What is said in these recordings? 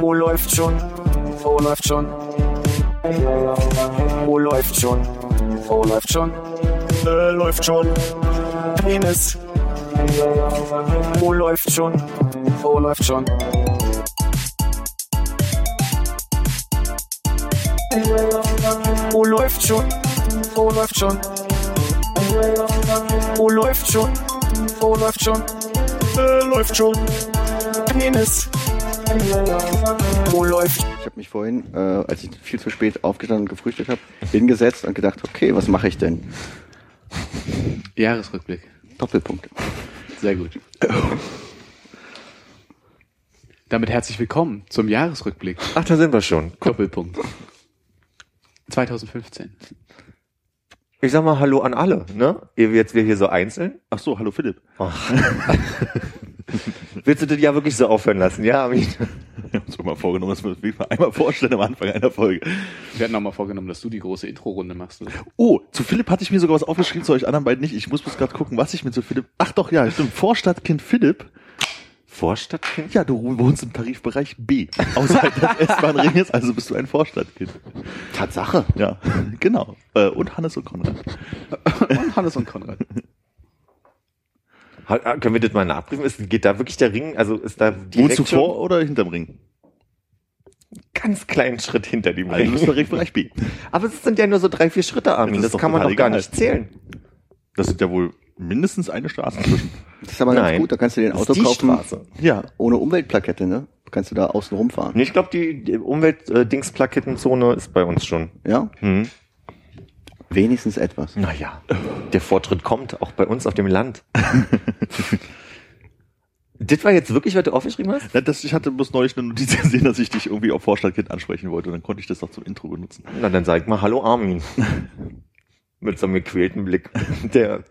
Wo läuft schon? Wo läuft schon? Wo läuft schon? Wo läuft schon? Äh, läuft schon. Penis. Wo läuft schon? Wo läuft schon? Wo läuft schon? Wo läuft schon? Wo läuft schon? Wo läuft schon? Äh, läuft schon. Penis. Wo läuft Ich habe mich vorhin, äh, als ich viel zu spät aufgestanden und gefrühstückt habe, hingesetzt und gedacht, okay, was mache ich denn? Jahresrückblick. Doppelpunkte. Sehr gut. Damit herzlich willkommen zum Jahresrückblick. Ach, da sind wir schon. Doppelpunkt. 2015. Ich sag mal Hallo an alle, ne? Ihr jetzt wir hier so einzeln. Oh. Ach so, hallo Philipp. Willst du das ja wirklich so aufhören lassen? Ja, hab ich. Wir haben uns auch mal vorgenommen, dass wir das wirklich mal einmal vorstellen am Anfang einer Folge. Wir hatten auch mal vorgenommen, dass du die große Intro-Runde machst. oder? Oh, zu Philipp hatte ich mir sogar was aufgeschrieben, zu euch anderen beiden nicht. Ich muss bloß gerade gucken, was ich mir zu Philipp. Ach doch, ja, stimmt. Vorstadtkind Philipp. Vorstadtkind? Ja, du wohnst im Tarifbereich B. Außerhalb des S-Bahn-Ringes, also bist du ein Vorstadtkind. Tatsache. Ja, genau. Äh, Und Hannes und Konrad. Und Hannes und Konrad. Ha- ah, Können wir das mal nachprüfen? Ist, geht da wirklich der Ring? Also ist da direkt Wohnst du vor oder hinterm Ring? schon ganz kleinen Schritt hinter dem Also du bist im Ring? Tarifbereich B. Aber es sind ja nur so drei, vier Schritte, Armin. Das Das, ist doch kann man total doch gar egal. nicht zählen. Das sind ja wohl mindestens eine Straße zwischen. Das ist aber ganz Nein. gut, da kannst du dir ein Das Auto ist die kaufen. Straße. Ja. Ohne Umweltplakette, ne? Kannst du da außen rumfahren. Nee, ich glaube, die, die Umwelt-Dings-Plakettenzone ist bei uns schon. Ja? Hm. Wenigstens etwas. Naja, der Fortschritt kommt, auch bei uns auf dem Land. das war jetzt wirklich, was du aufgeschrieben hast? Na, Das, ich hatte bloß neulich eine Notiz gesehen, dass ich dich irgendwie auf Vorstadtkind ansprechen wollte und dann konnte ich das noch zum Intro benutzen. Na, dann sag ich mal Hallo Armin. Mit so einem gequälten Blick. Der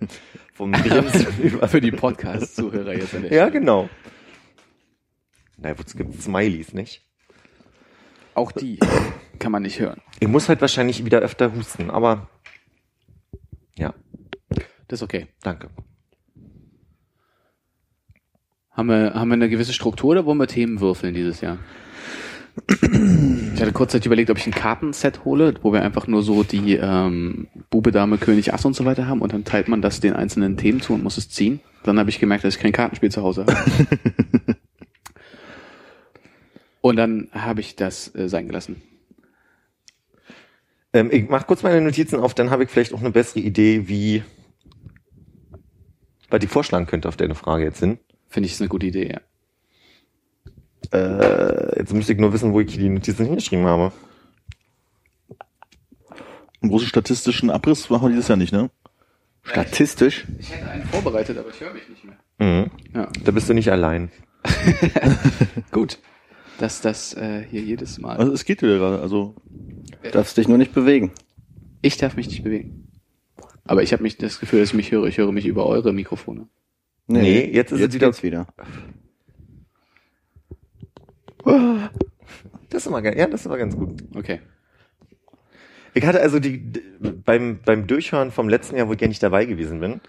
vom Grinsen über. Für die Podcast-Zuhörer jetzt an der Ja, Stelle. genau. Na, es gibt Smileys, nicht? Auch die kann man nicht hören. Ich muss halt wahrscheinlich wieder öfter husten, aber ja, Das ist okay. danke. Haben wir, haben wir eine gewisse Struktur oder wollen wir Themen würfeln dieses Jahr? Ich hatte kurzzeitig überlegt, ob ich ein Kartenset hole, wo wir einfach nur so die ähm, Bube, Dame, König, Ass und so weiter haben und dann teilt man das den einzelnen Themen zu und muss es ziehen. Dann habe ich gemerkt, dass ich kein Kartenspiel zu Hause habe. und dann habe ich das äh, sein gelassen. Ähm, ich mach kurz meine Notizen auf, dann habe ich vielleicht auch eine bessere Idee, wie was ich vorschlagen könnte auf deine Frage jetzt hin. Finde ich ist eine gute Idee, ja. Äh, jetzt müsste ich nur wissen, wo ich die Notizen hingeschrieben habe. Einen großen statistischen Abriss machen wir dieses Jahr nicht, ne? Statistisch. Ich hätte einen vorbereitet, aber ich höre mich nicht mehr. Mhm. Ja. Da bist du nicht allein. Gut. Dass das äh, hier jedes Mal. Also es geht wieder gerade. Also Darfst dich nur nicht bewegen. Ich darf mich nicht bewegen. Aber ich habe mich das Gefühl, dass ich mich höre. Ich höre mich über eure Mikrofone. Nee, jetzt ist es wieder- geht's wieder. Das ist immer, ge- ja, das ist immer ganz gut. Okay. Ich hatte also die, d- beim, beim Durchhören vom letzten Jahr, wo ich ja nicht dabei gewesen bin,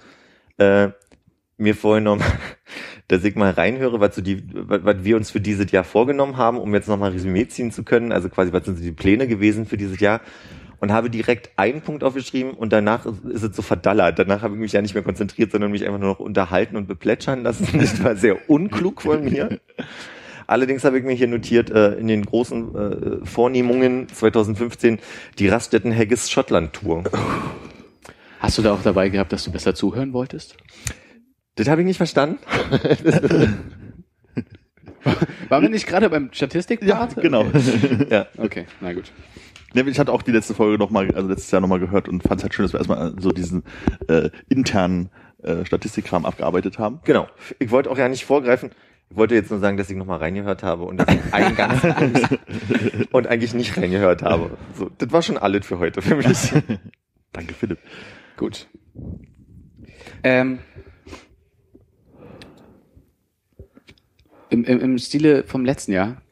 äh, mir vorgenommen, dass ich mal reinhöre, was, so die, was, was wir uns für dieses Jahr vorgenommen haben, um jetzt nochmal Resümee ziehen zu können. Also quasi, was sind so die Pläne gewesen für dieses Jahr? Und habe direkt einen Punkt aufgeschrieben und danach ist- ist es so verdallert. Danach habe ich mich ja nicht mehr konzentriert, sondern mich einfach nur noch unterhalten und beplätschern lassen. Das war sehr unklug von mir. Allerdings habe ich mir hier notiert, äh, in den großen äh, Vornehmungen 2015 die Raststätten-Haggis-Schottland-Tour. Hast du da auch dabei gehabt, dass du besser zuhören wolltest? Das habe ich nicht verstanden. Waren wir nicht gerade beim statistik ja, genau. Ja. Okay, na gut. Ne, Ich hatte auch die letzte Folge noch mal, also letztes Jahr noch mal gehört und fand es halt schön, dass wir erstmal so diesen äh, internen äh, Statistikkram abgearbeitet haben. Genau. Ich wollte auch ja nicht vorgreifen. Ich wollte jetzt nur sagen, dass ich nochmal reingehört habe und dass ich einen ganzen Punkt und eigentlich nicht reingehört habe. So, das war schon alles für heute für mich. Danke, Philipp. Gut. Ähm, im, im, Im Stile vom letzten Jahr.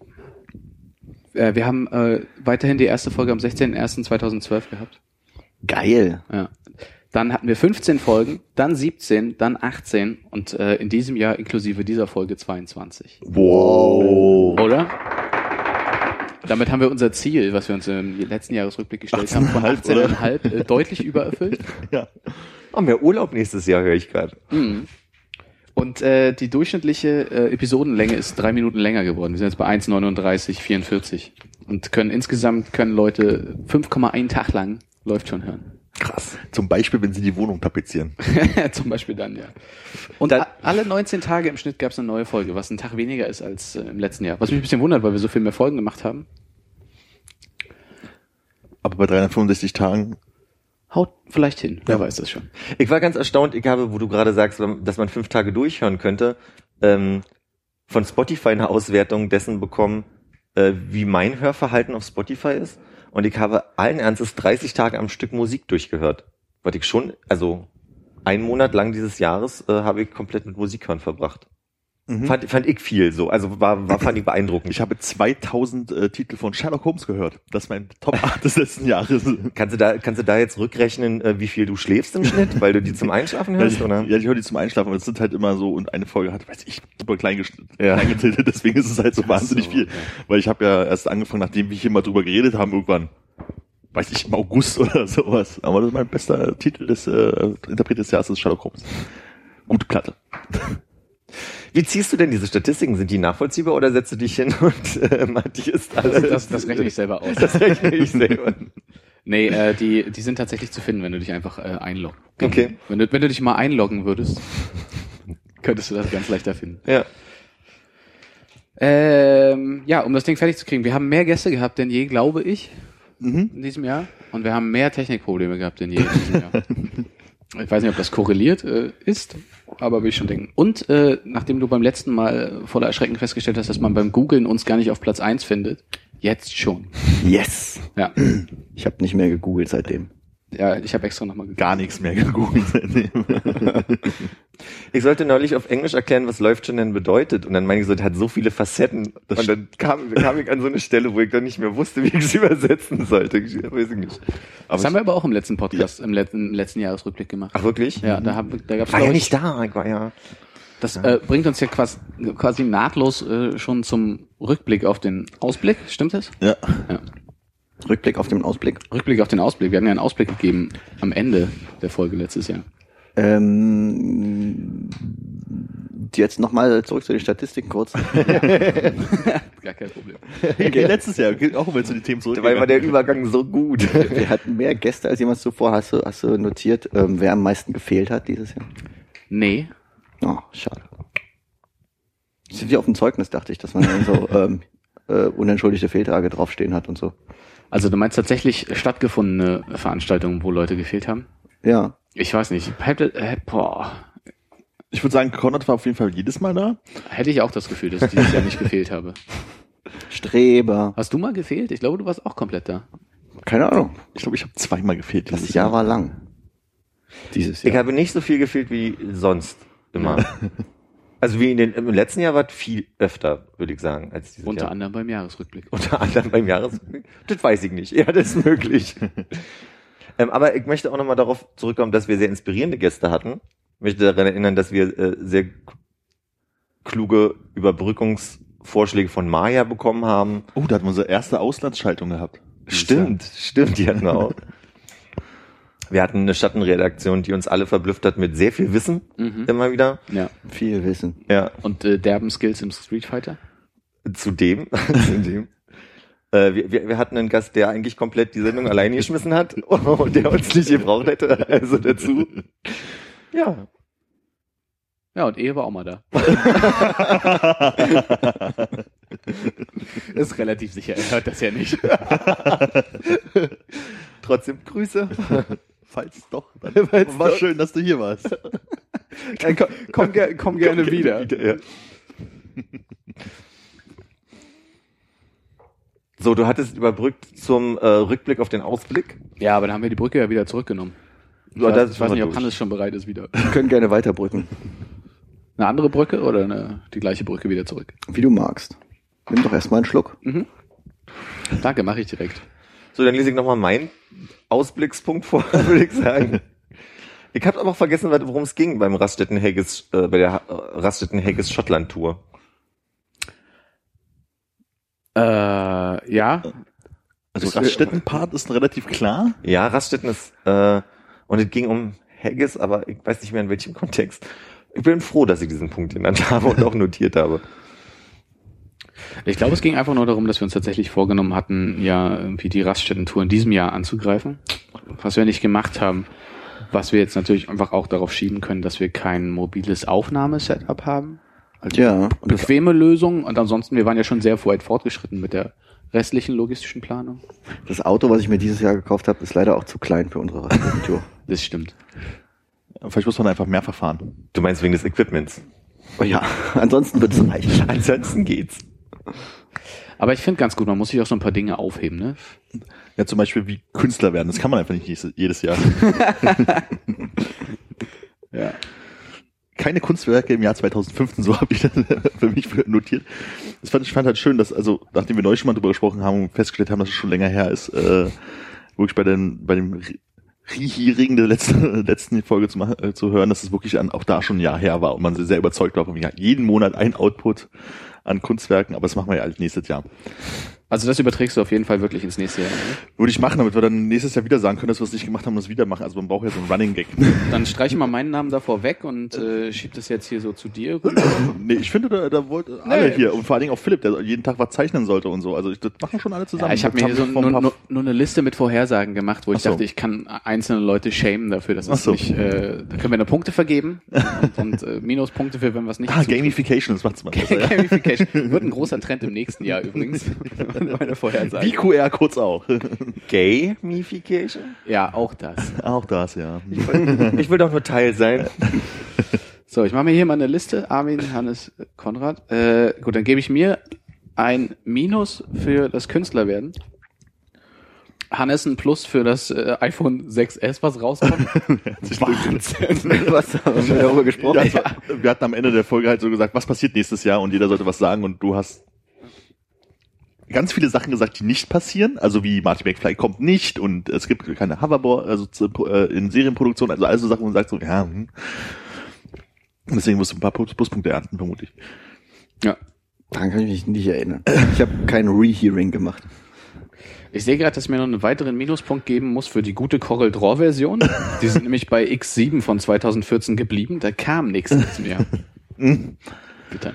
Äh, wir haben äh, weiterhin die erste Folge am 16.01.2012 gehabt. Geil. Ja. Dann hatten wir 15 Folgen, dann 17, dann 18 und äh, in diesem Jahr inklusive dieser Folge 22. Wow. Oder? Damit haben wir unser Ziel, was wir uns im letzten Jahresrückblick gestellt haben, von 18,5, oder? 18,5 äh, deutlich übererfüllt. Ja. Haben wir Oh, Urlaub nächstes Jahr, höre ich gerade. Mhm. Und äh, die durchschnittliche äh, Episodenlänge ist drei Minuten länger geworden. Wir sind jetzt bei 1,39, 44. Und können insgesamt können Leute 5,1 Tag lang läuft schon hören. Krass. Zum Beispiel, wenn sie die Wohnung tapezieren. Zum Beispiel dann, ja. Und Dann- a- alle 19 Tage im Schnitt gab es eine neue Folge, was ein Tag weniger ist als äh, im letzten Jahr. Was mich ein bisschen wundert, weil wir so viel mehr Folgen gemacht haben. Aber bei 365 Tagen. Haut vielleicht hin, wer weiß das schon. Ich war ganz erstaunt, ich habe, wo du gerade sagst, dass man fünf Tage durchhören könnte, ähm, von Spotify eine Auswertung dessen bekommen, äh, wie mein Hörverhalten auf Spotify ist. Und ich habe allen Ernstes 30 Tage am Stück Musik durchgehört. Weil ich schon, also einen Monat lang dieses Jahres äh, habe ich komplett mit Musik hören verbracht. Fand, fand ich viel so. Also war, war fand ich beeindruckend. Mhm. Ich habe 2000 äh, Titel von Sherlock Holmes gehört. Das ist mein Top 8 des letzten Jahres. Kannst du da, kannst du da jetzt rückrechnen, äh, wie viel du schläfst im Schnitt, weil du die zum Einschlafen Ja, hörst, ich, oder? ja, ich höre die zum Einschlafen, aber es sind halt immer so, und eine Folge hat, weiß ich, super klein, ja. Ja. klein getiltet, deswegen ist es halt so wahnsinnig viel. Weil ich habe ja erst angefangen, nachdem wir hier mal drüber geredet haben, irgendwann, weiß ich, im August oder sowas. Aber das ist mein bester Titel des äh, Interpret des Jahres, ist Sherlock Holmes. Gute Platte. Wie ziehst du denn diese Statistiken? Sind die nachvollziehbar oder setzt du dich hin und äh, markierst Das, alles? Also das, das rechne ich selber aus. Das rechne ich selber. Nee, äh, die, die sind tatsächlich zu finden, wenn du dich einfach äh, einloggst. Okay. Wenn du, wenn du dich mal einloggen würdest, könntest du das ganz leicht erfinden. Ja. Ähm, ja, um das Ding fertig zu kriegen. Wir haben mehr Gäste gehabt denn je, glaube ich, Mhm. in diesem Jahr. Und wir haben mehr Technikprobleme gehabt denn je in diesem Jahr. Ich weiß nicht, ob das korreliert äh, ist, aber will ich schon denken. Und äh, nachdem du beim letzten Mal voller Erschrecken festgestellt hast, dass man beim Googlen uns gar nicht auf Platz 1 findet, jetzt schon. Yes! Ja, Ich habe nicht mehr gegoogelt seitdem. ja ich habe extra nochmal geguckt. Gar nichts mehr gegoogelt seitdem. Ich sollte neulich auf Englisch erklären, was läuft schon denn bedeutet. Und dann meine ich so, das hat so viele Facetten. Das und dann kam, kam ich an so eine Stelle, wo ich dann nicht mehr wusste, wie ich es übersetzen sollte. Ich weiß ich nicht. Aber Das haben ich, wir aber auch im letzten Podcast, im, letzten, im letzten Jahresrückblick gemacht. ach wirklich? Ja, da, hab, da gab's War glaub ja ich- nicht da, ich war ja. Das äh, bringt uns ja quasi, quasi nahtlos äh, schon zum Rückblick auf den Ausblick, stimmt das? ja. Ja. Rückblick auf den Ausblick. Rückblick auf den Ausblick. Wir haben ja einen Ausblick gegeben am Ende der Folge letztes Jahr. Ähm, jetzt nochmal zurück zu den Statistiken kurz. Gar kein Problem. Wie Äh, letztes Jahr, auch wenn zu den Themen zurück. Dabei war der Übergang so gut. Wir hatten mehr Gäste als jemals zuvor. Hast du, hast du notiert, ähm, wer am meisten gefehlt hat dieses Jahr? Nee. Oh, schade. Sind wir auf dem Zeugnis, dachte ich, dass man dann so ähm, äh, unentschuldigte Fehltage draufstehen hat und so. Also du meinst tatsächlich stattgefundene Veranstaltungen, wo Leute gefehlt haben? Ja. Ich weiß nicht. Hätte, äh, boah. Ich würde sagen, Konrad war auf jeden Fall jedes Mal da. hätte ich auch das Gefühl, dass ich dieses Jahr nicht gefehlt habe. Streber. Hast du mal gefehlt? Ich glaube, du warst auch komplett da. Keine Ahnung. Ich glaube, ich habe zweimal gefehlt. Das dieses Jahr war lang. Dieses Ich Jahr. habe nicht so viel gefehlt wie sonst immer. Also wie in den, im letzten Jahr war es viel öfter, würde ich sagen, als dieses Unter Jahr. anderem beim Jahresrückblick. Unter anderem beim Jahresrückblick. Das weiß ich nicht. Ja, das ist möglich. ähm, aber ich möchte auch nochmal darauf zurückkommen, dass wir sehr inspirierende Gäste hatten. Ich möchte daran erinnern, dass wir äh, sehr kluge Überbrückungsvorschläge von Maya bekommen haben. Oh, da hatten wir unsere erste Auslandsschaltung gehabt. Dieses Stimmt, stimmt, ja genau. Wir hatten eine Schattenredaktion, die uns alle verblüfft hat mit sehr viel Wissen, Mhm. immer wieder. Ja. Viel Wissen. Ja, Und äh, derben Skills im Street Fighter? Zudem, zudem. Äh, wir, wir, wir hatten einen Gast, der eigentlich komplett die Sendung alleine geschmissen hat und der uns nicht gebraucht hätte, also dazu. Ja. Ja, und Ehe war auch mal da. ist relativ sicher, er hört das ja nicht. Trotzdem Grüße. Jahr. Falls doch. Dann Falls war doch. schön, dass du hier warst. Komm, komm, ger- komm gerne wieder. ja. So, du hattest überbrückt zum äh, Rückblick auf den Ausblick. Ja, aber dann haben wir die Brücke ja wieder zurückgenommen. Ich, Ja, weiß, das ich weiß ist nicht, ob durch. Hannes schon bereit ist wieder. Wir können gerne weiterbrücken. Eine andere Brücke oder eine, die gleiche Brücke wieder zurück? Wie du magst. Nimm doch erstmal einen Schluck. Danke, mache ich direkt. So, dann lese ich nochmal meinen Ausblickspunkt vor, würde ich sagen. Ich habe aber auch vergessen, worum es ging beim Raststätten Haggis, äh, bei der Ha- Raststätten Haggis Schottland Tour. Äh, ja, Also Ist- Raststättenpart ist relativ klar. Ja, Raststätten ist, äh, und es ging um Haggis, aber ich weiß nicht mehr in welchem Kontext. Ich bin froh, dass ich diesen Punkt genannt habe und auch notiert habe. ich glaube, es ging einfach nur darum, dass wir uns tatsächlich vorgenommen hatten, ja, irgendwie die Raststätten-Tour in diesem Jahr anzugreifen. Was wir nicht gemacht haben. Was wir jetzt natürlich einfach auch darauf schieben können, dass wir kein mobiles Aufnahmesetup haben. Ja, und das, Bequeme Lösung. Und ansonsten, wir waren ja schon sehr weit fortgeschritten mit der restlichen logistischen Planung. das Auto, was ich mir dieses Jahr gekauft habe, ist leider auch zu klein für unsere Tour. Das stimmt. Vielleicht muss man einfach mehrfach fahren. Du meinst wegen des Equipments. Oh ja, ansonsten wird es reichen. Ansonsten geht's. Aber ich finde ganz gut, man muss sich auch so ein paar Dinge aufheben, ne? Ja, zum Beispiel wie Künstler werden. Das kann man einfach nicht jedes- jedes Jahr. Ja. keine Kunstwerke im Jahr 2015, so habe ich das für mich notiert. Das fand ich fand halt schön, dass, also nachdem wir neulich schon mal drüber gesprochen haben und festgestellt haben, dass es schon länger her ist, äh, wirklich bei, den, bei dem Re- Rehearing der letzten, letzten Folge zu, machen, äh, zu hören, dass es wirklich an, auch da schon ein Jahr her war und man sehr überzeugt war, von ja, jeden Monat ein Output an Kunstwerken, aber das machen wir ja halt nächstes Jahr. Also das überträgst du auf jeden Fall wirklich ins nächste Jahr. Ne? Würde ich machen, damit wir dann nächstes Jahr wieder sagen können, dass wir es nicht gemacht haben und es wieder machen. Also man braucht ja so einen Running Gag. Dann streiche mal meinen Namen davor weg und äh, schieb das jetzt hier so zu dir. rüber. Nee, ich finde, da, da wollten alle Nee. hier und vor allen Dingen auch Philipp, der jeden Tag was zeichnen sollte und so. Also ich, das machen schon alle zusammen. Ja, ich habe Das mir hier haben so wir vor ein nur, paar- nur, nur eine Liste mit Vorhersagen gemacht, wo ich Ach so. dachte, ich kann einzelne Leute shamen dafür, dass Ach es so. nicht, äh, da können wir eine Punkte vergeben und, und äh, Minuspunkte für, wenn wir es nicht Ah, zutrifft. Gamification, das macht's mal besser. ja. Gamification. Wird ein großer Trend im nächsten Jahr übrigens. Meine Vorhersage. Wie QR kurz auch. Gamification? Ja, auch das. auch das, ja. Ich will doch nur Teil sein. So, ich mache mir hier mal eine Liste. Armin, Hannes, Konrad. Äh, gut, dann gebe ich mir ein Minus für das Künstlerwerden. Hannes ein Plus für das äh, iPhone 6S, was rauskommt. Wahnsinn. Was haben wir darüber gesprochen? Ja, es war- Wir hatten am Ende der Folge halt so gesagt, was passiert nächstes Jahr und jeder sollte was sagen und du hast ganz viele Sachen gesagt, die nicht passieren, also wie Marty McFly kommt nicht und es gibt keine Hoverboard, also zu- äh, in Serienproduktion, also all so Sachen und sagst so, ja, hm. Und deswegen musst du ein paar Pu- Pluspunkte ernten, vermutlich. Ja. Daran kann ich mich nicht erinnern. Ich habe kein Rehearing gemacht. Ich sehe gerade, dass ich mir noch einen weiteren Minuspunkt geben muss für die gute Corel Draw Version. Die sind nämlich bei X7 von 2014 geblieben. Da kam nichts in diesem Jahr. Bitte.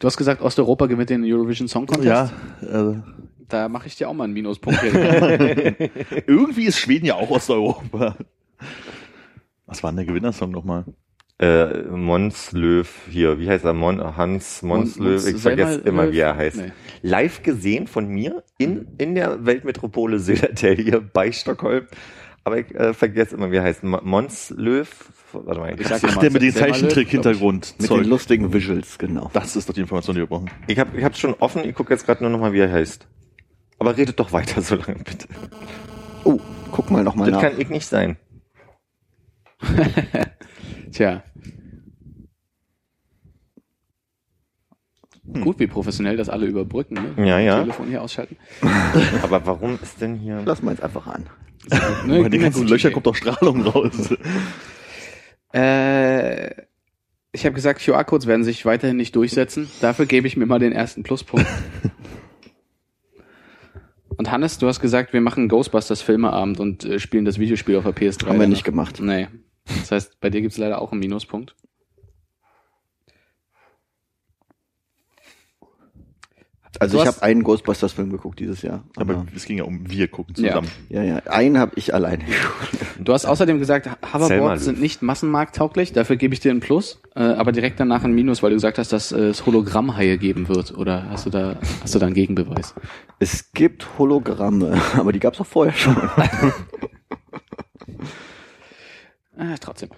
Du hast gesagt, Osteuropa gewinnt den Eurovision Song Contest. Ja, also Da mache ich dir auch mal einen Minuspunkt. Erik. äh, irgendwie ist Schweden ja auch Osteuropa. Was war denn der Gewinnersong nochmal? Äh, Monslöw hier, wie heißt er? Mon, Hans Monslöw, Mons- ich vergesse Selma immer, wie er Löw? heißt. Nee. Live gesehen von mir in, in der Weltmetropole Södertälje hier bei Stockholm. Aber ich äh, vergesse immer, wie er heißt. Mo- Monslöw, warte mal, ich, Ich sag Ach, mal, der mit dem Selma Löw, Zeichentrick-Hintergrund. Mit den lustigen Visuals, genau. Das ist doch die Information, die wir brauchen. ich habe ich hab's schon offen, ich gucke jetzt gerade nur nochmal, wie er heißt. Aber redet doch weiter so lange, bitte. Oh, guck mal nochmal Das nach. kann ich nicht sein. Tja. Gut, wie professionell das alle überbrücken. Ne? Ja, ja. Telefon hier ausschalten. Aber warum ist denn hier... Lass mal jetzt einfach an. Ne, Bei den gib mir ganzen gute Löchern Idee. kommt auch Strahlung raus. Äh, ich habe gesagt, QR-Codes werden sich weiterhin nicht durchsetzen. Dafür gebe ich mir mal den ersten Pluspunkt. Und Hannes, du hast gesagt, wir machen Ghostbusters Filmeabend und äh, spielen das Videospiel auf der PS3. Haben wir danach. nicht gemacht. Nee. Das heißt, bei dir gibt's leider auch einen Minuspunkt. Also Du ich hast- habe einen Ghostbusters-Film geguckt dieses Jahr. Aber Aber, es ging ja um wir gucken Ja. zusammen. ja, ja. Einen habe ich alleine geguckt. Du hast außerdem gesagt, Selma Löw. Hoverboards sind nicht massenmarkttauglich. Dafür gebe ich dir einen Plus, äh, aber direkt danach einen Minus, weil du gesagt hast, dass äh, es Hologrammhaie geben wird. Oder hast du da, hast du da einen Gegenbeweis? Es gibt Hologramme, aber die gab es auch vorher schon. Äh, Ah, trotzdem.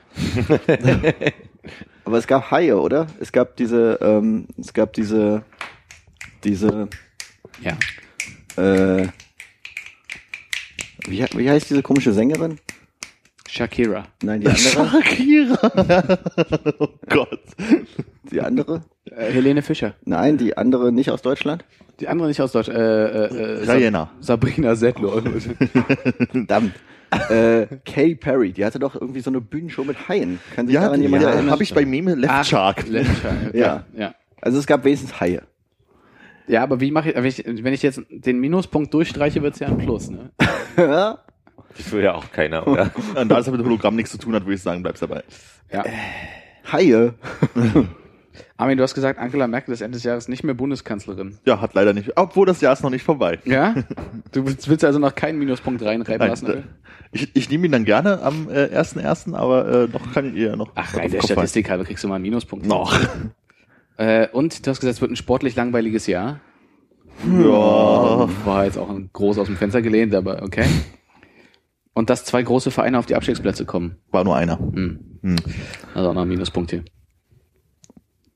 Aber es gab Haie, oder? Es gab diese, ähm, es gab diese, diese, Ja. äh, wie, wie heißt diese komische Sängerin? Shakira. Nein, die andere. Shakira. oh Gott. Die andere? Äh, Helene Fischer. Nein, die andere nicht aus Deutschland. Die andere nicht aus Deutsch. Äh, äh, äh, Diana. Sab Sabrina Settler. Verdammt. äh, Katy Perry, die hatte doch irgendwie so eine Bühnenshow mit Haien. Kann sich Ja, daran jemand ja erinnern? habe ich bei Meme Left Ach, Shark. Left Shark, okay. Ja. ja. Also es gab wenigstens Haie. Ja, aber wie mache ich, wenn ich, wenn ich jetzt den Minuspunkt durchstreiche, wird's ja ein Plus, ne? Ja. Das will ja auch keiner, oder? Und da das mit dem Hologramm nichts zu tun hat, würde ich sagen, bleib's dabei. Ja. Haie. Armin, du hast gesagt, Angela Merkel ist Ende des Jahres nicht mehr Bundeskanzlerin. Ja, hat leider nicht. Obwohl das Jahr ist noch nicht vorbei. Ja? Du willst willst also noch keinen Minuspunkt reinreiben lassen, ne? Nein, oder? äh, ich ich nehme ihn dann gerne am äh, 1.1., aber äh, noch kann ich eher noch. Ach, rein der Kopf Statistik halber kriegst du mal einen Minuspunkt. halten. Noch. Äh, und du hast gesagt, es wird ein sportlich langweiliges Jahr. Ja. War jetzt auch ein groß aus dem Fenster gelehnt, aber okay. Und dass zwei große Vereine auf die Abstiegsplätze kommen. War nur einer. Hm. Hm. Also auch noch ein Minuspunkt hier.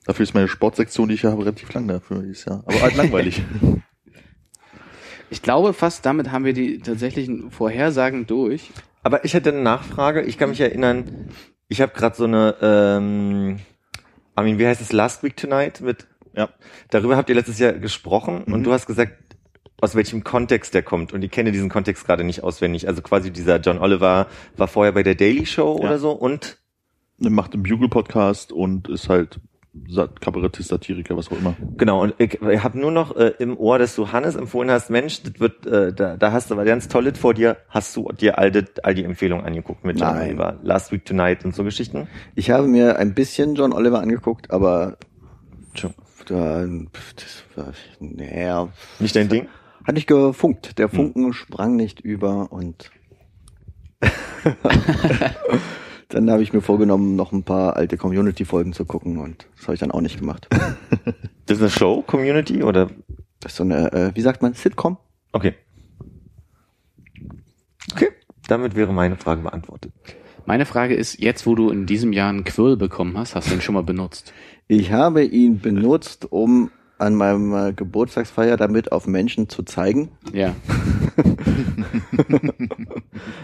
Dafür ist meine Sportsektion, die ich ja habe, relativ lang dafür dieses Jahr. Aber halt langweilig. Ich glaube, fast damit haben wir die tatsächlichen Vorhersagen durch. Aber ich hätte eine Nachfrage. Ich kann mich erinnern, ich habe gerade so eine, ähm, I mean, wie heißt es, Last Week Tonight? Mit, Ja. Darüber habt ihr letztes Jahr gesprochen und du hast gesagt, aus welchem Kontext der kommt. Und ich kenne diesen Kontext gerade nicht auswendig. Also quasi dieser John Oliver war vorher bei der Daily Show Ja. oder so und Macht einen Bugle-Podcast und ist halt Sa- Kabarettist, Satiriker, was auch immer. Genau, und ich, ich habe nur noch äh, im Ohr, dass du Hannes empfohlen hast, Mensch, das wird, äh, da, da hast du was ganz Tolles vor dir, hast du dir all, das, all die Empfehlungen angeguckt mit John Nein. Oliver, Last Week Tonight und so Geschichten. Ich habe mir ein bisschen John Oliver angeguckt, aber Schon. da, pf, das war, naja, Nicht dein Ding? hat nicht gefunkt. Der Funken sprang nicht über und dann habe ich mir vorgenommen, noch ein paar alte Community-Folgen zu gucken und das habe ich dann auch nicht gemacht. Das ist eine Show, Community oder? Das ist so eine, äh, wie sagt man, Sitcom? Okay. Okay, damit wäre meine Frage beantwortet. Meine Frage ist, jetzt wo du in diesem Jahr einen Quirl bekommen hast, hast du ihn schon mal benutzt? Ich habe ihn benutzt, um an meinem äh, Geburtstagsfeier damit auf Menschen zu zeigen, Ja.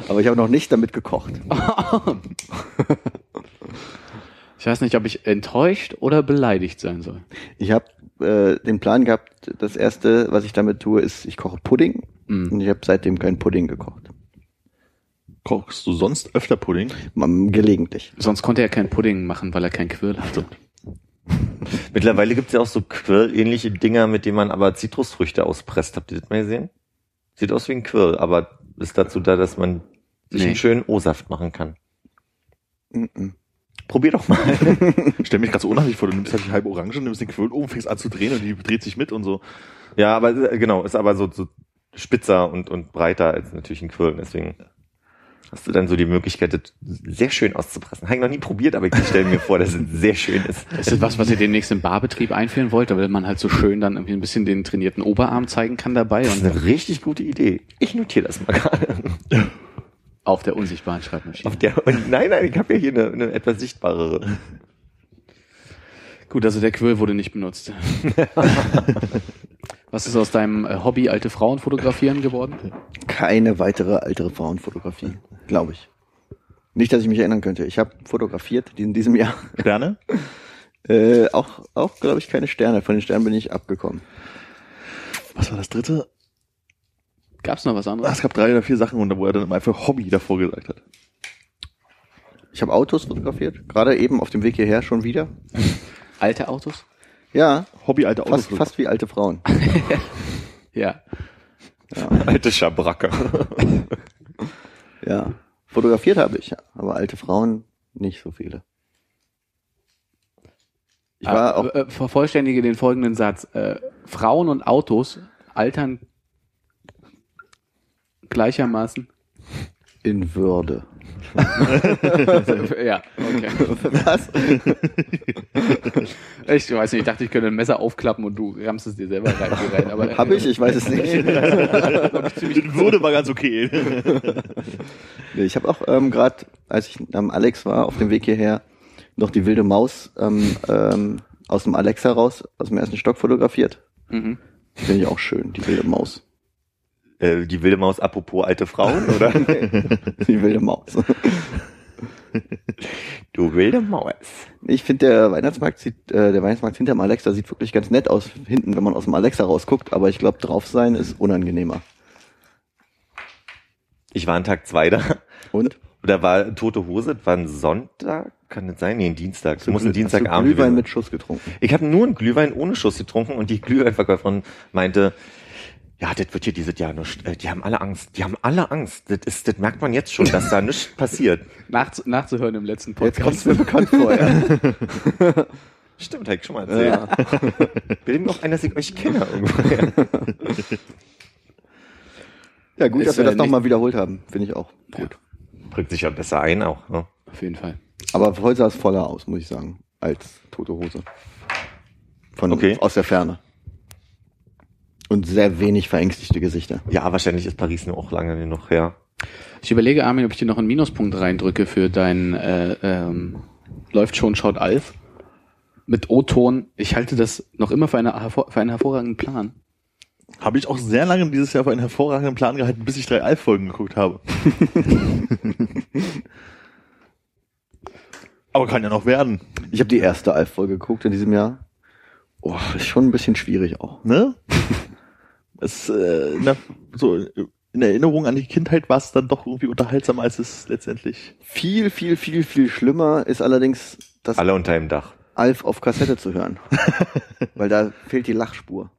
aber ich habe noch nicht damit gekocht. Ich weiß nicht, ob ich enttäuscht oder beleidigt sein soll. Ich habe äh, den Plan gehabt, das erste, was ich damit tue, ist, ich koche Pudding Mhm. und ich habe seitdem keinen Pudding gekocht. Kochst du sonst öfter Pudding? Man, gelegentlich. Sonst konnte er keinen Pudding machen, weil er keinen Quirl hatte. Mittlerweile gibt's ja auch so Quirl-ähnliche Dinger, mit denen man aber Zitrusfrüchte auspresst. Habt ihr das mal gesehen? Sieht aus wie ein Quirl, aber ist dazu da, dass man sich Nee. einen schönen O-Saft machen kann. Mhm. Probier doch mal. Stell mich ganz so unheimlich vor, du nimmst halt die halbe Orange, nimmst den Quirl oben, fängst an zu drehen und die dreht sich mit und so. Ja, aber äh, genau, ist aber so, so spitzer und, und breiter als natürlich ein Quirl. Deswegen hast du dann so die Möglichkeit, das sehr schön auszupressen. Habe ich noch nie probiert, aber ich stelle mir vor, dass es sehr schön ist. Ist das was, was ihr demnächst im Barbetrieb einführen wollt, weil man halt so schön dann irgendwie ein bisschen den trainierten Oberarm zeigen kann dabei Das ist und eine richtig gute Idee. Ich notiere das mal gerade. auf der unsichtbaren Schreibmaschine. Auf der, und nein, nein, ich habe ja hier eine, eine etwas sichtbarere. Gut, also der Quirl wurde nicht benutzt. was ist aus deinem äh, Hobby alte Frauen fotografieren geworden? Keine weitere ältere Frauenfotografie, glaube ich. Nicht, dass ich mich erinnern könnte. Ich habe fotografiert in diesem Jahr. Sterne? Äh, auch, auch glaube ich, keine Sterne. Von den Sternen bin ich abgekommen. Was war das dritte? Gab's noch was Ah, anderes? Es gab drei oder vier Sachen, und da wo er dann einfach Hobby davor gesagt hat. Ich habe Autos fotografiert. Gerade eben auf dem Weg hierher schon wieder. Alte Autos? Ja, Hobby alte Autos. fast, fast wie alte Frauen. Ja. Alte Schabracke. Ja. Fotografiert habe ich, aber alte Frauen nicht so viele. Ich war Ah, auch, äh, äh, vervollständige den folgenden Satz. Äh, Frauen und Autos altern gleichermaßen. in Würde. ja, okay. Was? Ich weiß nicht, ich dachte, ich könnte ein Messer aufklappen und du rammst es dir selber rein. hier rein aber, Habe ich? Ich weiß es nicht. In Würde war ganz okay. Nee, Ich habe auch ähm, gerade, als ich am Alex war, auf dem Weg hierher, noch die wilde Maus ähm, ähm, aus dem Alexa raus, aus dem ersten Stock fotografiert. Mhm. Finde ich auch schön, die wilde Maus. Äh, die wilde Maus apropos alte Frauen, oder? Die wilde Maus. Du wilde Maus. Ich finde, der Weihnachtsmarkt sieht, äh, der Weihnachtsmarkt hinterm Alexa sieht wirklich ganz nett aus, hinten, wenn man aus dem Alexa rausguckt, aber ich glaube, drauf sein ist unangenehmer. Ich war an Tag zwei da Und? Da war Tote Hose, das war ein Sonntag, kann das sein? Nee, ein Dienstag. Das muss ein Hast du Dienstagabend gewesen Glühwein sein. mit Schuss getrunken. Ich habe nur einen Glühwein ohne Schuss getrunken und die Glühweinverkäuferin meinte, ja, das wird hier dieses Jahr nicht. äh, Die haben alle Angst. Die haben alle Angst. Das, ist, das merkt man jetzt schon, dass da nichts passiert. Nachzu nachzuhören im letzten Jetzt kommt es mir bekannt Podcast. vor. Ja. Stimmt, hab ich schon mal erzählt. Bilden noch ein, dass ich euch kenne irgendwoher. ja, gut, Ist dass wir ja das nicht- nochmal wiederholt haben. Finde ich auch gut. Bringt sich ja besser ein auch. Ne? Auf jeden Fall. Aber heute sah es voller aus, muss ich sagen, als tote Hose. Von, Okay. Aus der Ferne. Und sehr wenig verängstigte Gesichter. Ja, wahrscheinlich ist Paris nur auch lange genug her. Ich überlege, Armin, ob ich dir noch einen Minuspunkt reindrücke für dein äh, ähm, Läuft schon, schaut Alf. Mit O-Ton. Ich halte das noch immer für, eine, hervor- für einen hervorragenden Plan. Habe ich auch sehr lange dieses Jahr für einen hervorragenden Plan gehalten, bis ich drei Alf-Folgen geguckt habe. Aber kann ja noch werden, Ich habe die erste Alf-Folge geguckt in diesem Jahr. Oh, ist schon ein bisschen schwierig auch. ne? Es, äh, na, so in Erinnerung an die Kindheit war es dann doch irgendwie unterhaltsamer, als es letztendlich. Viel, viel, viel, viel schlimmer ist allerdings das Alle unter einem Dach. Alf auf Kassette zu hören. Weil da fehlt die Lachspur.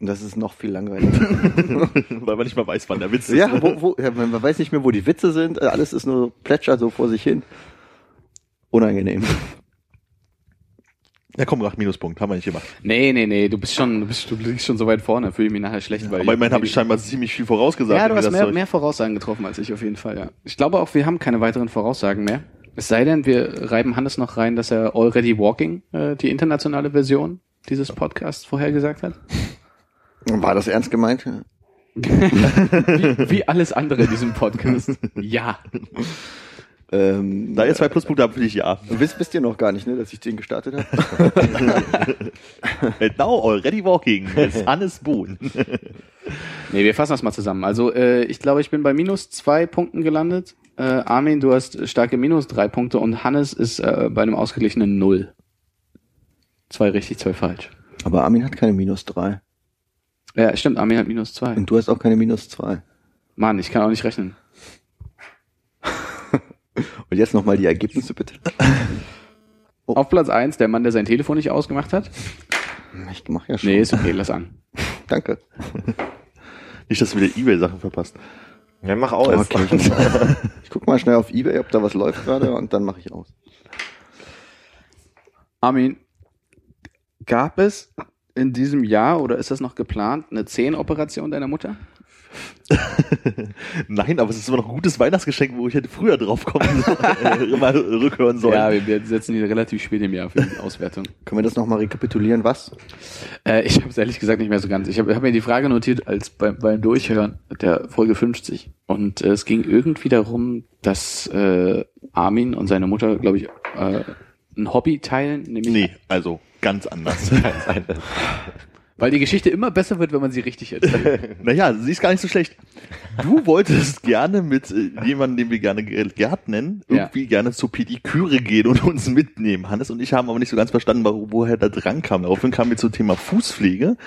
Und das ist noch viel langweiliger. Weil man nicht mal weiß, wann der Witz ist. ja, wo, wo, ja, man man weiß nicht mehr, wo die Witze sind. Äh, Alles ist nur plätschert so vor sich hin. Unangenehm. Ja, komm, acht Minuspunkt, haben wir nicht gemacht. Nee, nee, nee, du bist schon, du bist, du liegst schon so weit vorne, fühle ich mich nachher schlecht, weil Aber immerhin habe ich scheinbar ziemlich viel vorausgesagt. Ja, du wie hast das mehr, Zeug- mehr Voraussagen getroffen als ich auf jeden Fall, ja. Ich glaube auch, wir haben keine weiteren Voraussagen mehr. Es sei denn, wir reiben Hannes noch rein, dass er Already Walking, äh, die internationale Version dieses Podcasts vorhergesagt hat. War das ernst gemeint? Wie, wie alles andere in diesem Podcast. Ja. Ähm, Da ihr zwei Pluspunkte habt, finde ich ja. wisst, wisst ihr noch gar nicht, ne, dass ich den gestartet habe? And now already walking ist Hannes Bohn. Nee, wir fassen das mal zusammen. Also, äh, ich glaube, ich bin bei minus zwei Punkten gelandet. Äh, Armin, du hast starke minus drei Punkte und Hannes ist äh, bei einem ausgeglichenen Null. Zwei richtig, zwei falsch. Aber Armin hat keine minus drei. Ja, stimmt, Armin hat minus zwei. Und du hast auch keine minus zwei. Mann, ich kann auch nicht rechnen. Und jetzt nochmal die Ergebnisse bitte. Auf Platz eins der Mann, der sein Telefon nicht ausgemacht hat. Ich mach ja schon. Nee, ist okay, lass an. Danke. Nicht, dass du wieder Ebay-Sachen verpasst. Ja, mach aus. Ich guck mal schnell auf Ebay, ob da was läuft gerade und dann mache ich aus. Armin, gab es in diesem Jahr oder ist das noch geplant, eine Zehenoperation deiner Mutter? Nein, aber es ist immer noch ein gutes Weihnachtsgeschenk, wo ich hätte früher drauf kommen sollen, mal rückhören sollen. Ja, wir, wir setzen die relativ spät im Jahr für die Auswertung. Können wir das nochmal rekapitulieren? Was? Äh, ich habe es ehrlich gesagt nicht mehr so ganz. Ich habe hab mir die Frage notiert als beim, beim Durchhören der Folge 50. Und äh, es ging irgendwie darum, dass äh, Armin und seine Mutter, glaube ich, äh, ein Hobby teilen, nämlich nee, also ganz anders. weil die Geschichte immer besser wird, wenn man sie richtig erzählt. naja, sie ist gar nicht so schlecht. Du wolltest gerne mit äh, jemandem, den wir gerne Gerd nennen, Ja. irgendwie gerne zur Pediküre gehen und uns mitnehmen. Hannes und ich haben aber nicht so ganz verstanden, warum, woher da dran kam. Daraufhin kamen wir zum Thema Fußpflege,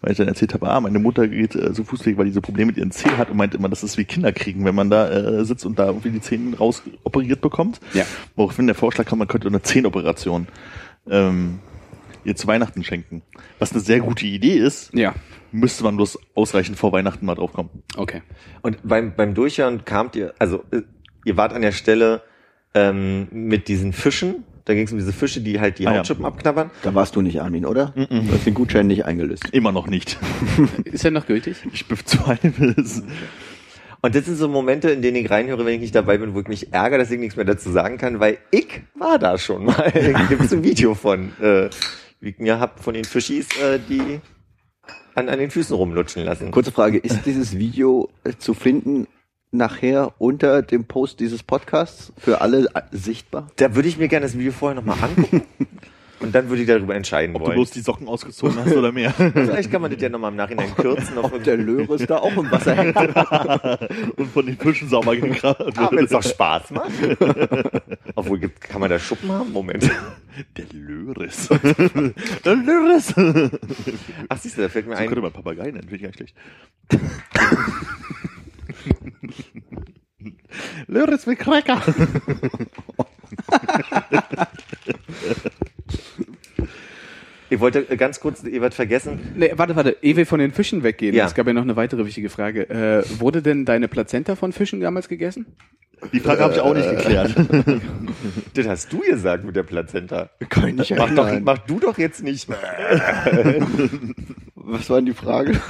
weil ich dann erzählt habe, ah, meine Mutter geht äh, zur Fußpflege, weil die so Probleme mit ihren Zehen hat und meint immer, das ist wie Kinder kriegen, wenn man da äh, sitzt und da irgendwie die Zähne raus operiert bekommt. Ja. Woraufhin der Vorschlag kam, man könnte eine Zehenoperation ähm, ihr zu Weihnachten schenken. Was eine sehr gute Idee ist, ja, müsste man bloß ausreichend vor Weihnachten mal draufkommen. okay. Und beim, beim Durchhören kamt ihr, also äh, ihr wart an der Stelle ähm, mit diesen Fischen. Da ging es um diese Fische, die halt die Ah, ja. Hautschuppen abknabbern. Da warst du nicht, Armin, oder? Du hast den Gutschein nicht eingelöst. Immer noch nicht. Ist er noch gültig? Ich bezweifle es. Und das sind so Momente, in denen ich reinhöre, wenn ich nicht dabei bin, wo ich mich ärgere, dass ich nichts mehr dazu sagen kann, weil ich war da schon mal. Da gibt es ein Video von, äh, wie ich mir hab von den Fischis, äh, die an, an den Füßen rumlutschen lassen. Kurze Frage, ist dieses Video äh, zu finden nachher unter dem Post dieses Podcasts für alle äh, sichtbar? Da würde ich mir gerne das Video vorher nochmal angucken. Und dann würde ich darüber entscheiden Ob du wollen. bloß die Socken ausgezogen hast oder mehr. Vielleicht kann man das ja nochmal im Nachhinein kürzen. Auf Der Löre ist da auch im Wasser hängt. Und von den Fischen sauber gekramt. Ah, wenn es doch Spaß macht. Obwohl, gibt- kann man da Schuppen haben? Moment. Der Löris. Der Löris. So Ach, siehst du, da fällt mir könnte ein. man Papagei nennen, finde ich gar nicht schlecht. Löritz mit Cracker. Ich wollte äh, ganz kurz, ihr werdet vergessen, Nee, warte, warte, ehe wir von den Fischen weggehen, Ja. es gab ja noch eine weitere wichtige Frage. Äh, wurde denn deine Plazenta von Fischen damals gegessen? Die Frage habe ich auch Äh, nicht geklärt. das hast du gesagt mit der Plazenta. Kann ich nicht Mach, doch, erinnern. mach du doch jetzt nicht. Was war denn die Frage?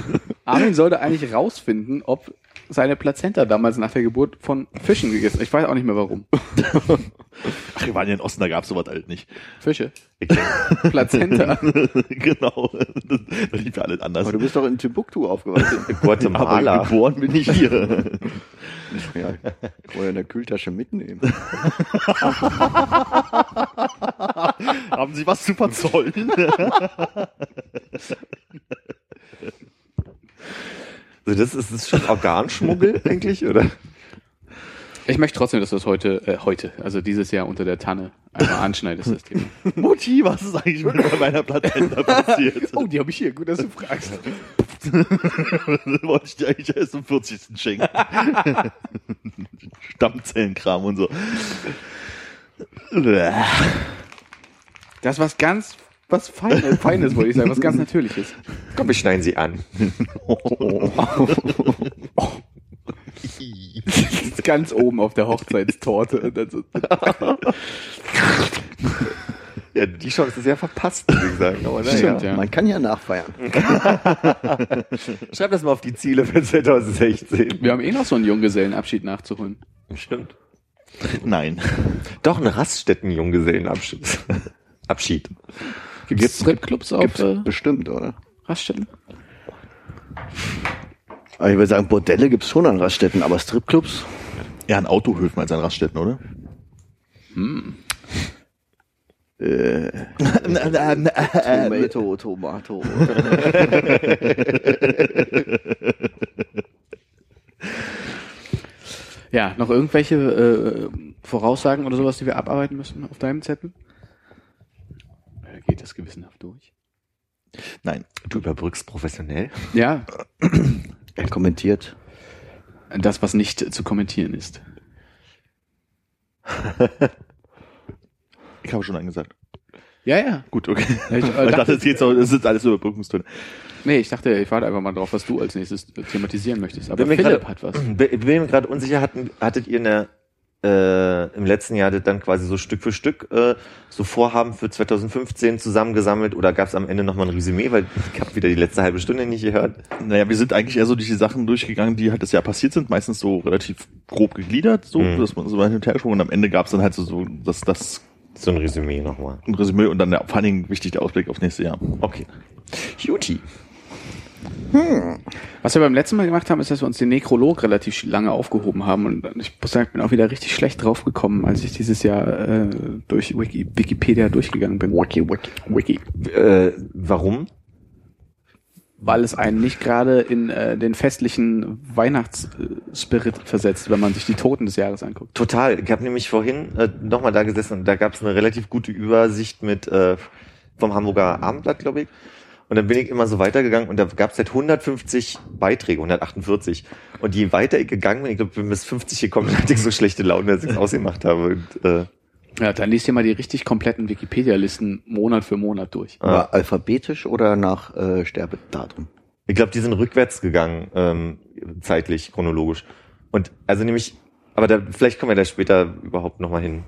Armin sollte eigentlich rausfinden, ob seine Plazenta damals nach der Geburt von Fischen gegessen. Ich weiß auch nicht mehr warum. Ach, wir waren ja in Osten, da gab es sowas halt nicht. Fische. Plazenta. genau. Da lief ja alles anders. Aber du bist doch in Timbuktu aufgewachsen. Aber Guatemala. geboren bin ich hier. ja, kann man ja in der Kühltasche mitnehmen. Haben Sie was zu verzollen? Also das ist, das ist schon Organschmuggel eigentlich, oder? Ich möchte trotzdem, dass du es heute, äh, heute, also dieses Jahr unter der Tanne einmal anschneidest, das Thema. Mutti, was ist eigentlich mit meiner Plazenta passiert? Oh, die habe ich hier. Gut, dass du fragst. Wollte ich dir eigentlich erst zum 40. schenken. Stammzellenkram und so. Das ist was ganz, was Feines, Feines wollte ich sagen, was ganz Natürliches. Komm, wir schneiden sie an. Ist ganz oben auf der Hochzeitstorte. Und dann so- Ja, die Chance ist ja verpasst, würde ich sagen. Aber ne? naja. Stimmt, ja. Man kann ja nachfeiern. Schreib das mal auf die Ziele für 2016. Wir haben eh noch so einen Junggesellenabschied nachzuholen. Stimmt. Nein. Doch, ein Raststätten-Junggesellenabschied. Abschied. Gibt's Stripclubs auf äh, Bestimmt, oder? Raststätten? Aber ich würde sagen, Bordelle gibt's schon an Raststätten, aber Stripclubs? Ja, an Autohöfen als an Raststätten, oder? Äh, Tomato, Äh, Tomato. Ja, noch irgendwelche äh, Voraussagen oder sowas, die wir abarbeiten müssen auf deinem Zettel? Äh, Geht das gewissenhaft durch? Nein. Du überbrückst professionell. Ja, Er kommentiert. das, was nicht zu kommentieren ist. Ich habe schon angesagt. Ja, ja. Gut, okay. Ich, äh, Ich dachte, dachte, es geht so, das ist alles Überbrückungstöne. nee, ich dachte, ich warte einfach mal drauf, was du als nächstes äh, thematisieren möchtest. Aber Wenn wir Philipp hat gerade- was. Bin bin mir gerade unsicher, hatten, hattet ihr in der, äh, im letzten Jahr das dann quasi so Stück für Stück äh, so Vorhaben für 2015 zusammengesammelt oder gab es am Ende nochmal ein Resümee, weil ich habe wieder die letzte halbe Stunde nicht gehört. Naja, wir sind eigentlich eher so durch die Sachen durchgegangen, die halt das Jahr passiert sind, meistens so relativ grob gegliedert, so, Mhm. dass man so hin und her geschoben und am Ende gab es dann halt so, so das, das So ein Resümee nochmal. ein Resümee und dann der, vor allen Dingen wichtig der Ausblick aufs nächste Jahr. Okay. Cutie. Was wir beim letzten Mal gemacht haben, ist, dass wir uns den Nekrolog relativ lange aufgehoben haben. Und ich muss sagen, ich bin auch wieder richtig schlecht draufgekommen, als ich dieses Jahr äh, durch Wiki, Wikipedia durchgegangen bin. Wiki, Wiki. Wiki. Äh, warum? Weil es einen nicht gerade in äh, den festlichen Weihnachtsspirit versetzt, wenn man sich die Toten des Jahres anguckt. Total. Ich habe nämlich vorhin äh, nochmal da gesessen und da gab es eine relativ gute Übersicht mit äh, vom Hamburger Abendblatt, glaube ich. Und dann bin ich immer so weitergegangen und da gab es halt 150 Beiträge, 148. Und je weiter ich gegangen bin, ich glaube, bin bis 50 gekommen, hatte ich so schlechte Laune, dass ich es ausgemacht habe. Und, äh, Ja, dann liest ihr mal die richtig kompletten Wikipedia-Listen Monat für Monat durch. Ah. Aber alphabetisch oder nach äh, Sterbedatum? Ich glaube, die sind rückwärts gegangen, ähm, zeitlich, chronologisch. Und also nämlich, aber da, vielleicht kommen wir da später überhaupt nochmal hin.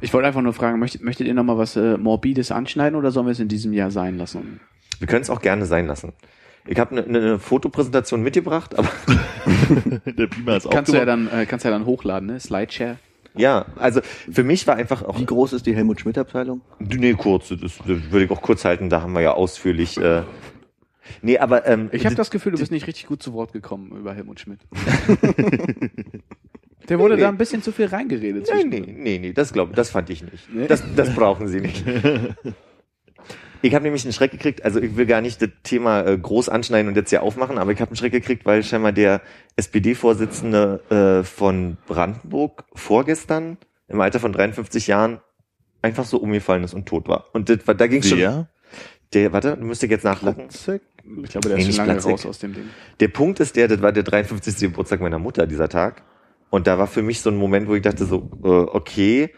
Ich wollte einfach nur fragen, möchtet, möchtet ihr noch mal was äh, Morbides anschneiden oder sollen wir es in diesem Jahr sein lassen? Wir können es auch gerne sein lassen. Ich habe eine ne Fotopräsentation mitgebracht, aber Der Beamer ist Kannst du ja aufgebaut. dann, äh, kannst ja dann hochladen, ne? Slideshare. ja, also für mich war einfach auch. Wie groß ist die Helmut-Schmidt-Abteilung? Nee, kurz, das, das würde ich auch kurz halten, da haben wir ja ausführlich. Äh, nee, aber ähm, Ich habe d- das Gefühl, du bist nicht richtig gut zu Wort gekommen über Helmut Schmidt. Der wurde Nee, da nee. ein bisschen zu viel reingeredet. Nee, nee, zwischendrin. nee, nee, das glaube das fand ich nicht. Nee? Das, das brauchen sie nicht. Ich habe nämlich einen Schreck gekriegt, also ich will gar nicht das Thema äh, groß anschneiden und jetzt hier aufmachen, aber ich habe einen Schreck gekriegt, weil scheinbar der SPD-Vorsitzende äh, von Brandenburg vorgestern im Alter von 53 Jahren einfach so umgefallen ist und tot war. Und das, war- da ging schon. Wer? Der, warte, müsste ich jetzt nachgucken. Zack. Ich glaube, der Nee, ist schon nicht lange Platzek. raus aus dem Ding. Der Punkt ist der, das war der 53. Geburtstag meiner Mutter, dieser Tag. Und da war für mich so ein Moment, wo ich dachte so, äh, okay,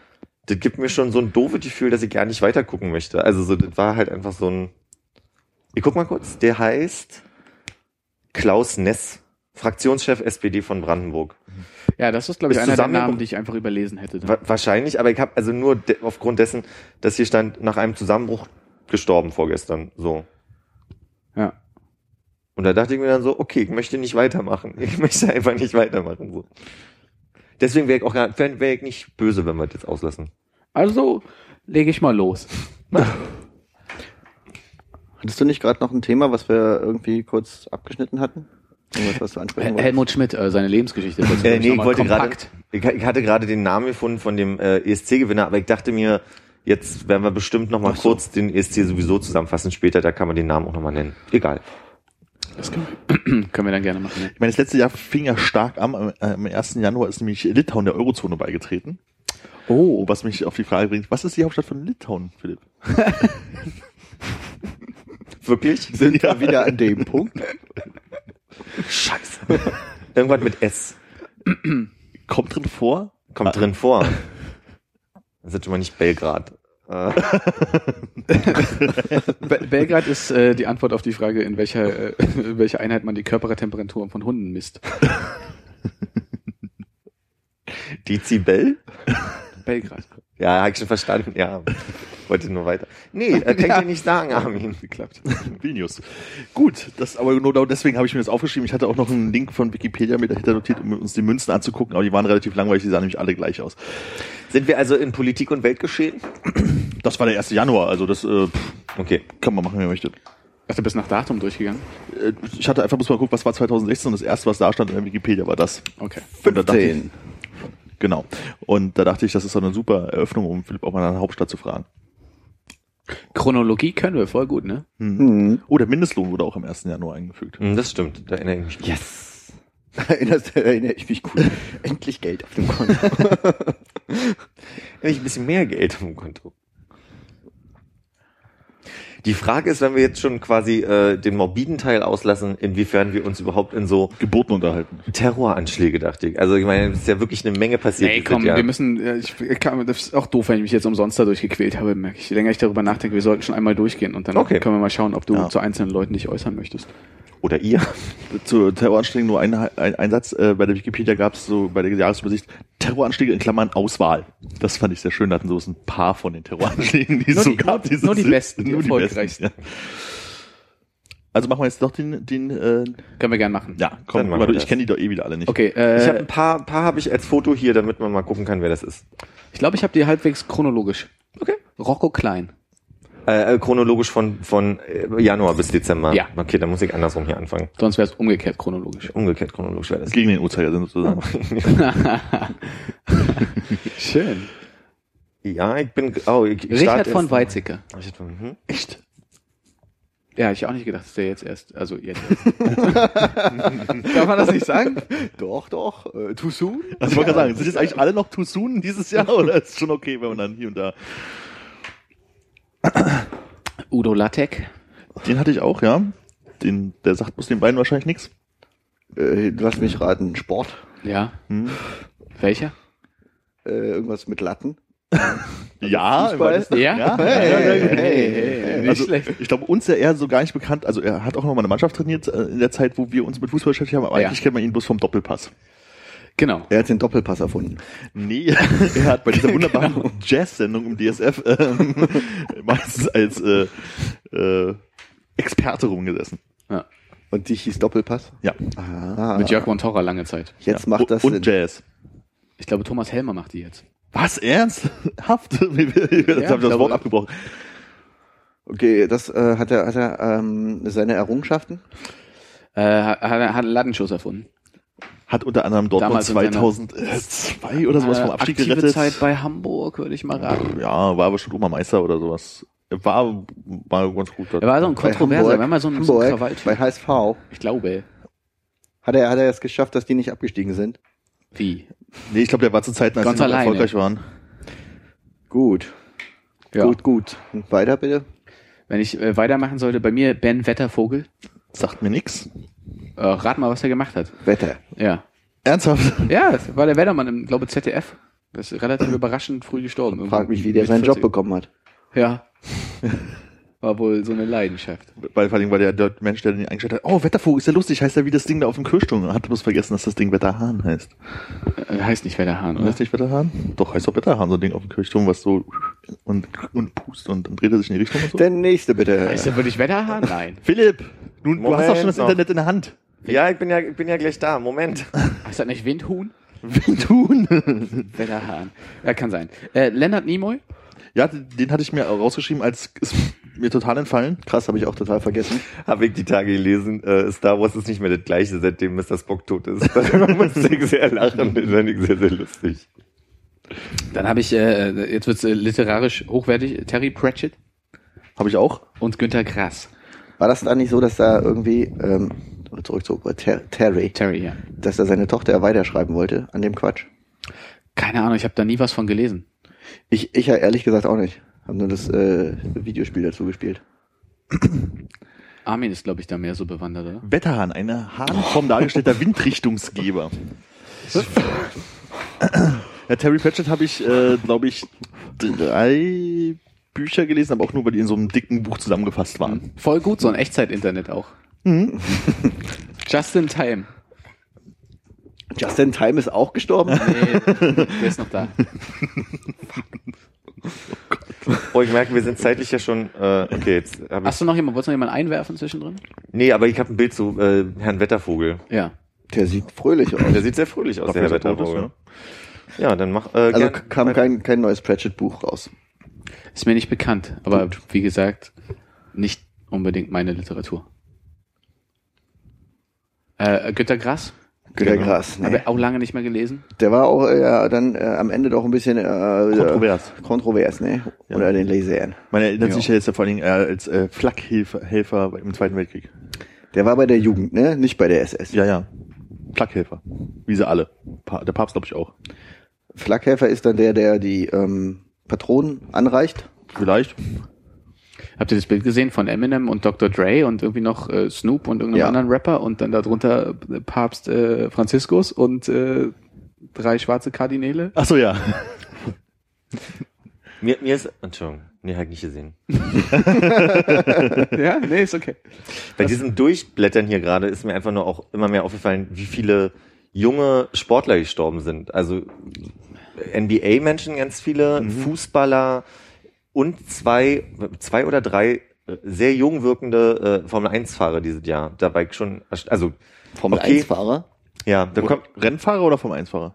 das gibt mir schon so ein doofes Gefühl, dass ich gar nicht weiter gucken möchte. Also so, das war halt einfach so ein. Ich guck mal kurz. Der heißt Klaus Ness, Fraktionschef SPD von Brandenburg. Ja, das ist, glaube ich, Ist einer der zusammengebro- Namen, die ich einfach überlesen hätte. Wa- Wahrscheinlich, aber ich habe also nur de aufgrund dessen, dass hier stand, nach einem Zusammenbruch gestorben vorgestern. So. Ja. Und da dachte ich mir dann so, okay, ich möchte nicht weitermachen. Ich möchte einfach nicht weitermachen. So. Deswegen wäre ich auch gar wär, wär ich nicht böse, wenn wir das jetzt auslassen. Also lege ich mal los. Hattest du nicht gerade noch ein Thema, was wir irgendwie kurz abgeschnitten hatten? Irgendwas, was du ansprechen Hel wolltest? Helmut Schmidt, äh, seine Lebensgeschichte. Das Äh, ist nee, ich nochmal wollte gerade, kompakt. ich, ich hatte gerade den Namen gefunden von dem äh, ESC-Gewinner, aber ich dachte mir, jetzt werden wir bestimmt nochmal mal kurz den ESC sowieso zusammenfassen später, da kann man den Namen auch nochmal nennen. Egal. Das können wir, können wir dann gerne machen. ne? Ja. Ich meine, das letzte Jahr fing ja stark an. Am, äh, am 1. Januar ist nämlich Litauen der Eurozone beigetreten. Oh, Was mich auf die Frage bringt, was ist die Hauptstadt von Litauen, Philipp? Wirklich? Sind wir wieder an dem Punkt? Scheiße. Irgendwas mit S Kommt drin vor? kommt Ah. drin vor. Das ist schon mal nicht Belgrad. Äh, Be Belgrad ist äh, die Antwort auf die Frage, in welcher, äh, in welcher Einheit man die Körpertemperatur von Hunden misst. Dezibel? Belgrad. Ja, hab ich schon verstanden. Ja, wollte nur weiter. Nee, äh, kann ich dir nicht sagen, Armin. Geklappt. Vilnius. Gut, das aber genau deswegen habe ich mir das aufgeschrieben. Ich hatte auch noch einen Link von Wikipedia mit dahinter notiert, um uns die Münzen anzugucken, aber die waren relativ langweilig, die sahen nämlich alle gleich aus. Sind wir also in Politik und Weltgeschehen? Das war der 1. Januar, also das äh, pff, Okay. kann man machen, wie man möchte. Ach, du bist nach Datum durchgegangen? Äh, Ich hatte einfach bloß mal geguckt, was war 2016 und das erste, was da stand in der Wikipedia, war das. Okay. Und da dachte ich- Genau. Und da dachte ich, das ist doch eine super Eröffnung, um Philipp auch mal nach der Hauptstadt zu fragen. Chronologie können wir, voll gut, ne? Mhm. Oh, der Mindestlohn wurde auch am 1. Januar eingefügt. Hm, Das stimmt, da erinnere ich mich. Yes. Erinnerst, erinnere ich mich gut. Endlich Geld auf dem Konto. Nämlich ein bisschen mehr Geld auf dem Konto. Die Frage ist, wenn wir jetzt schon quasi äh, den morbiden Teil auslassen, inwiefern wir uns überhaupt in so Geburten unterhalten. Terroranschläge dachte ich. Also ich meine, es ist ja wirklich eine Menge passiert. Ey, dieses komm, Jahr. wir müssen, äh, ich, ich kann, das ist auch doof, wenn ich mich jetzt umsonst dadurch gequält habe, merke ich. Je länger ich darüber nachdenke, wir sollten schon einmal durchgehen und dann Okay. können wir mal schauen, ob du Ja. zu einzelnen Leuten dich äußern möchtest. Oder ihr. Zu Terroranschlägen nur ein, ein, ein Satz. Äh, bei der Wikipedia gab es so bei der Jahresübersicht Terroranschläge in Klammern Auswahl. Das fand ich sehr schön. Da hatten so ein paar von den Terroranschlägen, die es Nur so die- gab. nur- nur die sind- besten, die erfolgreichsten. ja. Also machen wir jetzt doch den, den äh, Können wir gern machen. ja, Dann komm, machen aber wir ich das. kenne die doch eh wieder alle nicht. Okay, äh, Ich ich habe glaube, ein paar, paar habe ich als Foto hier, damit man mal gucken kann, wer das ist. ich, glaub, ich habe die halbwegs chronologisch. Okay. Rocco Klein. Äh, äh, chronologisch von, von äh, Januar bis Dezember. Ja. Okay, dann muss ich andersrum hier anfangen. Sonst wäre es umgekehrt chronologisch. Umgekehrt chronologisch wäre das. Gegen den Uhrzeigersinn sozusagen. Schön. Ja, ich bin. Oh, ich, ich Richard starte von erst- Weizsäcker. Richard von- mhm. Echt? Ja, ich auch nicht gedacht, dass der jetzt erst, also jetzt. erst. Kann man das nicht sagen? Doch, doch. Äh, too soon? Also ich wollte gerade sagen, sind jetzt eigentlich alle noch too soon dieses Jahr oder ist schon okay, wenn man dann hier und da. Udo Lattek. Den hatte ich auch, ja. Den, der sagt bloß den beiden wahrscheinlich nichts. Äh, lass mich raten. Sport? Ja. Welcher? Äh, irgendwas mit Latten? Ja, Also Fußball? im weitesten- Ja? ja. Hey, hey, Nicht also, schlecht. Ich glaube, uns ja eher so gar nicht bekannt. Also er hat auch noch mal eine Mannschaft trainiert äh, in der Zeit, wo wir uns mit Fußball beschäftigt haben, aber Ja. eigentlich kennt man ihn bloß vom Doppelpass. Genau. Er hat den Doppelpass erfunden. Nee, er hat bei dieser Genau. wunderbaren Jazz-Sendung im DSF ähm, meistens als äh, äh, Experte rumgesessen. Ja. Und die hieß Doppelpass? Ja. Ah, Mit Jörg von Torra lange Zeit. jetzt ja. macht das Und Sinn. Jazz. Ich glaube, Thomas Helmer macht die jetzt. Was? Ernsthaft? Mir wird- Jetzt ich habe ich das glaube- Wort abgebrochen. Okay, das äh, hat er, hat er ähm, seine Errungenschaften. Äh, hat, hat hat einen Ladenschuss erfunden. Hat unter anderem Dortmund Damals in seiner- 2002 oder sowas vom Abstieg Äh, aktive gerettet. Zeit bei Hamburg, würde ich mal raten. Ja, war bestimmt auch mal Meister oder sowas. War, war ganz gut. Er war so ein Bei Kontroverser, Hamburg- wenn mal so ein, so ein Hamburg, bei Krawalltyp. HSV. Ich glaube, Hat er, hat er es geschafft, dass die nicht abgestiegen sind? wie? Nee, ich glaube, der war zu Zeiten, als Ganz sie noch alleine. erfolgreich waren. Gut, Ja. gut, gut. Und weiter bitte. Wenn ich äh, weitermachen sollte, bei mir Ben Wettervogel. Sagt mir nix. Äh, rat mal, was er gemacht hat. Wetter. Ja. Ernsthaft? Ja, es war der Wettermann im, glaube ZDF. Der ist relativ überraschend früh gestorben. Irgendwie Frag mich, wie der seinen Job 40. bekommen hat. Ja. War wohl so eine Leidenschaft. Weil vor allem war der, der Mensch, der den eingestellt hat, oh, Wettervogel ist ja lustig, heißt ja wie das Ding da auf dem Kirchturm. Er Hat bloß vergessen, dass das Ding Wetterhahn heißt. Äh, Heißt nicht Wetterhahn, oder? Heißt nicht Wetterhahn? Doch, heißt doch Wetterhahn, so ein Ding auf dem Kirchturm, was so und, und pust und dann dreht er sich in die Richtung und so. Der nächste bitte. Heißt der wirklich Wetterhahn? Nein. Philipp, nun, du hast doch Moment schon das noch. Internet in der Hand. Ja, ich bin ja, ich bin ja gleich da. Moment. Heißt das nicht Windhuhn? Wie tun? Wetterhahn. Ja, kann sein. Äh, Lennart Nimoy? Ja, den hatte ich mir rausgeschrieben, als ist mir total entfallen. Krass, habe ich auch total vergessen. Habe ich die Tage gelesen, äh, Star Wars ist nicht mehr das gleiche, seitdem Mr. Spock tot ist. Darüber musste ich sehr lachen. Das fand ich sehr, sehr lustig. Dann habe ich, äh, jetzt wird's äh, literarisch hochwertig, Terry Pratchett Habe ich auch. und Günter Grass. War das da nicht so, dass da irgendwie, ähm, zurück zu Opa Ter Terry, Terry, ja. dass er seine Tochter weiterschreiben wollte an dem Quatsch? Keine Ahnung, ich habe da nie was von gelesen. Ich, ich ja ehrlich gesagt auch nicht. Hab nur das äh, Videospiel dazu gespielt. Armin ist, glaube ich, da mehr so bewandert, oder? Wetterhahn, eine Hahnform dargestellter Windrichtungsgeber. ja, Terry Pratchett habe ich, äh, glaube ich, drei Bücher gelesen, aber auch nur, weil die in so einem dicken Buch zusammengefasst waren. Hm? Voll gut, so ein Echtzeit-Internet auch. Mhm. Just in time. Justin Time ist auch gestorben. Nee, der ist noch da. Oh, ich merke, wir sind zeitlich ja schon. Äh, okay, jetzt habe ich. Hast du noch jemand, wolltest du noch jemanden einwerfen zwischendrin? Nee, aber ich habe ein Bild zu äh, Herrn Wettervogel. Ja. Der sieht fröhlich aus. Der sieht sehr fröhlich aus, der Herr ne? Dafür, dass er tot ist, Wettervogel. Ja, dann mach. Äh, Also gern- kam kein, kein neues Pratchett-Buch raus. Ist mir nicht bekannt, aber wie gesagt, nicht unbedingt meine Literatur. Äh, Günter Grass, Genau. Günter Grass. Nee. habe ich auch lange nicht mehr gelesen. Der war auch äh, ja, dann äh, am Ende doch ein bisschen äh, Kontrovers. Äh, kontrovers, ne? Oder den Lesern. Man erinnert Ja. sich ja jetzt ja vor allen Dingen äh, als äh, Flakhelfer Helfer im Zweiten Weltkrieg. Der war bei der Jugend, ne? Nicht bei der SS. Ja, ja. Flakhelfer. Wie sie alle. Pa der Papst, glaube ich, auch. Flakhelfer ist dann der, der die ähm, Patronen anreicht. Vielleicht. Habt ihr das Bild gesehen von Eminem und Dr. Dre und irgendwie noch äh, Snoop und irgendeinem Ja. anderen Rapper und dann darunter äh, Papst äh, Franziskus und äh, drei schwarze Kardinäle? Ach so, ja. Mir, mir ist. Entschuldigung. Nee, hab ich nicht gesehen. ja, nee, ist okay. Bei diesem Durchblättern hier gerade ist mir einfach nur auch immer mehr aufgefallen, wie viele junge Sportler gestorben sind. Also NBA-Menschen ganz viele, Fußballer und zwei, zwei oder drei äh, sehr jung wirkende äh, Formel-1-Fahrer dieses Jahr. Dabei schon, erst- also Formel Okay. 1-Fahrer. ja, da kommt, Rennfahrer oder vom 1-Fahrer?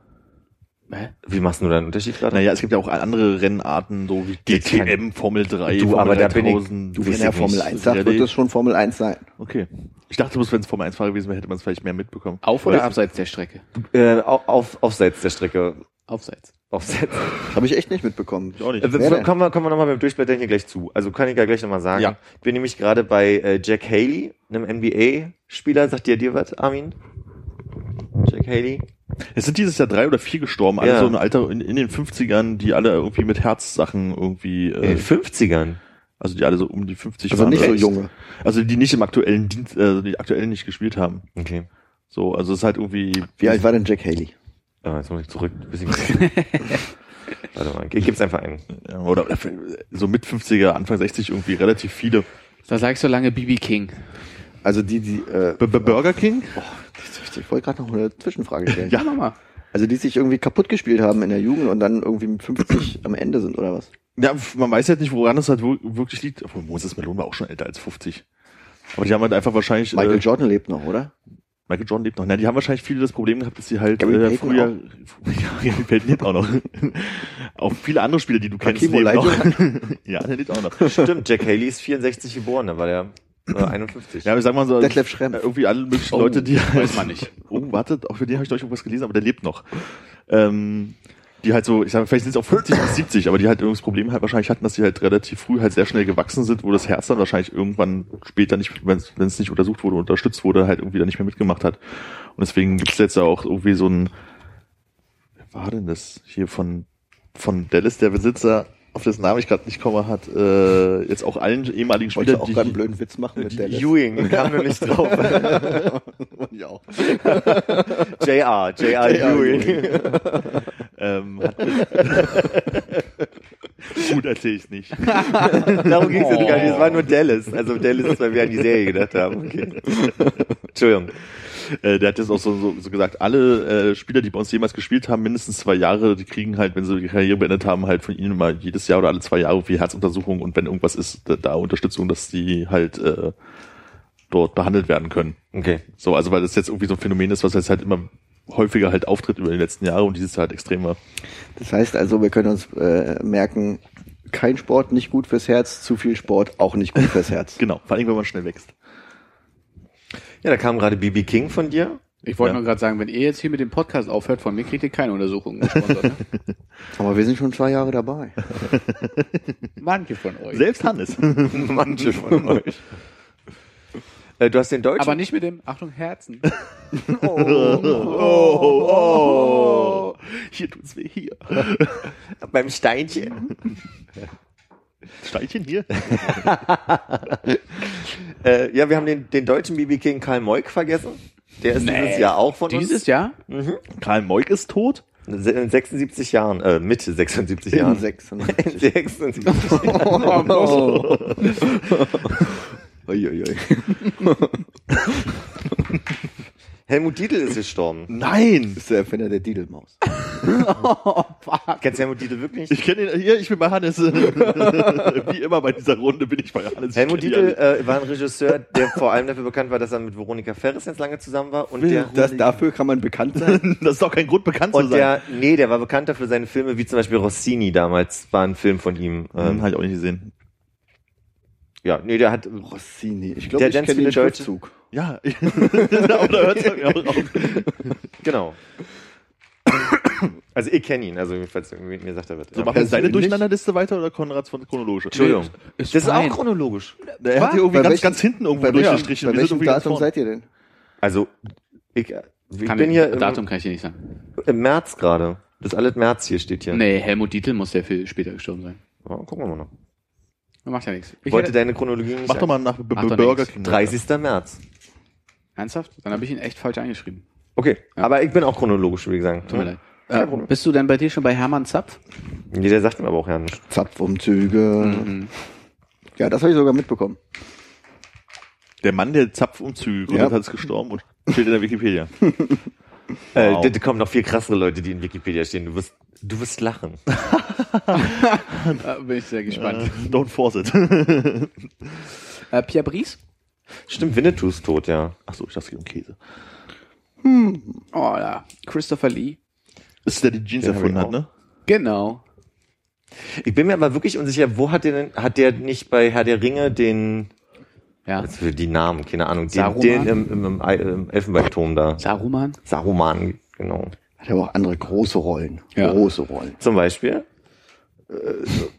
Hä? wie machst du da einen Unterschied gerade? Naja, es gibt ja auch andere Rennarten, so wie DTM, Formel 3, Du, Formel aber da bin ich- 3000. du Wenn Weiß er ich Formel nicht. 1 sagt, Sicherlich. wird das schon Formel 1 sein. Okay. Ich dachte bloß, wenn es Formel 1-Fahrer gewesen wäre, hätte man es vielleicht mehr mitbekommen. Auf oder abseits der Strecke? Äh, au- auf, aufseits der Strecke. Aufseits. Aufseits. Habe ich echt nicht mitbekommen. Ich auch nicht. Äh, Wer denn? Kommen wir, kommen wir nochmal beim Durchblättern hier gleich zu. Also kann ich ja gleich nochmal sagen. Ja. Ich bin nämlich gerade bei äh, Jack Haley, einem NBA-Spieler. Sagt dir dir was, Armin? Jack Haley? Es sind dieses Jahr drei oder vier gestorben, alle Ja. so im Alter in, in den 50ern, die alle irgendwie mit Herzsachen irgendwie, In äh, den 50ern. also die alle so um die 50 Also waren. nicht so oder- junge. Also die nicht im aktuellen Dienst, also die aktuellen nicht gespielt haben. Okay. So, also es ist halt irgendwie. Wie alt war denn Jack Haley? Ah, jetzt muss ich zurück. Ein bisschen Warte mal, ich geb's einfach ein. Ja, Oder oder so mit 50er, Anfang 60 irgendwie relativ viele. Da sag ich so lange BB King. Also die, die, äh, B -B Burger King? ich wollte gerade noch eine Zwischenfrage stellen. Ja. mach mal. Also die sich irgendwie kaputt gespielt haben in der Jugend und dann irgendwie mit 50 am Ende sind oder was? Ja, man weiß halt nicht, woran es halt wo- wirklich liegt. Obwohl Moses Malone war auch schon älter als 50. Aber die haben halt einfach wahrscheinlich. Michael äh, Jordan lebt noch, oder? Michael Jordan lebt noch. Na, die haben wahrscheinlich viele das Problem gehabt, dass sie halt Gary äh, Payton früher. Ja, Gary Payton lebt auch noch. auch viele andere Spieler, die du kennst, Hakeem leben noch. ja, der lebt auch noch. Stimmt, Jack Haley ist 64 geboren, da war der äh, 51. Ja, aber sag mal so. äh, Detlef Schrempf. Oh. Irgendwie alle möglichen Leute, die. Weiß man nicht. Oh, wartet, auch für den habe ich doch irgendwas gelesen, aber der lebt noch. Ähm, die halt so, ich sag, vielleicht sind es auch 50 bis 70, aber die halt irgendwas Problem halt wahrscheinlich hatten, dass sie halt relativ früh halt sehr schnell gewachsen sind, wo das Herz dann wahrscheinlich irgendwann später nicht, wenn es wenn es nicht untersucht wurde, unterstützt wurde, halt irgendwie dann nicht mehr mitgemacht hat. Und deswegen gibt's jetzt ja auch irgendwie so ein, wer war denn das hier von, von Dallas, der Besitzer, auf dessen Namen ich gerade nicht komme, hat äh, jetzt auch allen ehemaligen Ich wollte Spielern, auch gerade einen blöden Witz machen mit Dallas. Ewing, kam nur nicht drauf. Wollte ich auch. JR, JR Ewing. ähm, hat, gut erzähle ich nicht. Darum ging es ja gar nicht, es war Oh. nur Dallas. Also Dallas ist, weil wir an die Serie gedacht haben. Okay. Entschuldigung. Äh, der hat jetzt auch so, so, so gesagt, alle äh, Spieler, die bei uns jemals gespielt haben, mindestens zwei Jahre, die kriegen halt, wenn sie die Karriere beendet haben, halt von ihnen mal jedes Jahr oder alle zwei Jahre wie Herzuntersuchung und wenn irgendwas ist, da, da Unterstützung, dass die halt äh, dort behandelt werden können. Okay. So, also weil das jetzt irgendwie so ein Phänomen ist, was jetzt halt immer häufiger halt auftritt über die letzten Jahre und dieses Jahr halt extrem war. Das heißt also, wir können uns äh, merken, kein Sport nicht gut fürs Herz, zu viel Sport auch nicht gut fürs Herz. Genau, vor allem, wenn man schnell wächst. Ja, da kam gerade BB King von dir. Ich wollte Ja. nur gerade sagen, wenn ihr jetzt hier mit dem Podcast aufhört, von mir kriegt ihr keine Untersuchung. gesponsert, ne? Aber wir sind schon zwei Jahre dabei. Manche von euch. Selbst Hannes. Manche von euch. Äh, du hast den deutschen. Aber nicht mit dem, Achtung, Herzen. Oh, oh, hier tut's weh, hier. beim Steinchen. Steinchen hier. Äh, ja, wir haben den, den deutschen BB King Karl Moik vergessen. Der ist dieses Jahr auch von Dieses uns. Jahr? Karl Moik ist tot. Se- In 76 Jahren, äh, Mitte 76 Jahren. 96. 76 Oh. Uiuiui. Helmut Dietl ist gestorben. Nein. Das ist der Erfinder der Didelmaus. Kennst du Helmut Dietl wirklich? Ich kenne ihn, hier, ich bin bei Hannes. Wie immer bei dieser Runde bin ich bei Hannes. Ich Helmut kenn die Dietl alle. äh, war ein Regisseur, der vor allem dafür bekannt war, dass er mit Veronika Ferris jetzt lange zusammen war und der Das, dafür kann man bekannt sein. Das ist doch kein Grund, bekannt zu und sein. der nee, der war bekannt dafür seine Filme wie zum Beispiel Rossini damals war ein Film von ihm. ähm, Ähm, habe ich auch nicht gesehen. ja, nee, der hat Rossini. Ich Der glaube, ich Dance kenne wie den die Deutsche. Schriftzug. Ja, aber da hört es mir auch auf. genau. Also ich kenne ihn, also jedenfalls irgendwie mir sagt er wird. So, Ja. machen wir seine Persönlich? Durcheinanderliste weiter oder Konrads von chronologisch? Entschuldigung. Ist das ist auch fein. chronologisch. Der hat Was? hier irgendwie Bei ganz, welchem- ganz hinten irgendwo Bei welchem, durchgestrichen. bei Wir sind welchem irgendwie ganz Datum vorne. seid ihr denn? Also ich, ich Kann bin ich, hier Datum im, kann ich dir nicht sagen. im März gerade. Das ist alles März hier steht hier. Nee, Helmut Dietl muss sehr viel später gestorben sein. Ja, gucken wir mal noch. Macht ja nichts. Ich Ich wollte hätte- deine Chronologie nicht. Mach doch ein- mal nach B- Macht doch B- Burger nichts. King. 30. März. Ernsthaft? Dann habe ich ihn echt falsch eingeschrieben. Okay, Ja. aber ich bin auch chronologisch, würde ich sagen. Tut mir leid. Kein Äh, Problem. bist du denn bei dir schon bei Hermann Zapf? Nee, der sagt mir aber auch ja nicht. Zapfumzüge. um Mhm. Ja, das habe ich sogar mitbekommen. Der Mann, der Zapfumzüge gegründet Ja. hat, ist gestorben und steht in der Wikipedia. Äh, Wow. da, da kommen noch viel krassere Leute, die in Wikipedia stehen. Du wirst, du wirst lachen. Äh, bin ich sehr gespannt. Don't force it. Äh, Pierre Brice? Stimmt, Winnetou ist tot, ja. Achso, ich dachte, es geht um Käse. Oh ja. Christopher Lee? Ist der die Jeans Den hab erfunden ich hat, ne? Genau. Ich bin mir aber wirklich unsicher, wo hat der denn, hat der nicht bei Herr der Ringe den, Ja. also die Namen, keine Ahnung, den, Saruman? den im, im, im, Ei- im Elfenbeinturm da. Saruman? Saruman, genau. Hat aber auch andere große Rollen. Ja. Große Rollen. Zum Beispiel.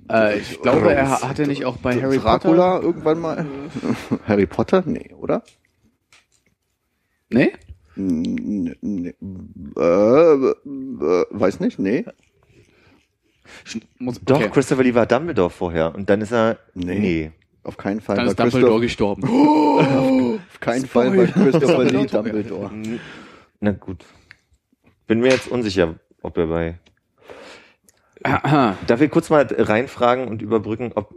Äh, ich glaube, er hat er nicht auch bei Harry Potter. Dracula irgendwann mal. Harry Potter? Nee, oder? Nee? N- Nee. Äh, äh, weiß nicht, nee. Muss, Doch, okay. Christopher Lee war Dumbledore vorher. Und dann ist er, Nee. nee. Auf keinen Fall. Dann war ist Dumbledore Christoph- gestorben. auf keinen Fall war Christopher Lee Dumbledore. Na gut. Bin mir jetzt unsicher, ob er bei Aha. Darf ich kurz mal reinfragen und überbrücken, ob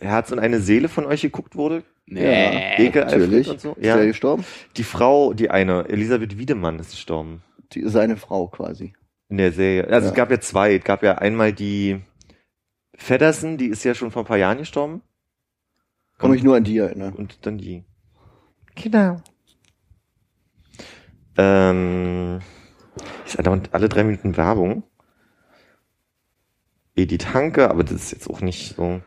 Herz und eine Seele von euch geguckt wurde? Nee. Ekel, Natürlich. Alfred und so. Ist Ja. er gestorben? Die Frau, die eine, Elisabeth Wiedemann ist gestorben Die, seine Frau quasi. in der Serie. Also Ja. es gab ja zwei. Es gab ja einmal die Feddersen, die ist ja schon vor ein paar Jahren gestorben. Komme ich nur an ne? die erinnern. Und dann die. Genau. Ähm, ich sag dauernd alle drei Minuten Werbung. Edith Hanke, aber das ist jetzt auch nicht so.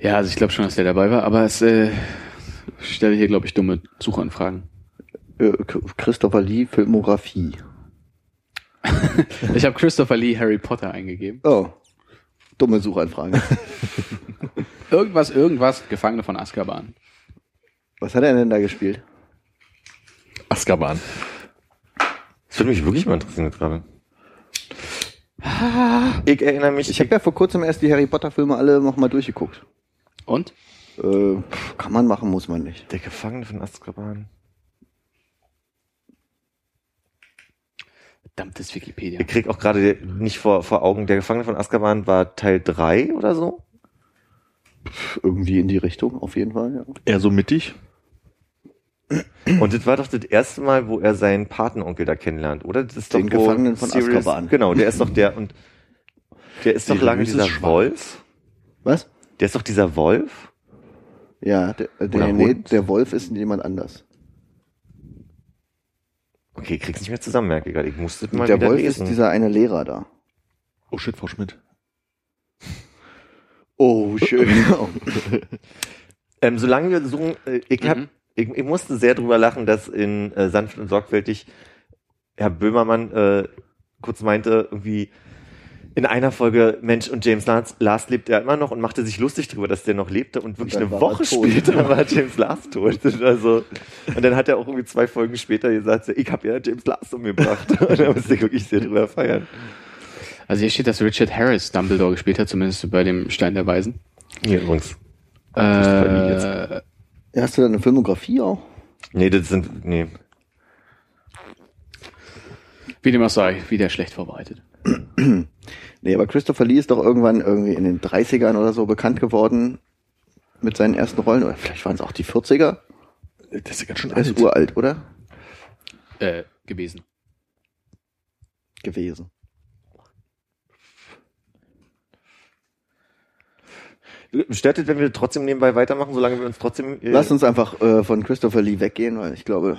Ja, also ich glaube schon, dass der dabei war, aber es äh, ich stelle hier, glaube ich, dumme Suchanfragen. Äh, K- Christopher Lee Filmografie. Ich habe Christopher Lee Harry Potter eingegeben. Oh. Dumme Suchanfrage. Irgendwas, irgendwas, Gefangene von Azkaban. Was hat er denn da gespielt? Azkaban. Das würde mich wirklich mal interessieren jetzt gerade. Ich erinnere mich, Ich habe ja vor kurzem erst die Harry Potter Filme alle nochmal durchgeguckt. Und? Äh, pff, kann man machen, muss man nicht. der Gefangene von Azkaban. Verdammtes Wikipedia. Ich krieg auch gerade nicht vor, vor Augen, der Gefangene von Azkaban war Teil 3 oder so. Pff, Irgendwie in die Richtung, auf jeden Fall. Ja. Eher so mittig. Und das war doch das erste Mal, wo er seinen Patenonkel da kennenlernt, oder? Das ist Den doch wo Gefangenen von Azkaban. Genau, der ist doch der und der ist doch Die lange Luis ist dieser schwarz. Wolf. Was? Der ist doch dieser Wolf. Ja, der, Oder der, nee, Hund? der Wolf ist jemand anders. Okay, ich krieg's nicht mehr zusammen, merke ich gerade. Ich musste mal der wieder Wolf lesen. ist dieser eine Lehrer da. Oh shit, Frau Schmidt. Oh, schön. ähm, solange wir suchen, äh, ich, hab, Mhm. ich, ich musste sehr drüber lachen, dass in äh, sanft und sorgfältig Herr Böhmermann äh, kurz meinte, irgendwie in einer Folge Mensch und James Last, Last lebt er immer noch und machte sich lustig drüber, dass der noch lebte und wirklich Und dann eine war er Woche tot. später war James Last tot. Also, und dann hat er auch irgendwie zwei Folgen später gesagt, ich habe ja James Last umgebracht. Und da musste ich wirklich sehr drüber feiern. Also hier steht, dass Richard Harris Dumbledore gespielt hat, zumindest bei dem Stein der Weisen. Hier übrigens. verliere jetzt. Äh, Hast du da eine Filmografie auch? Nee, das sind, nee. wie dem auch sei, wieder schlecht vorbereitet. Nee, aber Christopher Lee ist doch irgendwann irgendwie in den 30ern oder so bekannt geworden mit seinen ersten Rollen. Oder vielleicht waren es auch die 40er. Das ist ja ganz schön Er ist uralt, oder? Äh, gewesen. Gewesen. Stört es, wenn wir trotzdem nebenbei weitermachen, solange wir uns trotzdem. äh, Lass uns einfach äh, von Christopher Lee weggehen, weil ich glaube,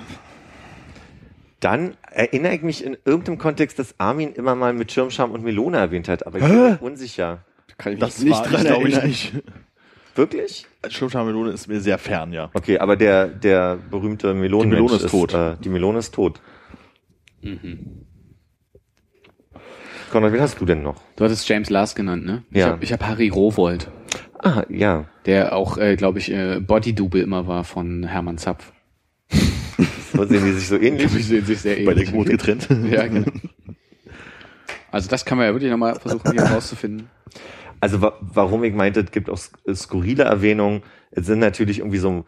Dann erinnere ich mich in irgendeinem Kontext, dass Armin immer mal mit Schirmscham und Melone erwähnt hat, aber ich bin mir unsicher. kann ich Das mich war, ich glaube ich erinnern. nicht. Wirklich? Schirmscharmelone ist mir sehr fern, ja. Okay, aber der, der berühmte Melone, Die Melone ist tot. Äh, die Melone ist tot. Konrad, wen hast du denn noch? Du hattest James Last genannt, ne? Ja. Ich habe hab Harry Rowold, Ah, ja. der auch, äh, glaube ich, äh, Body-Double immer war von Hermann Zapf. So sehen die sich so ähnlich. Die sehen sich sehr Bei der ähnlich. Geburt getrennt. Ja, genau. Also das kann man ja wirklich nochmal versuchen, hier rauszufinden. Also wa warum ich meinte, es gibt auch sk- äh, skurrile Erwähnungen. Es sind natürlich irgendwie so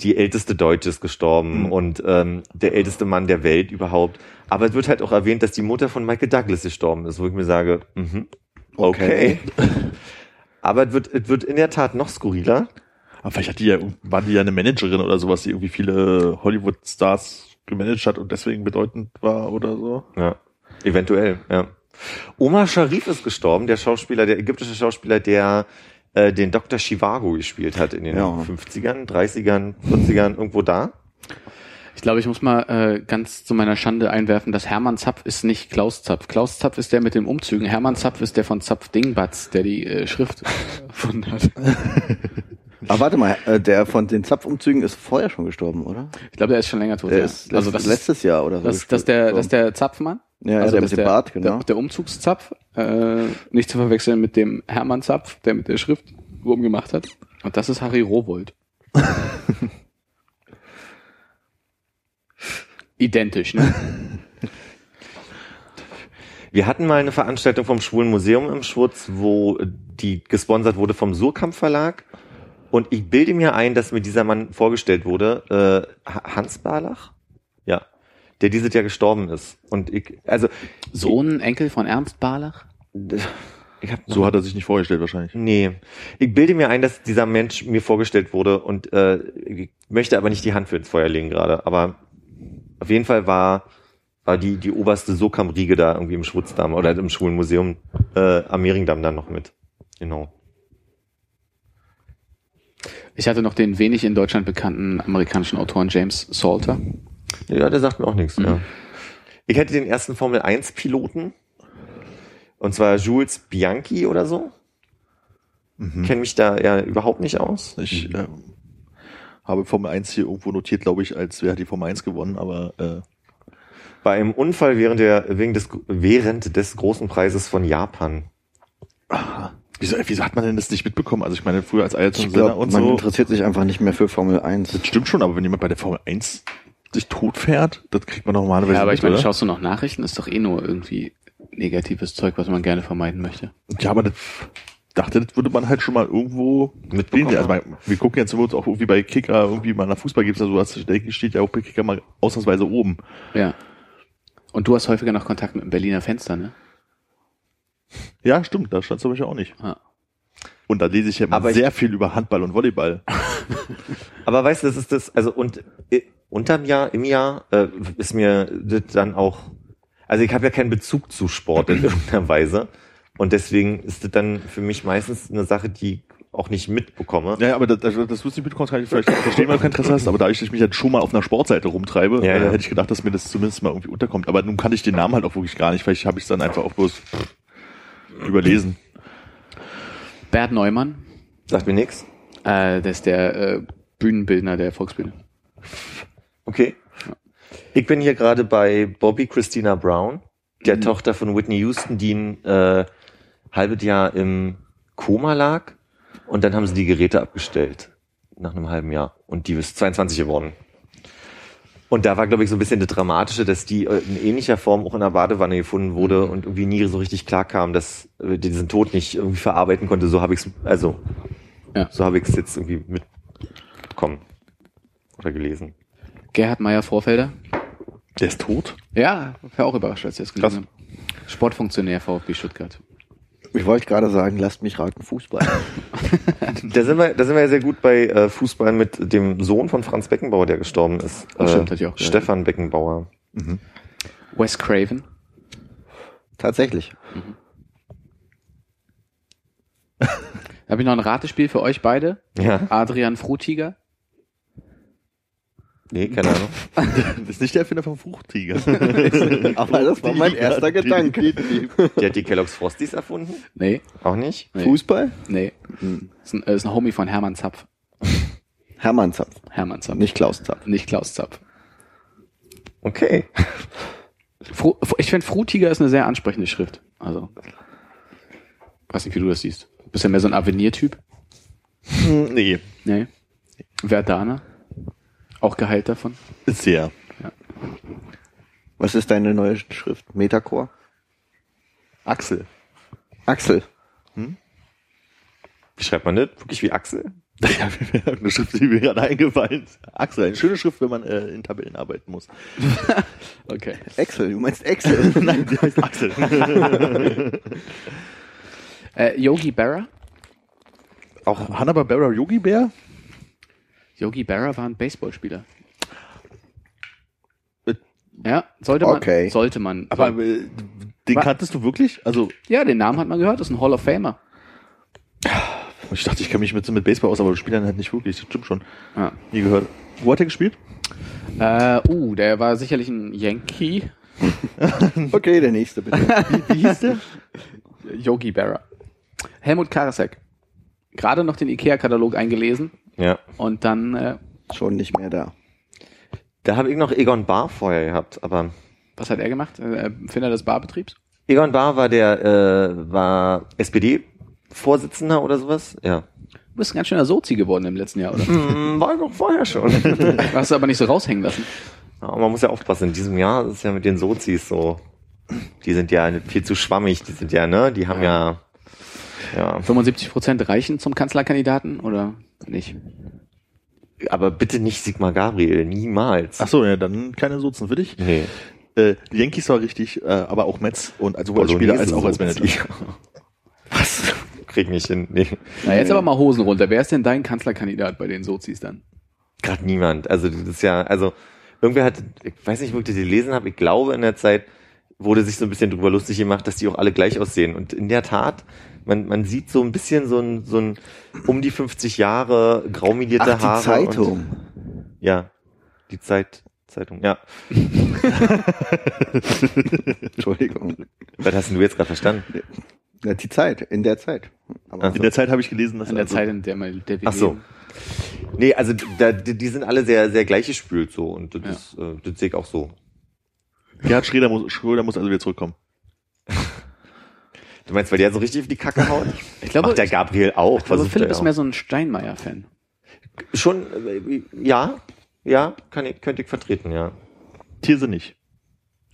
die älteste Deutsche ist gestorben und ähm, der älteste Mann der Welt überhaupt. Aber es wird halt auch erwähnt, dass die Mutter von Michael Douglas gestorben ist, wo ich mir sage, mhm, okay. Aber es wird, es wird in der Tat noch skurriler. Aber vielleicht hat die ja, war die ja eine Managerin oder sowas, die irgendwie viele Hollywood-Stars gemanagt hat und deswegen bedeutend war oder so. Ja, eventuell, ja. Omar Sharif ist gestorben, der Schauspieler, der ägyptische Schauspieler, der äh, den Dr. Chivago gespielt hat in den Ja. 50ern, 30ern, 40ern, irgendwo da. Ich glaube, ich muss mal äh, ganz zu meiner Schande einwerfen, dass Hermann Zapf ist nicht Klaus Zapf. Klaus Zapf ist der mit den Umzügen. Hermann Zapf ist der von Zapf Dingbatz, der die äh, Schrift erfunden hat. Aber warte mal, äh, der von den Zapfumzügen ist vorher schon gestorben, oder? Ich glaube, der ist schon länger tot. Der ja. ist also letzt- das ist, letztes Jahr oder so. dass, dass der, gestorben. dass der Zapfmann, Ja, ja, der dass mit dem Bart, genau. der, der Umzugszapf, äh, nicht zu verwechseln mit dem Hermann Zapf, der mit der Schrift rumgemacht hat. Und das ist Harry Rowold. Identisch, ne? Wir hatten mal eine Veranstaltung vom Schwulen Museum im Schwutz, wo äh, die gesponsert wurde vom Surkamp Verlag. Und ich bilde mir ein, dass mir dieser Mann vorgestellt wurde, äh, Ha- Hans Barlach? Ja. Der dieses Jahr gestorben ist. Und ich, also, Sohn, Enkel von Ernst Barlach? ich hab So hat er sich nicht vorgestellt wahrscheinlich. Nee. Ich bilde mir ein, dass dieser Mensch mir vorgestellt wurde und äh, ich möchte aber nicht die Hand für ins Feuer legen gerade. Aber auf jeden Fall war, war die, die oberste Sokam-Riege da irgendwie im Schwutzdamm oder im Schwulenmuseum äh, am Mehringdamm dann noch mit. Genau. Ich hatte noch den wenig in Deutschland bekannten amerikanischen Autoren James Salter. Ja, der sagt mir auch nichts. Ja. Ich hätte den ersten Formel-1-Piloten und zwar Jules Bianchi oder so. Kenne mich da ja überhaupt nicht aus. Ich ähm, habe Formel 1 hier irgendwo notiert, glaube ich, als wer hat die Formel 1 gewonnen, aber äh, Bei einem Unfall während, der, wegen des, während des großen Preises von Japan. wieso, wieso hat man denn das nicht mitbekommen? Also ich meine, früher als ich Ayrton Senna glaub, und man so. interessiert sich einfach nicht mehr für Formel 1. Das stimmt schon, aber wenn jemand bei der Formel 1 sich tot fährt, das kriegt man normalerweise Ja, aber mit, ich meine, oder? schaust du noch Nachrichten? Ist doch eh nur irgendwie negatives Zeug, was man gerne vermeiden möchte. Ja, aber das dachte, das würde man halt schon mal irgendwo mitbekommen. Also, man- wir gucken jetzt uns auch irgendwie bei Kicker, irgendwie mal nach Fußball gibt's da sowas, da steht ja auch bei Kicker mal ausnahmsweise oben. Ja. Und du hast häufiger noch Kontakt mit dem Berliner Fenster, ne? Ja, stimmt, da stand zum Beispiel auch nicht. Ah. Und da lese ich ja immer Aber ich- sehr viel über Handball und Volleyball. Aber weißt du, das ist das, also und äh, unterm Jahr, im Jahr äh, ist mir das dann auch, also ich habe ja keinen Bezug zu Sport in irgendeiner Weise und deswegen ist das dann für mich meistens eine Sache, die ich auch nicht mitbekomme. Ja, ja, aber das, also das du nicht mitbekommst, kann ich vielleicht verstehen, weil du kein Interesse hast, aber dadurch, dass ich mich halt schon mal auf einer Sportseite rumtreibe, Ja, äh, ja. hätte ich gedacht, dass mir das zumindest mal irgendwie unterkommt. Aber nun kann ich den Namen halt auch wirklich gar nicht, vielleicht habe ich es dann einfach auch bloß überlesen. Bert Neumann, Sagt mir nichts. äh, das ist der äh, Bühnenbildner der Volksbühne. Okay. Ich bin hier gerade bei Bobby Christina Brown, der Tochter von Whitney Houston, die ein äh, halbes Jahr im Koma lag und dann haben sie die Geräte abgestellt nach einem halben Jahr und die ist 22 geworden. Und da war, glaube ich, so ein bisschen das Dramatische, dass die äh, in ähnlicher Form auch in der Badewanne gefunden wurde und irgendwie nie so richtig klar kam, dass äh, die diesen Tod nicht irgendwie verarbeiten konnte. So habe ich es, also Ja. so habe ich es jetzt irgendwie mitbekommen oder gelesen. Gerhard Meyer Vorfelder. Der ist tot? Ja, war auch überrascht, als ich das gelesen habe. Sportfunktionär VfB Stuttgart. Ich wollte gerade sagen, lasst mich raten, Fußball. Da sind wir, da sind wir ja sehr gut bei äh, Fußball mit dem Sohn von Franz Beckenbauer, der gestorben ist. Äh, Oh, stimmt, hatte ich auch gehört. Stefan Beckenbauer. Wes Craven. Tatsächlich. Da habe ich noch ein Ratespiel für euch beide. Ja. Adrian Frutiger. Nee, keine Ahnung. Das ist nicht der Erfinder vom Fruchtiger. Aber das war mein erster Gedanke. Der hat die Kellogg's Frosties erfunden? Nee, Auch nicht? Nee. Fußball? nee. Ist ein, äh, ist ein Homie von Hermann Zapf. Hermann Zapf, Hermann Zapf. nicht Klaus Zapf. Nicht Klaus Zapf. Okay. Fru Fru- ich finde, Frutiger ist eine sehr ansprechende Schrift. Also, weiß nicht, wie du das siehst. Bist ja mehr so ein Avenir-Typ. nee, Nee. Verdana. Auch geheilt davon. ist der. Was ist deine neue Schrift? Metacore? Axel. Axel. Wie schreibt man das? Wirklich wie Axel? Ja, mir wäre eine Schrift, die mir gerade eingefallen ist. Axel, eine schöne Schrift, wenn man äh, in Tabellen arbeiten muss. Okay. Axel, du meinst Axel. Nein, die heißt Axel. Äh, Yogi Berra. Auch Hanna-Barbera Yogi Bär? Yogi Berra war ein Baseballspieler. Äh, Ja, sollte man. okay. Sollte man. Aber äh, den Was? kanntest du wirklich? Also, ja, den Namen hat man gehört. Das ist ein Hall of Famer. ich dachte, ich kenne mich mit, so mit Baseball aus, aber spielt dann halt nicht wirklich. Das stimmt schon. Ja. Nie gehört. Wo hat er gespielt? Äh, uh, der war sicherlich ein Yankee. Okay, der nächste bitte. Wie hieß der? Yogi Berra. Helmut Karasek. Gerade noch den IKEA-Katalog eingelesen Ja. und dann äh, Schon nicht mehr da. Da habe ich noch Egon Bar vorher gehabt, aber Was hat er gemacht? Äh, Finder des Barbetriebs? Egon Bar war der, äh, war SPD-Vorsitzender oder sowas? Ja. Du bist ein ganz schöner Sozi geworden im letzten Jahr, oder? Hm, war ich auch vorher schon. Hast du aber nicht so raushängen lassen. Ja, man muss ja aufpassen, in diesem Jahr ist es ja mit den Sozis so. Die sind ja viel zu schwammig, die sind ja, ne? Die haben ja. Ja. 75 Prozent reichen zum Kanzlerkandidaten oder nicht? Aber bitte nicht Sigmar Gabriel, niemals. Ach so, ja, dann keine Sozen für dich. nee. Äh, die Yankees war richtig, äh, aber auch Metz und also sowohl als Bolognese Spieler als auch als Sozi. Manager. Was? Krieg nicht hin. Nee. Na, jetzt aber mal Hosen runter. Wer ist denn dein Kanzlerkandidat bei den Sozis dann? Gerade niemand. Also das ist ja, also irgendwer hat, ich weiß nicht, wo ich das gelesen habe, ich glaube in der Zeit wurde sich so ein bisschen drüber lustig gemacht, dass die auch alle gleich aussehen. Und in der Tat, man, man sieht so ein bisschen so ein, so ein um die 50 Jahre graumilierte Ach, Haare. die Zeitung. Und, ja, die Zeit, Zeitung, ja. Entschuldigung. Was hast denn du jetzt gerade verstanden? Ja, die Zeit, in der Zeit. Aber Ach so. In der Zeit habe ich gelesen, dass In der also, Zeit, in der man der wir Ach so. leben. Nee, also da, die, die sind alle sehr, sehr gleichgespült so und das, Ja. ist, äh, das sehe ich auch so. Gerhard Schröder muss, Schröder muss also wieder zurückkommen. Du meinst, weil der so richtig auf die Kacke haut? Ich glaube, Macht der ich- Gabriel auch. Aber versucht Philipp er ist auch. mehr so ein Steinmeier-Fan. Schon, äh, ja, ja, kann ich, könnte ich vertreten, ja. These nicht.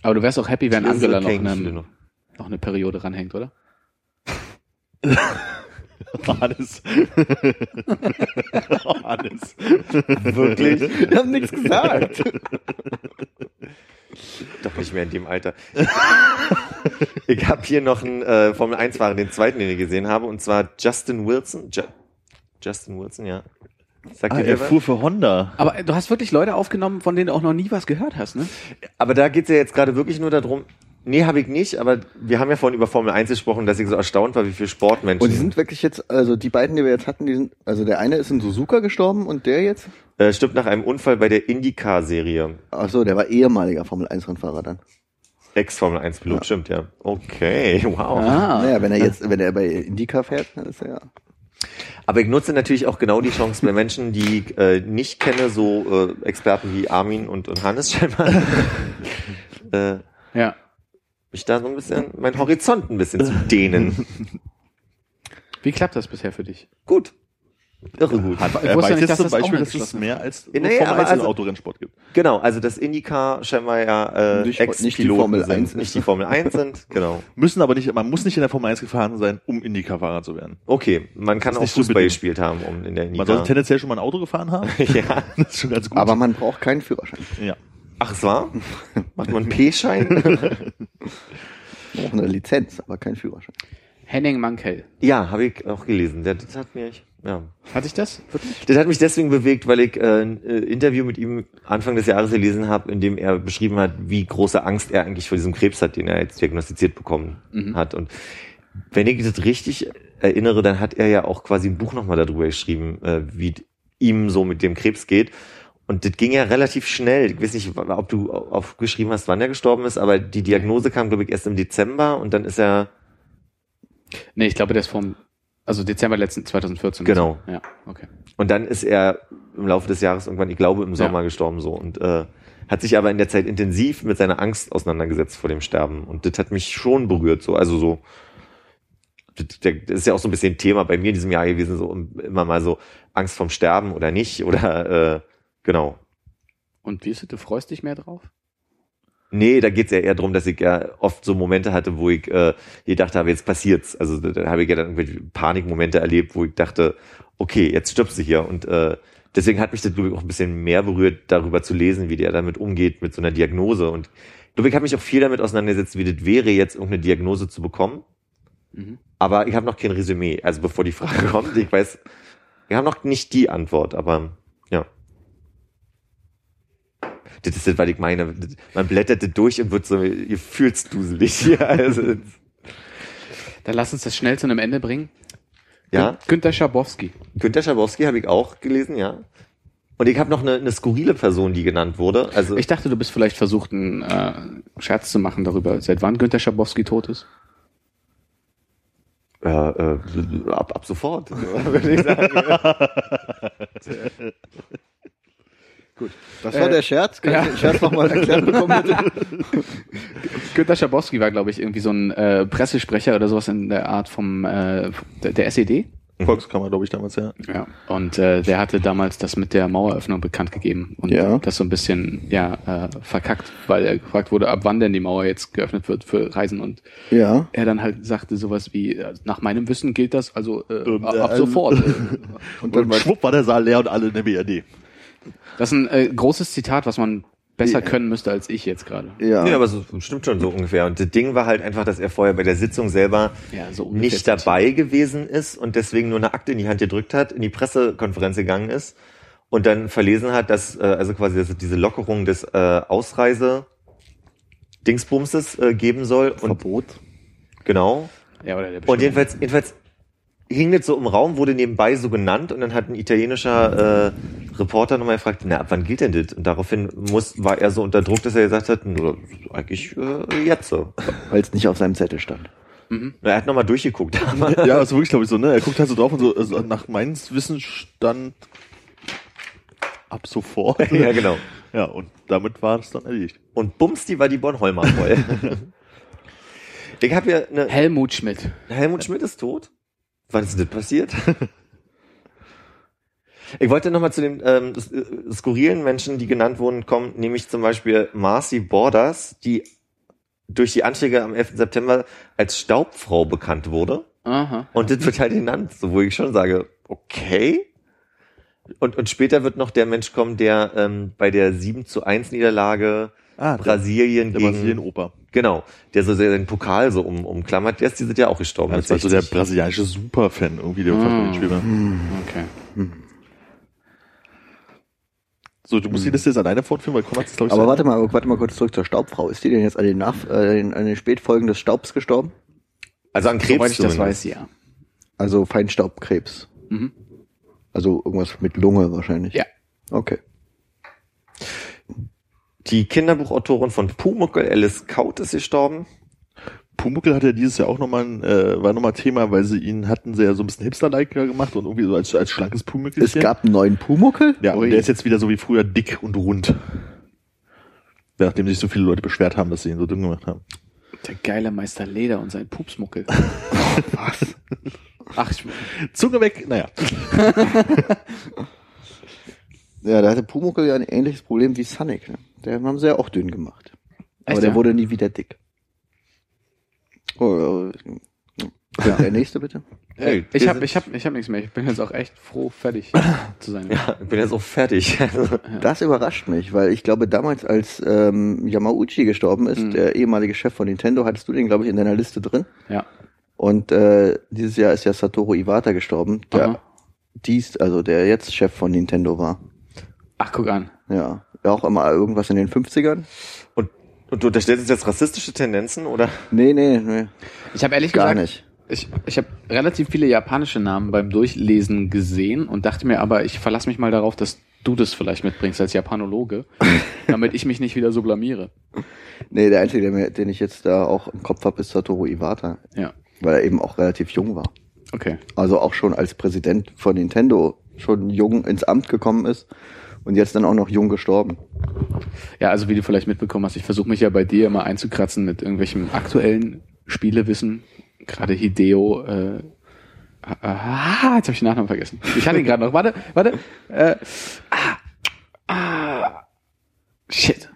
Aber du wärst auch happy, wenn Hier ist Angela noch okay, in ich will einem noch eine Periode ranhängt, oder? Hannes. Hannes. Wirklich? Wir haben nichts gesagt. Doch nicht mehr in dem Alter. ich habe hier noch einen äh, Formel 1 Fahrer, den zweiten, den ich gesehen habe, und zwar Justin Wilson. Ju Justin Wilson, ja. Sagt Ah, dir der er was? fuhr für Honda. Aber äh, du hast wirklich Leute aufgenommen, von denen du auch noch nie was gehört hast, ne? Aber da geht's ja jetzt gerade wirklich nur darum. Nee, habe ich nicht, aber wir haben ja vorhin über Formel 1 gesprochen, dass ich so erstaunt war, wie viele Sportmenschen. Und Oh, die sind wirklich jetzt, also die beiden, die wir jetzt hatten, die sind, also der eine ist in Suzuka gestorben und der jetzt, äh, stirbt nach einem Unfall bei der IndyCar-Serie. ach so, der war ehemaliger Formel 1 Rennfahrer dann. Ex-Formel 1-Pilot, stimmt, ja. Okay, wow. Ah, Naja, wenn er jetzt, wenn er bei Indica fährt, dann ist er ja. Aber ich nutze natürlich auch genau die Chance bei Menschen, die ich äh, nicht kenne, so äh, Experten wie Armin und, und Hannes scheinbar, äh, Ja. mich da so ein bisschen, mein Horizont ein bisschen zu dehnen. Wie klappt das bisher für dich? Gut. Irre gut. Er wusste weiß nicht, jetzt dass zum das auch Beispiel, mal dass es geschlossen mehr als Nee, nur Formel aber 1 also- und Autorennsport gibt. Genau, also das IndyCar scheinbar ja äh, Nicht- nicht die Ex-Piloten Formel sind, 1 ist. nicht die Formel 1 sind. Genau. Müssen aber nicht, man muss nicht in der Formel 1 gefahren sein, um Indycar-Fahrer zu werden. Okay, man kann Ist auch nicht so Fußball bedingt. gespielt haben, um in der Man IndyCar. sollte tendenziell schon mal ein Auto gefahren haben. ja. Das ist schon ganz gut. Aber man braucht keinen Führerschein. ja. Ach, es war? Macht man einen P-Schein? Man braucht eine Lizenz, aber keinen Führerschein. Henning Mankell. ja, habe ich auch gelesen. Der- Das hat mir, ja, Hatte ich das? Wirklich? Das hat mich deswegen bewegt, weil ich äh, ein äh, Interview mit ihm Anfang des Jahres gelesen habe, in dem er beschrieben hat, wie große Angst er eigentlich vor diesem Krebs hat, den er jetzt diagnostiziert bekommen hat. Und wenn ich das richtig erinnere, dann hat er ja auch quasi ein Buch nochmal darüber geschrieben, äh, wie d- ihm so mit dem Krebs geht. Und das ging ja relativ schnell. Ich weiß nicht, wa- ob du au- aufgeschrieben hast, wann er gestorben ist, aber die Diagnose kam, glaube ich, erst im Dezember und dann ist er Nee, ich glaube, der ist vom, also Dezember letzten 2014. Genau. Ja, okay. Und dann ist er im Laufe des Jahres irgendwann, ich glaube, im Sommer gestorben so und äh, hat sich aber in der Zeit intensiv mit seiner Angst auseinandergesetzt vor dem Sterben. Und das hat mich schon berührt, so, also so. Das der- das ist ja auch so ein bisschen Thema bei mir in diesem Jahr gewesen, so um- immer mal so Angst vom Sterben oder nicht oder äh, genau. Und wie ist es, du freust dich mehr drauf? Nee, da geht's ja eher darum, dass ich ja oft so Momente hatte, wo ich äh, gedacht habe, jetzt passiert's. Also da, da habe ich ja dann irgendwelche Panikmomente erlebt, wo ich dachte, okay, jetzt stirbst du hier. Und äh, deswegen hat mich das, glaube ich, auch ein bisschen mehr berührt, darüber zu lesen, wie der damit umgeht, mit so einer Diagnose. Und glaube ich, habe mich auch viel damit auseinandergesetzt, wie das wäre, jetzt irgendeine Diagnose zu bekommen. Mhm. Aber ich habe noch kein Resümee. Also bevor die Frage kommt, ich weiß, wir haben noch nicht die Antwort, aber ja. Das ist das, was ich meine. Das- Man blättert das durch und wird so gefühlsduselig. Ja, also, Dann lass uns das schnell zu einem Ende bringen. ja. Gün- Günter Schabowski. Günter Schabowski habe ich auch gelesen, ja. Und ich habe noch eine, eine skurrile Person, die genannt wurde. Also Ich dachte, du bist vielleicht versucht, einen äh, Scherz zu machen darüber, seit wann Günter Schabowski tot ist. äh, äh, ab, ab sofort, würde ich sagen. Das war Äh, der Scherz. Kann ja. ich den Scherz nochmal erklärt bekommen? bitte? Günter Schabowski war, glaube ich, irgendwie so ein äh, Pressesprecher oder sowas in der Art vom äh, der, der SED. Volkskammer, glaube ich, damals, ja. Ja. Und äh, der hatte damals das mit der Maueröffnung bekannt gegeben und Ja. das so ein bisschen ja äh, verkackt, weil er gefragt wurde, ab wann denn die Mauer jetzt geöffnet wird für Reisen und ja. er dann halt sagte sowas wie, äh, nach meinem Wissen gilt das, also äh, Ähm, ab ähm. sofort. Äh, Und dann Und war schwupp war der Saal leer und alle in der BRD. Das ist ein äh, großes Zitat, was man besser können müsste als ich jetzt gerade. ja. Nee, aber so stimmt schon so ungefähr. Und das Ding war halt einfach, dass er vorher bei der Sitzung selber Ja, so ungefähr nicht das dabei gewesen ist und deswegen nur eine Akte in die Hand gedrückt hat, in die Pressekonferenz gegangen ist und dann verlesen hat, dass äh, also quasi dass es diese Lockerung des äh, Ausreise Dingsbumses äh, geben soll und Verbot. genau Ja, oder der und Bestimmung. jedenfalls jedenfalls hing das so im Raum, wurde nebenbei so genannt und dann hat ein italienischer äh, Reporter nochmal gefragt, na ab wann gilt denn das? Und daraufhin muss war er so unter Druck, dass er gesagt hat, "Nö, eigentlich äh, jetzt so. Weil es nicht auf seinem Zettel stand. Er hat nochmal durchgeguckt. Ja, also wirklich, glaube ich, so, ne? Er guckt halt so drauf und so, also nach meinem Wissensstand ab sofort. ja, genau. Ja, und damit war es dann erledigt. Und bums, die war die Bornholmer voll. ich habe hier eine. Helmut Schmidt. Helmut Schmidt ist tot? Wann ist denn das passiert? Ich wollte nochmal zu den ähm, s- äh, skurrilen Menschen, die genannt wurden, kommen, nämlich zum Beispiel Marcy Borders, die durch die Anschläge am 11. September als Staubfrau bekannt wurde. Aha. Und das wird halt genannt, so wo ich schon sage, okay. Und, und später wird noch der Mensch kommen, der ähm, bei der 7 zu 1 Niederlage Ah, der, Brasilien der gegen, Brasilien-Oper. genau, der so sehr den Pokal so um, umklammert, der ist, die sind ja auch gestorben. Das war so der brasilianische Superfan irgendwie, der Ah. mm. Spiel war. Okay. So, du musst die Liste jetzt alleine fortführen, weil Konrad ist, glaube ich, Aber sein- warte mal, warte mal kurz zurück zur Staubfrau. Ist die denn jetzt an den, Nach äh, an den Spätfolgen des Staubs gestorben? also an Krebs Soweit ich das zumindest. weiß, ja. Also Feinstaubkrebs. Mhm. Also irgendwas mit Lunge wahrscheinlich. Ja. Okay. Die Kinderbuchautorin von Pumuckel, Alice Kaut, ist gestorben. Pumuckl hat ja dieses Jahr auch nochmal, ein, äh, war nochmal Thema, weil sie ihn hatten sie ja so ein bisschen Hipster-like gemacht und irgendwie so als, als schlankes Pumuckl. Es gab einen neuen Pumuckel? Ja, Ui. und der ist jetzt wieder so wie früher dick und rund. Nachdem sich so viele Leute beschwert haben, dass sie ihn so dünn gemacht haben. Der geile Meister Leder und sein Pupsmuckel. Was? Ach, ich, Zunge weg, naja. Ja, da hatte Pumuckel ja ein ähnliches Problem wie Sonic. Ne? Den haben sie ja auch dünn gemacht. Aber Echt, der ja? wurde nie wieder dick. Oh, äh, ja. Der nächste bitte. Hey, Äh, ich wir habe sind- ich hab, ich hab nichts mehr. Ich bin jetzt auch echt froh, fertig zu sein. Ja, ich bin jetzt auch fertig. Das überrascht mich, weil ich glaube, damals, als ähm, Yamauchi gestorben ist, Mhm. der ehemalige Chef von Nintendo, hattest du den, glaube ich, in deiner Liste drin. Ja. Und äh, dieses Jahr ist ja Satoru Iwata gestorben, der Aha. dies, also der jetzt Chef von Nintendo war. Ach, guck an. Ja. Ja, Auch immer irgendwas in den 50ern? Und, und du unterstellst uns jetzt rassistische Tendenzen, oder? Nee, nee, nee. Ich habe ehrlich Gar gesagt, nicht. ich, ich habe relativ viele japanische Namen beim Durchlesen gesehen und dachte mir aber, ich verlasse mich mal darauf, dass du das vielleicht mitbringst als Japanologe, damit ich mich nicht wieder so blamiere. Nee, der einzige, der mir, den ich jetzt da auch im Kopf habe, ist Satoru Iwata, Ja, weil er eben auch relativ jung war. okay. Also auch schon als Präsident von Nintendo schon jung ins Amt gekommen ist und jetzt dann auch noch jung gestorben. Ja, also wie du vielleicht mitbekommen hast, ich versuche mich ja bei dir immer einzukratzen mit irgendwelchem aktuellen Spielewissen. Gerade Hideo. Äh, ah, jetzt habe ich den Nachnamen vergessen. Ich hatte ihn gerade noch. Warte, warte. Äh, ah, ah, shit.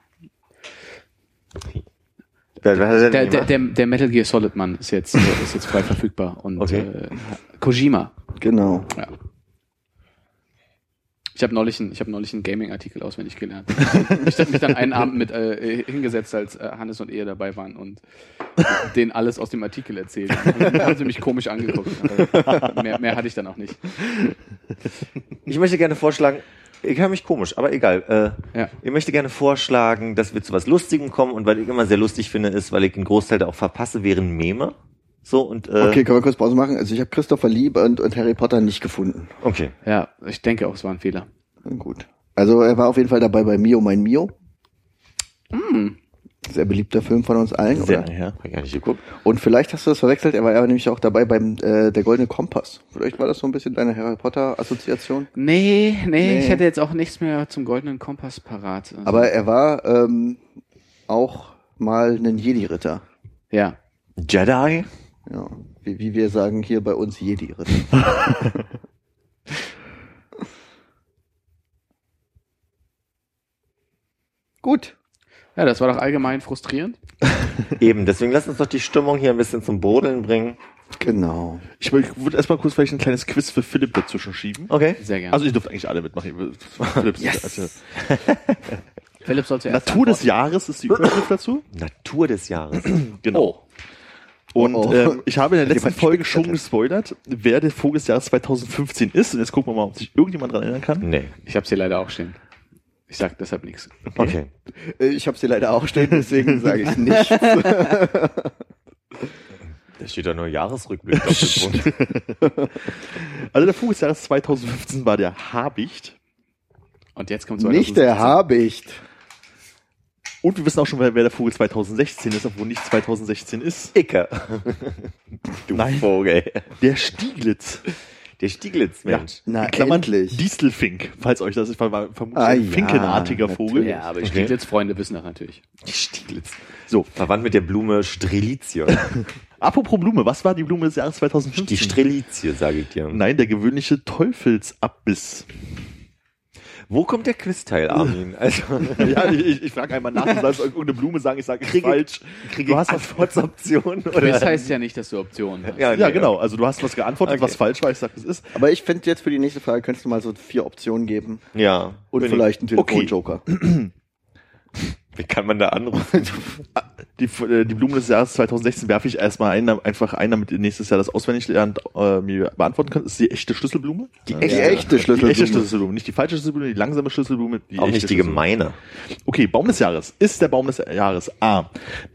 Wer, wer hat er denn Der, der, gemacht? der, der Metal Gear Solid Mann ist jetzt, äh, ist jetzt frei verfügbar. Und Okay. äh, Kojima. Genau. Ja. Ich habe neulich, ein- ich hab neulich einen Gaming-Artikel auswendig gelernt. ich habe mich dann einen Abend mit äh, hingesetzt, als äh, Hannes und Ehe dabei waren und denen alles aus dem Artikel erzählt. Und dann haben sie mich komisch angeguckt. Aber Mehr, mehr hatte ich dann auch nicht. ich möchte gerne vorschlagen, ich höre mich komisch, aber egal. Äh, Ja. Ich möchte gerne vorschlagen, dass wir zu was Lustigem kommen und weil ich immer sehr lustig finde, ist, weil ich einen Großteil da auch verpasse, wären Meme. So und äh, Okay, können wir kurz Pause machen? Also ich habe Christopher Lieb und, und Harry Potter nicht gefunden. okay. Ja, ich denke auch, es war ein Fehler. Gut. Also er war auf jeden Fall dabei bei Mio, mein Mio. Sehr beliebter Film von uns allen. Sehr, Oder? ja. Hab ich gar nicht geguckt. Und vielleicht hast du das verwechselt, er war ja nämlich auch dabei beim äh, Der Goldene Kompass. Vielleicht war das so ein bisschen deine Harry Potter-Assoziation. Nee, nee, Nee. ich hätte jetzt auch nichts mehr zum goldenen Kompass parat. Also, Aber er war ähm, auch mal ein Jedi-Ritter. ja. Jedi? Ja. Wie, wie wir sagen hier bei uns Jedi-Ritter. Gut. Ja, das war doch allgemein frustrierend. Eben, deswegen lass uns doch die Stimmung hier ein bisschen zum Brodeln bringen. Genau. Ich würde erstmal kurz vielleicht ein kleines Quiz für Philipp dazwischen schieben. Oh, Okay. Sehr gerne. Also ich durfte eigentlich alle mitmachen. Philipp ist Yes. also, Philipp soll zuerst Natur des Jahres ist die Überschrift dazu. Natur des Jahres. Genau. Und Oh, oh. Ähm, ich habe in der letzten Jemand Folge spitzt das schon gespoilert, wer der Vogel des Jahres 2015 ist. Und jetzt gucken wir mal, ob sich irgendjemand daran erinnern Hm. kann. nee. Ich habe hier leider auch stehen. Ich sag deshalb nichts. Okay. Äh, Ich habe sie leider auch stehen, deswegen sage ich nicht. Da steht da nur Jahresrückblick. auf dem Grund. Also der Vogel des Jahres 2015 war der Habicht. Und jetzt kommt nicht der Habicht. Und wir wissen auch schon, wer, wer der Vogel 2016 ist, obwohl nicht 2016 ist. Icke. Du Nein. Vogel. Der Stieglitz. Der Stieglitz, Mensch. Na, In Klammern endlich. Distelfink, falls euch das ist, ver- vermutlich Ah, ein ja, finkenartiger natürlich. Vogel. Ja, aber Okay. okay. Freunde wissen das natürlich. Stieglitz. So, Verwandt mit der Blume Strelizie. apropos Blume, was war die Blume des Jahres 2015? Die Strelizie, sage ich dir. Nein, der gewöhnliche Teufelsabbiss. Wo kommt der Quizteil, Armin? Also, Ja, ich, ich, ich frage einmal nach, du sollst irgendeine Blume sagen, ich sage Kriege- falsch. kriege ich du hast was Antwortoptionen? Quiz Oder? heißt ja nicht, dass du Optionen hast. Ja, Ja, genau. Also du hast was geantwortet, Okay. was falsch war. Ich sag, das ist. Aber ich finde jetzt für die nächste Frage könntest du mal so vier Optionen geben. Ja. Und Bin ich- vielleicht einen Okay. Telefonjoker. Wie kann man da anrufen? Die, äh, die Blume des Jahres 2016 werfe ich erstmal ein, einfach ein, damit ihr nächstes Jahr das auswendig lernt, äh, mir beantworten könnt. Das ist die echte Schlüsselblume. genau. Die Die echte Die Schlüsselblume. echte Schlüsselblume, nicht die falsche Schlüsselblume, die langsame Schlüsselblume. Die Auch echte nicht die Schlüsselblume. gemeine. Okay, Baum des Jahres. Ist der Baum des Jahres A,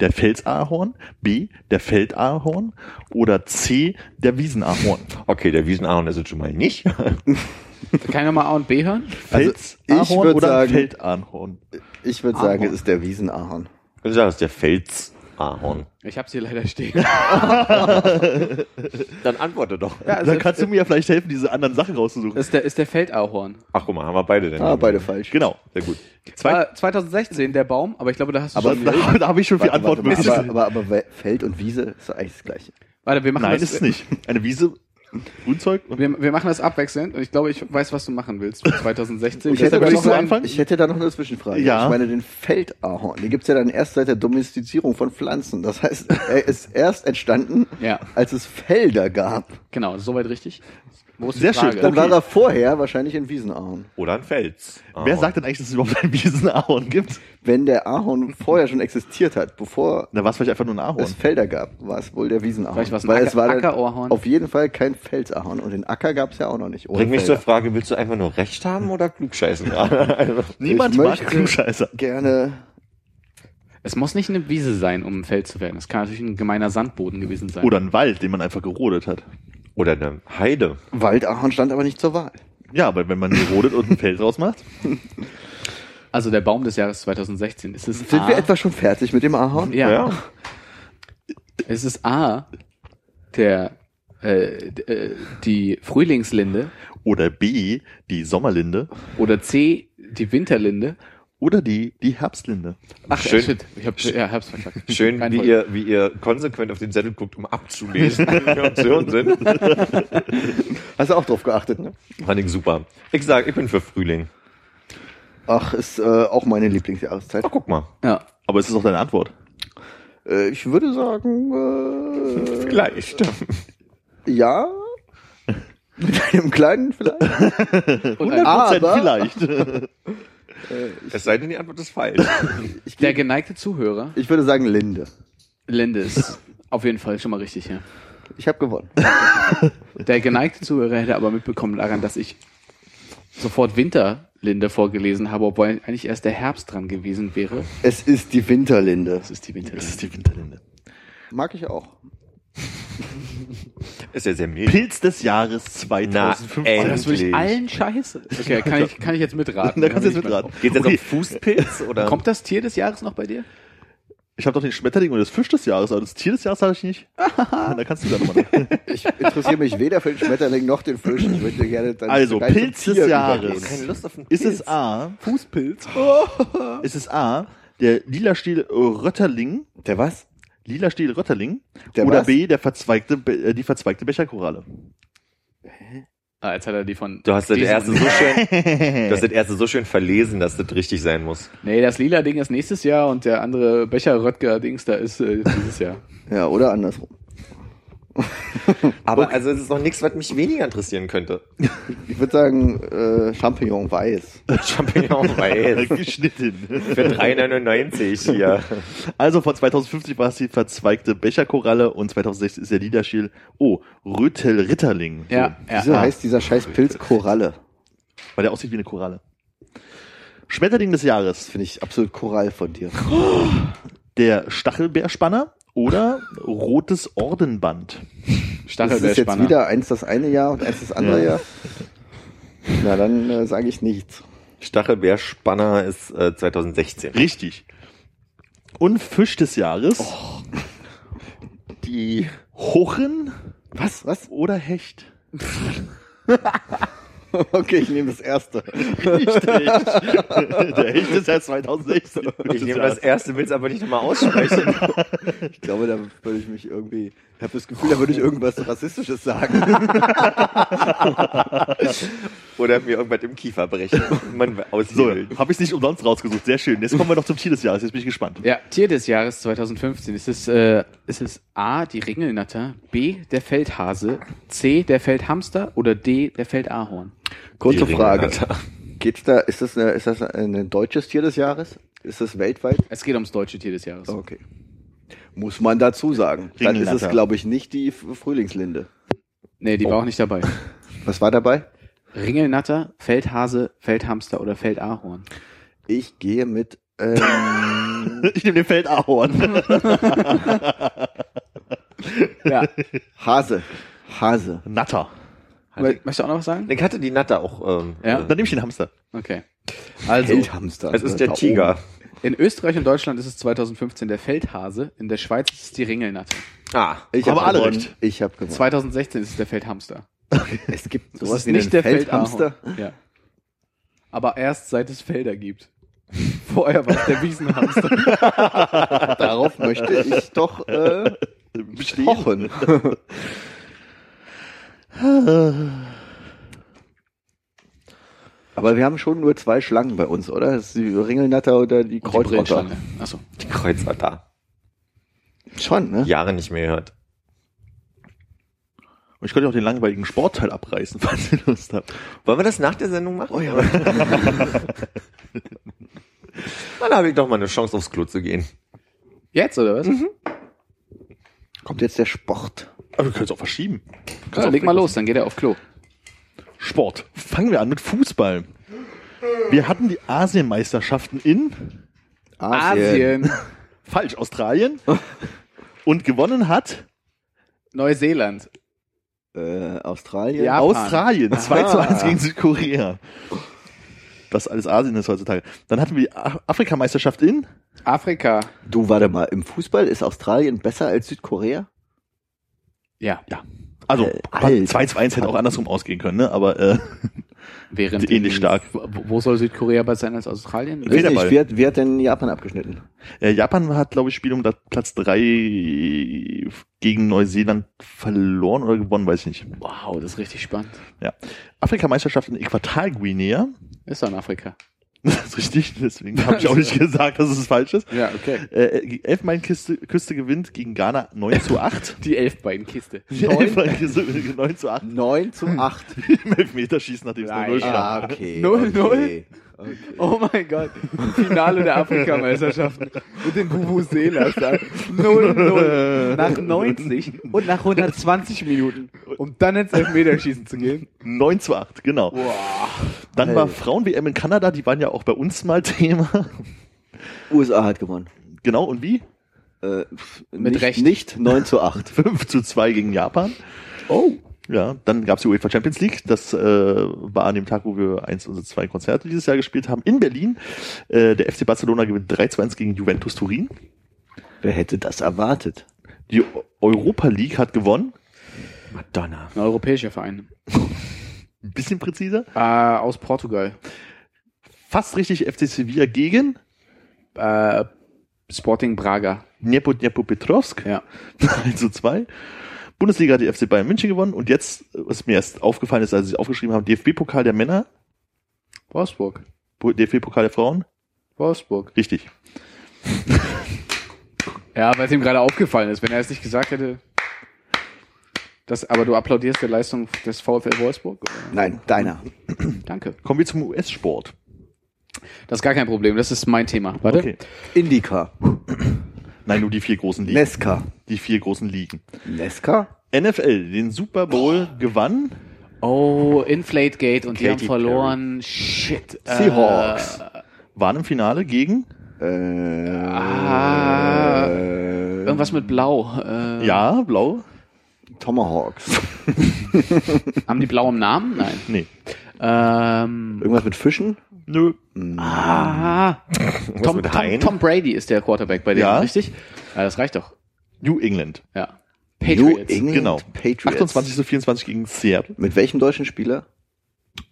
der Felsahorn, B, der Feldahorn oder C, der Wiesenahorn? Okay, der Wiesenahorn ist es schon mal nicht. Kann ja mal A und B hören? Also, Felsahorn ich würd oder sagen- Feldahorn? Ich würde sagen, Ahorn. es ist der Wiesenahorn. Also das ist der Felsahorn. Ich hab's hier leider stehen. Dann antworte doch. also, Dann kannst äh, du mir ja vielleicht helfen, diese anderen Sachen rauszusuchen. also Ist der, ist der Feldahorn. Ach, guck mal, haben wir beide denn. Ah, beide falsch. Genau. Sehr gut. Äh, 2016 der Baum, aber ich glaube, da hast du Aber schon. da, da habe ich schon viel Warte, warte, Antworten. mal, bekommen. aber, aber, aber We- Feld und Wiese ist doch eigentlich das Gleiche. Warte, wir machen Nein, das. ist es nicht. Eine Wiese, Grünzeug. Und Wir, wir machen das abwechselnd und ich glaube, ich weiß, was du machen willst für 2016. Ich hätte, Deshalb da würde noch willst du sagen, anfangen? ich hätte da noch eine Zwischenfrage. Ja. Ich meine, den Feldahorn, den gibt's ja dann erst seit der Domestizierung von Pflanzen. Das heißt, er ist erst entstanden, Ja. als es Felder gab. Genau, soweit richtig. Wo ist die Sehr Frage? schön. Dann Okay. war er vorher wahrscheinlich in Wiesenahorn. Oder ein Fels. Oh. wer sagt denn eigentlich, dass es überhaupt ein Wiesenahorn gibt? Wenn der Ahorn vorher schon existiert hat, bevor Da war es vielleicht einfach nur ein Ahorn. es Felder gab, war es wohl der Wiesenahorn. Vielleicht war's ein Weil Acker- es war Ackerohrhorn. dann auf jeden Fall kein Felsahorn. Und den Acker gab's ja auch noch nicht. ohne Bringt mich zur Felder. Frage, willst du einfach nur Recht haben oder klugscheißen gerade? Also, Niemand ich mag möchte- Klugscheißer. Gerne. Es muss nicht eine Wiese sein, um ein Feld zu werden. Es kann natürlich ein gemeiner Sandboden gewesen sein. Oder ein Wald, den man einfach gerodet hat. oder eine Heide. Waldahorn stand aber nicht zur Wahl. Ja, aber wenn man gerodet und ein Feld rausmacht. Also der Baum des Jahres 2016. Ist es Sind A? wir etwa schon fertig mit dem Ahorn? ja. Ja. Es ist A, der, äh, d- äh, die Frühlingslinde Oder B, die Sommerlinde. oder C, die Winterlinde. Oder die, die Herbstlinde. Ach, Schön. äh, shit. Ich hab, ja, hab's verkackt. Schön, Kein wie Holz. ihr, wie ihr konsequent auf den Zettel guckt, um abzulesen, wie wir uns hören sind. Hast du auch drauf geachtet, ne? Fand ich super. Ich sag, ich bin für Frühling. Ach, ist äh, auch meine Lieblingsjahreszeit. Ach, guck mal. Ja. Aber es ist auch deine Antwort. Äh, ich würde sagen, Vielleicht. äh, ja. Mit einem kleinen vielleicht. Und ein, Aber- vielleicht. Es sei denn, die Antwort ist falsch. Ich, der geneigte Zuhörer, ich würde sagen Linde. Linde ist auf jeden Fall schon mal richtig, ja. Ich habe gewonnen. Der geneigte Zuhörer hätte aber mitbekommen daran, dass ich sofort Winterlinde vorgelesen habe, obwohl eigentlich erst der Herbst dran gewesen wäre. Es ist die Winterlinde. Das ist die Winterlinde. Das ist die Winterlinde. Mag ich auch. Ist ja sehr mild. Pilz des Jahres 2015. Na, ey. Das will ich allen Scheiße. Okay, kann ich, kann ich jetzt mitraten. da kannst du jetzt mitraten. Geht's jetzt Okay, um Fußpilz oder? Kommt das Tier des Jahres noch bei dir? Ich habe doch den Schmetterling und das Fisch des Jahres, aber das Tier des Jahres habe ich nicht. da kannst du da nochmal nach. Ich interessiere mich weder für den Schmetterling noch den Fisch. Ich möchte gerne dann Also, gleich zum Pilz Tier des Jahres. übergehen. Keine Lust auf einen Ist Pilz. es A, Fußpilz. ist es A, der lila Stiel Rötterling, Der was? lila Stiel Rötterling, Der oder was? B, der verzweigte, Be- äh, die verzweigte Becherkoralle. Ah, jetzt hat er die von. Du hast das diesem- erste so schön, du hast das erste so schön verlesen, dass das richtig sein muss. Nee, das lila Ding ist nächstes Jahr und der andere Becher Röttger Dings da ist äh, dieses Jahr. Ja, oder andersrum. Aber also es ist noch nichts, was mich weniger interessieren könnte. Ich würde sagen, äh, Champignon weiß. Champignon weiß. Halt Geschnitten. Für 3,99 hier. Also von 2050 war es die verzweigte Becherkoralle und 2006 ist der lila Stiel, oh, Rötel-Ritterling. Ja, ja. Wieso heißt dieser scheiß Pilz Koralle? So, weil der aussieht wie eine Koralle. Schmetterling des Jahres. Finde ich absolut Korall von dir. der Stachelbeerspanner oder rotes Ordenband. Das ist jetzt Stachelbeerspanner. wieder eins das eine Jahr und eins das andere Ja. Jahr. Na, dann äh, sage ich nichts. Stachelbeerspanner ist äh, 2016. Richtig. Und Fisch des Jahres. Oh. Die Hochen Was? Was? oder Hecht? Okay, ich nehme das erste. Nicht Hecht. Der Hecht ist ja 2016. Ich nehme das erste, will es aber nicht nochmal aussprechen. Ich glaube, da würde ich mich irgendwie Ich habe das Gefühl, da würde ich irgendwas Rassistisches sagen. Oder mir irgendwas im Kiefer brechen. Man So, aushebelt. habe ich nicht umsonst rausgesucht. Sehr schön. Jetzt kommen wir noch zum Tier des Jahres. Jetzt bin ich gespannt. Ja, Tier des Jahres 2015 ist es, äh, ist es A, die Ringelnatter, B, der Feldhase, C, der Feldhamster oder D, der Feldahorn? Kurze Die Frage. Ringelnatter. Geht's da, ist das, eine, ist das ein deutsches Tier des Jahres? Ist das weltweit? Es geht ums deutsche Tier des Jahres. Okay. Muss man dazu sagen. Dann ist es, Ringlatter. glaube ich, nicht die F- Frühlingslinde. Nee, die war auch nicht dabei. Was war dabei? Ringelnatter, Feldhase, Feldhamster oder Feldahorn? Ich gehe mit. Ähm, Ich nehme den Feldahorn. Ja. Hase. Hase. Natter. Weil- Möchtest du auch noch was sagen? Ich hatte die Natter auch. Ähm, Ja. äh, Dann nehme ich den Hamster. Okay. Also, Feldhamster. Es ist der Da oben. Tiger. in Österreich und Deutschland ist es 2015 der Feldhase, in der Schweiz ist es die Ringelnatter. Ah. Ich Haben habe alle alle recht. recht. Ich habe gewonnen. 2016 ist es der Feldhamster. Es gibt Das sowas ist wie nicht einen der Feldhamster. Feldhamster. Ja. Aber erst seit es Felder gibt. Vorher war es der Wiesenhamster. Darauf möchte ich doch äh, pochen. Aber wir haben schon nur zwei Schlangen bei uns, oder? Das ist die Ringelnatter oder die Kreuzotter. Achso. Die Kreuzotter. Schon, ne? Jahre nicht mehr gehört. Und ich könnte auch den langweiligen Sportteil abreißen, falls ihr Lust habt. Wollen wir das nach der Sendung machen? Oh ja. Dann habe ich doch mal eine Chance, aufs Klo zu gehen. Jetzt oder was? Kommt jetzt der Sport. Aber wir können es auch verschieben. Ja, leg mal los, dann geht er auf Klo. Sport. Fangen wir an mit Fußball. Wir hatten die Asienmeisterschaften in, Asien, falsch, Australien. Und gewonnen hat Neuseeland. Äh, Australien. Ja. Japan. Australien. 2 zu 1 gegen Südkorea. Das alles Asien ist heutzutage. Dann hatten wir die A- Afrikameisterschaft in. Afrika. Du, warte mal. Im Fußball ist Australien besser als Südkorea? Ja. Also Äh, Alter. 2 zu 1 hätte auch andersrum ausgehen können, ne? aber äh, Während Ähnlich stark. Wo wo soll Südkorea besser sein als Australien? Federball. Weiß nicht, wer, hat- wer hat denn Japan abgeschnitten? äh, Japan hat, glaube ich, Spiel um das Platz 3 gegen Neuseeland verloren oder gewonnen, weiß ich nicht. Wow, das ist richtig spannend. Ja. Afrikameisterschaft in Äquatorguinea. Ist doch in Afrika. Das ist richtig, deswegen habe ich auch nicht gesagt, dass es falsch ist. Ja, okay. Äh, Elfenbeinküste Küste gewinnt gegen Ghana 9 zu 8. Die Elfbeinkiste. Die Elfenbeinküste 9 zu 8 Neun zu acht. im Elfmeterschießen, nachdem es Nein. 0 stand. Ah, okay. Null, okay. Oh mein Gott. Finale der Afrikameisterschaften. Mit den Bubuselas da. 0-0. Nach 90 und nach 120 Minuten. Um dann ins Elfmeterschießen zu gehen. 9 zu 8, genau. Dann war Frauen-WM in Kanada, die waren ja auch bei uns mal Thema. USA hat gewonnen. Genau, und wie? Äh, pff, Mit nicht, Recht. Nicht 9 zu 8. 5 zu 2 gegen Japan. Oh. Ja, dann gab's die UEFA Champions League. Das äh, war an dem Tag, wo wir eins unserer zwei Konzerte dieses Jahr gespielt haben in Berlin. Äh, der FC Barcelona gewinnt 3 zu 1 gegen Juventus Turin. Wer hätte das erwartet? Die O- Europa League hat gewonnen. Madonna. Ein europäischer Verein. Ein bisschen präziser. Äh, aus Portugal. Fast richtig FC Sevilla gegen Äh, Sporting Braga. Dniepo Dniepo Petrovsk. Ja. 3 zu 2. Bundesliga hat die FC Bayern München gewonnen. Und jetzt, was mir erst aufgefallen ist, als ich es aufgeschrieben habe, DFB-Pokal der Männer, Wolfsburg. DFB-Pokal der Frauen. Wolfsburg. Richtig. Ja, weil es ihm gerade aufgefallen ist. Wenn er es nicht gesagt hätte. Das, aber du applaudierst der Leistung des VfL Wolfsburg? Oder? Nein, deiner. Danke. Kommen wir zum US-Sport. Das ist gar kein Problem. Das ist mein Thema. Warte. Indica. Nein, nur die vier großen Ligen. Nesca. Die vier großen Ligen. Nesca? NFL, den Super Bowl gewann. Oh, Inflategate und die haben Katy verloren. Shit. Seahawks. Äh, Waren im Finale gegen? Äh, ah, irgendwas mit Blau. Äh, Ja, blau. Tomahawks. Haben die Blau im Namen? Nein. Nee. Ähm, Irgendwas mit Fischen? Nö. ah, Tom, mit Tom, Haien? Tom Brady ist der Quarterback bei denen, Ja. richtig? Ja, das reicht doch. New England. Ja. New Patriots. England Genau. Patriots. 28 zu 24 gegen Seattle. Mit welchem deutschen Spieler?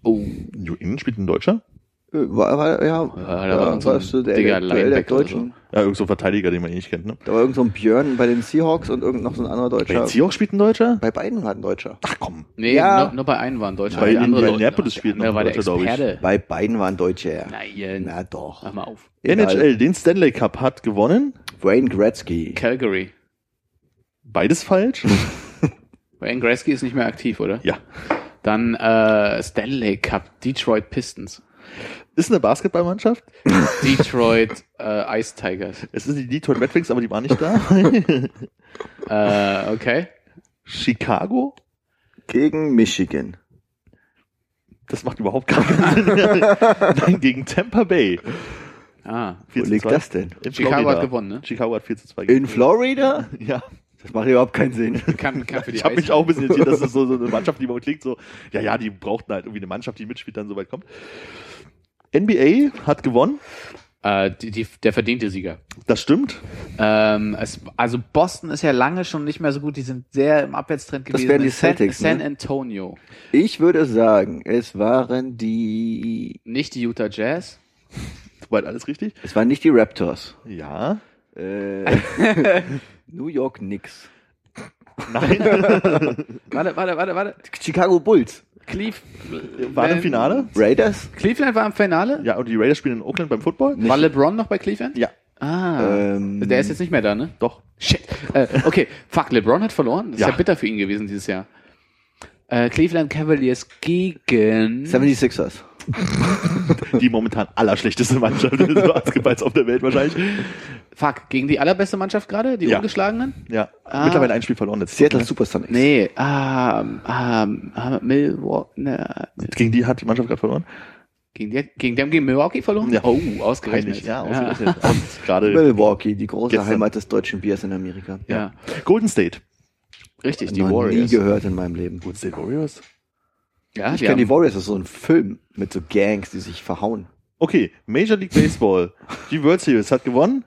Oh. New England spielt ein Deutscher. Äh, War, war, ja, da ja, war so ein so der, dicker der, der, der Linebacker oder Deutschen. Ja, irgend so ein Verteidiger, den man eh nicht kennt, ne? Da war irgend so ein Björn bei den Seahawks und irgend noch so ein anderer Bei den Deutscher. Seahawks spielt ein Deutscher? Bei beiden war ein Deutscher. Ach komm. Nee, Ja. nur, nur bei einem war ein Deutscher. Bei der andere- Indianapolis spielt der noch war ein der Deutscher, glaub ich. Experte. Bei beiden war ein Deutscher. ja. Nein, Na doch. mach mal auf. Egal. NHL, den Stanley Cup hat gewonnen. Wayne Gretzky. Calgary. Beides falsch. Wayne Gretzky ist nicht mehr aktiv, oder? ja. Dann äh, Stanley Cup, Detroit Pistons, Ist eine Basketballmannschaft. Detroit äh, Ice Tigers. Es ist die Detroit Red Wings, aber die waren nicht da. Äh, okay. Chicago? Gegen Michigan. Das macht überhaupt keinen Sinn. Nein, gegen Tampa Bay. Ah, 4 Wo zu liegt 2. das denn? In Chicago Florida. hat gewonnen, ne? Chicago hat 4 zu 2 In Florida? Ja. Das macht überhaupt keinen Sinn. Kann, kann für die Ich habe mich Eisbären. auch ein bisschen irritiert, dass es so, so eine Mannschaft, die man klingt, so, ja, ja, die brauchten halt irgendwie eine Mannschaft, die mitspielt, dann so weit kommt. NBA hat gewonnen, Äh, die, die, der verdiente Sieger. das stimmt. Ähm, es, also Boston ist ja lange schon nicht mehr so gut. Die sind sehr im Abwärtstrend Das gewesen. wären die San, Celtics, San ne? Antonio. Ich würde sagen, es waren die, Nicht die Utah Jazz. Soweit alles richtig? es waren nicht die Raptors. Ja. Äh, New York Knicks. Warte, warte, warte, warte. Chicago Bulls. Cleve, War im Finale? Raiders? Cleveland war im Finale? Ja, und die Raiders spielen in Oakland beim Football? War LeBron noch bei Cleveland? Ja. Ah. Ähm, der ist jetzt nicht mehr da, ne? Doch. Shit. Äh, okay, fuck, LeBron hat verloren. Das ist ja. Ja. bitter für ihn gewesen dieses Jahr. Äh, Cleveland Cavaliers gegen 76ers. Die momentan allerschlechteste Mannschaft des Basketballs auf der Welt wahrscheinlich. Fuck, gegen die allerbeste Mannschaft gerade, die Ja. ungeschlagenen? Ja. Ah. Mittlerweile ein Spiel verloren. Jetzt. Seattle Supersonics. Nee, ah, ah, ah Milwaukee, ne, Gegen die hat die Mannschaft gerade verloren. gegen, die, gegen dem gegen Milwaukee verloren? Ja. Oh, ausgerechnet. Peinlich. Ja, ausgerechnet. Und Gerade Milwaukee, die große Gestern. Heimat des deutschen Biers in Amerika. Ja. Golden State. Richtig, die Noch nie Warriors. gehört in meinem Leben. Golden State Warriors? Ja, Ich die kenne die haben, Warriors, das ist so ein Film mit so Gangs, die sich verhauen. Okay, Major League Baseball. Die World Series hat gewonnen.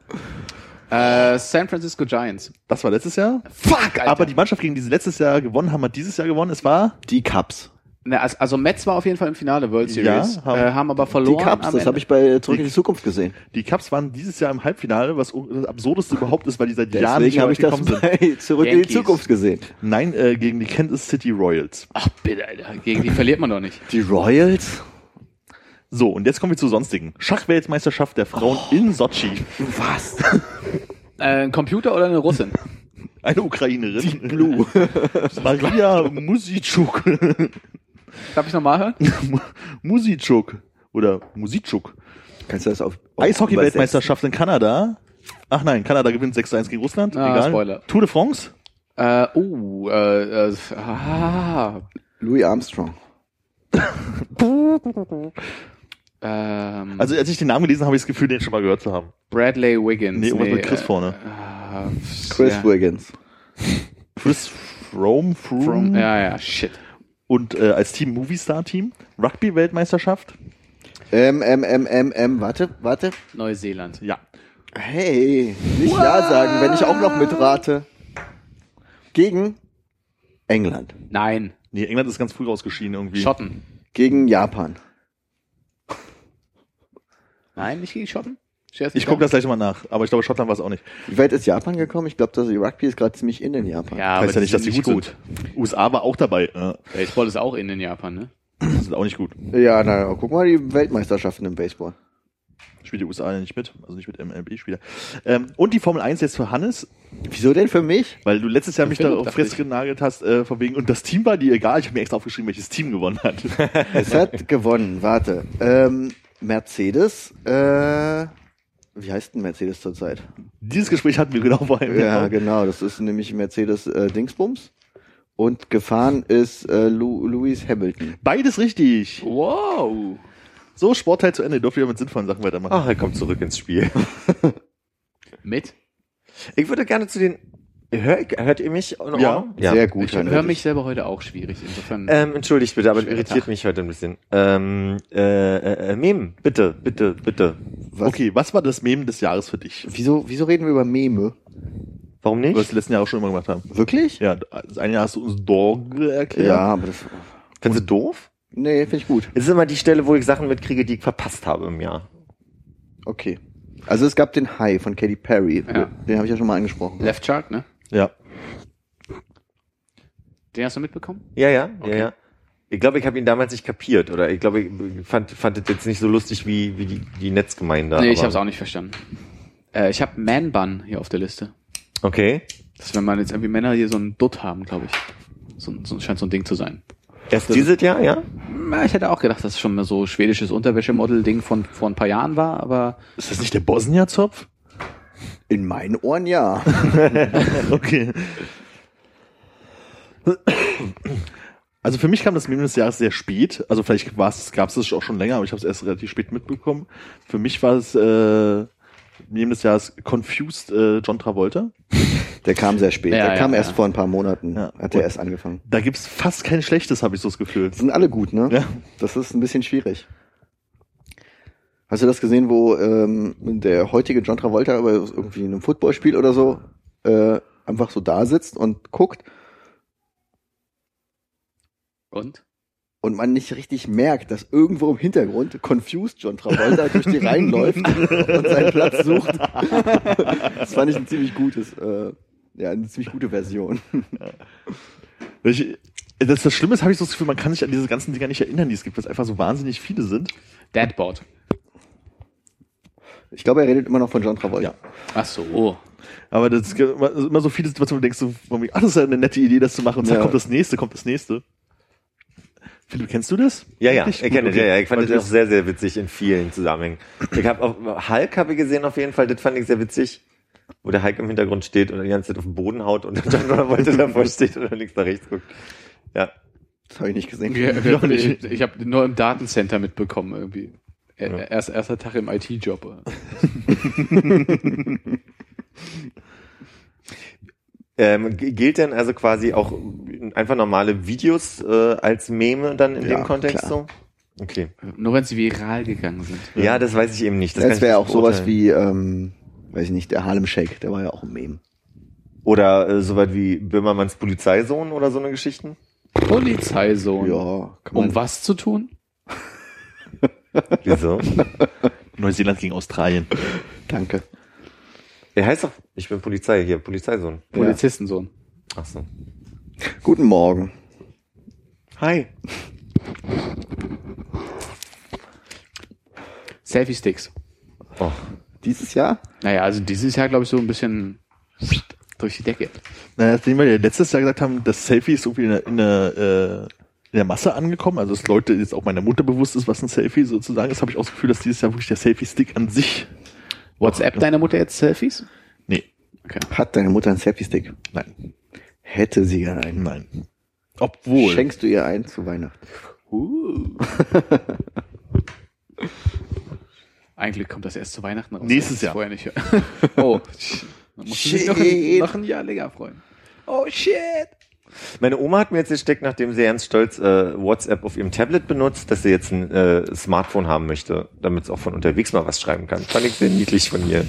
äh, San Francisco Giants. Das war letztes Jahr. Fuck, Alter. Aber die Mannschaft, gegen die sie letztes Jahr gewonnen haben, hat dieses Jahr gewonnen. Es war Die Cubs. Ne, als- also Mets war auf jeden Fall im Finale World Ja, Series, haben- äh, haben aber Die verloren. Cubs, am das Ende. habe ich bei Zurück in Die- die Zukunft gesehen. Die Cubs waren dieses Jahr im Halbfinale, was un- das absurdeste überhaupt ist, weil die seit Jahren nicht Deswegen habe ich das gekommen sind. bei Zurück in die Yankees. Zukunft gesehen. Nein, äh, gegen die Kansas City Royals. Ach bitte, Alter. Gegen die verliert man doch nicht. Die Royals? So, und jetzt kommen wir zu sonstigen. Schachweltmeisterschaft der Frauen Oh. in Sochi. Was? Äh, ein Computer oder eine Russin? Eine Ukrainerin. Die Blue. Maria Musitschuk. Darf ich nochmal hören? Mu- Musitschuk. Oder Musitschuk. Kannst du das auf, Oh, Oh, auf Eishockey-Weltmeisterschaft in Kanada. Ach nein, Kanada gewinnt 6-1 gegen Russland. Ah, Egal. Spoiler. Tour de France. Äh, oh, äh, äh, ah, übersetzen? Louis Armstrong. ähm, also, Also als ich den Namen gelesen habe, habe ich das Gefühl, den schon mal gehört zu haben. Bradley Wiggins. Nee, irgendwas mit Chris vorne. Äh, Chris ja. Wiggins. Chris Frome, Froome. From, ja, ja, shit. und äh, als Team Movie-Star-Team. Rugby-Weltmeisterschaft. Ähm, ähm, ähm, ähm, ähm, warte, warte. Neuseeland. Ja. Hey, nicht Ja sagen, wenn ich auch noch mitrate. Gegen England. Nein, Nee, England ist ganz früh rausgeschieden irgendwie. Schotten. Gegen Japan. Nein, nicht gegen Schotten? Scherz nicht Ich gucke an? das gleich nochmal nach, aber ich glaube, Schottland war es auch nicht. Wie weit ist Japan gekommen? Ich glaube, dass die Rugby ist gerade ziemlich in in Japan. Ja, aber heißt ja die nicht, dass die sind gut, sind. USA war auch dabei. Ja, Baseball ist auch in den Japan, ne? das ist auch nicht gut. Ja, na, guck mal die Weltmeisterschaften im Baseball. Spielt die USA ja nicht mit, also nicht mit MLB-Spieler. Ähm, und die Formel 1 jetzt für Hannes, Wieso denn für mich? weil du letztes Jahr mich Philipp, da auf dachte Fresse ich. genagelt hast, äh, von wegen, und das Team war dir egal, ich habe mir extra aufgeschrieben, welches Team gewonnen hat. Es hat gewonnen, warte. Ähm, Mercedes, äh, wie heißt denn Mercedes zurzeit? Dieses Gespräch hatten wir genau vorhin. Ja, genau, das ist nämlich Mercedes äh, Dingsbums. Und gefahren ist äh, Lu Lewis Hamilton. Beides richtig. Wow. So, Sportteil zu Ende, dürfen wir mit sinnvollen Sachen weitermachen. Ach, er kommt zurück ins Spiel. Mit? Ich würde gerne zu den. Hör, hört ihr mich? in Ja. Äh. Ordnung? Sehr gut. Ich Herr höre Nötig. mich selber heute auch schwierig, insofern. Ähm, entschuldigt bitte, aber es Schwerer irritiert Tag. mich heute ein bisschen. Ähm, äh, äh, äh, Mem, bitte, bitte, bitte. Was, okay. Okay, was war das Meme des Jahres für dich? Wieso, wieso reden wir über Meme? Warum Was wir das nicht? letzten Jahr auch schon immer gemacht haben. Wirklich? Ja, das eine Jahr hast du uns Dog erklärt. Ja, aber das, Findest du doof? Nee, finde ich gut. Es ist immer die Stelle, wo ich Sachen mitkriege, die ich verpasst habe im Jahr. Okay. Also es gab den High von Katy Perry. Ja. Den habe ich ja schon mal angesprochen. Left Shark, ne? Ja. Den hast du mitbekommen? Ja, ja, Okay. ja, ja. Ich glaube, ich habe ihn damals nicht kapiert oder ich glaube, ich fand, fand das jetzt nicht so lustig wie, wie die, die Netzgemeinde. nee, ich aber- habe es auch nicht verstanden. Äh, ich habe Man Bun hier auf der Liste. Okay. Das ist, wenn man jetzt irgendwie Männer hier so einen Dutt haben, glaube ich. So, ein- so ein- scheint so ein Ding zu sein. Erst dieses Jahr, ja? Na, ich hätte auch gedacht, dass es schon mal so schwedisches Unterwäschemodel-Ding von vor ein paar Jahren war, aber Ist das nicht der Bosnia-Zopf? In meinen Ohren ja. Okay. Also für mich kam das Meme des Jahres sehr spät. Also vielleicht gab es es auch schon länger, aber ich habe es erst relativ spät mitbekommen. Für mich war es äh, Meme des Jahres Confused äh, John Travolta. Der kam sehr spät. Ja, der ja, kam ja. erst vor ein paar Monaten. Ja. Hat er Und- erst angefangen. Da gibt's fast kein schlechtes, habe ich so das Gefühl. Das sind alle gut, ne? Ja. Das ist ein bisschen schwierig. Hast du das gesehen, wo ähm, der heutige John Travolta bei irgendwie einem Footballspiel oder so äh, einfach so da sitzt und guckt und? und man nicht richtig merkt, dass irgendwo im Hintergrund confused John Travolta durch die Reihen läuft und seinen Platz sucht. das fand ich ein ziemlich gutes, äh, ja, eine ziemlich gute Version. Ich, das, das Schlimme ist, habe ich so das Gefühl, man kann sich an diese ganzen Dinger nicht erinnern, die es gibt, weil es einfach so wahnsinnig viele sind. Dadboard. Ich glaube, er redet immer noch von John Travolta. Ja. Ach so. Oh. Aber das ist immer, das sind immer so viele Situationen, wo du denkst, so, von wegen, ach, das ist ja eine nette Idee, das zu machen. Und zack, Ja. kommt das nächste, kommt das nächste. Philipp, kennst du das? Ja, ja, Wirklich? ich kenne Gut, das, ja, okay. ja. Ich fand Weil das auch sehr, sehr witzig in vielen Zusammenhängen. Ich habe auch Hulk habe ich gesehen auf jeden Fall, das fand ich sehr witzig. Wo der Hulk im Hintergrund steht und die ganze Zeit auf den Boden haut und dann wollte davor steht und dann links nach rechts guckt. Ja. Das habe ich nicht gesehen. auch nicht. Ich, ich habe nur im Datencenter mitbekommen irgendwie. Er- Ja. Erst, erster Tag im IT-Job. Ähm, g- gilt denn also quasi auch einfach normale Videos äh, als Meme dann in Ja, dem Kontext klar. so? Okay. Nur wenn sie viral gegangen sind. Ja, das weiß ich eben nicht. Das, kann ich wäre auch nicht sowas wie, ähm, beurteilen. weiß ich nicht, der Harlem Shake, der war ja auch ein Meme. Oder äh, sowas wie Böhmermanns Polizeisohn oder so eine Geschichten? Polizeisohn. Ja, kann man. Um was zu tun? Wieso? Neuseeland gegen Australien. Danke. Er heißt doch, ich bin Polizei hier, Polizeisohn. Polizistensohn. Ach so. Guten Morgen. Hi. Selfie-Sticks. Oh. Dieses Jahr? Naja, also dieses Jahr, glaube ich, so ein bisschen durch die Decke. Na, nachdem wir ja letztes Jahr gesagt haben, das Selfie ist irgendwie in der, in der, äh, in der Masse angekommen, also dass Leute jetzt auch meiner Mutter bewusst ist, was ein Selfie sozusagen ist, habe ich auch das Gefühl, dass dieses Jahr wirklich der Selfie-Stick an sich. WhatsApp deiner Mutter jetzt Selfies? Nee, Okay. Hat deine Mutter einen Selfie-Stick? nein, Hätte sie gerne einen. nein. Obwohl. Schenkst du ihr einen zu Weihnachten? Eigentlich kommt das erst zu Weihnachten raus. Das Nächstes ist Jahr. Vorher nicht. Oh. Dann musst du dich noch, ein- Shit. noch ein Jahr länger freuen. Oh shit! Meine Oma hat mir jetzt gesteckt, nachdem sie ganz stolz äh, WhatsApp auf ihrem Tablet benutzt, dass sie jetzt ein äh, Smartphone haben möchte, damit es auch von unterwegs mal was schreiben kann. Fand ich sehr niedlich von ihr.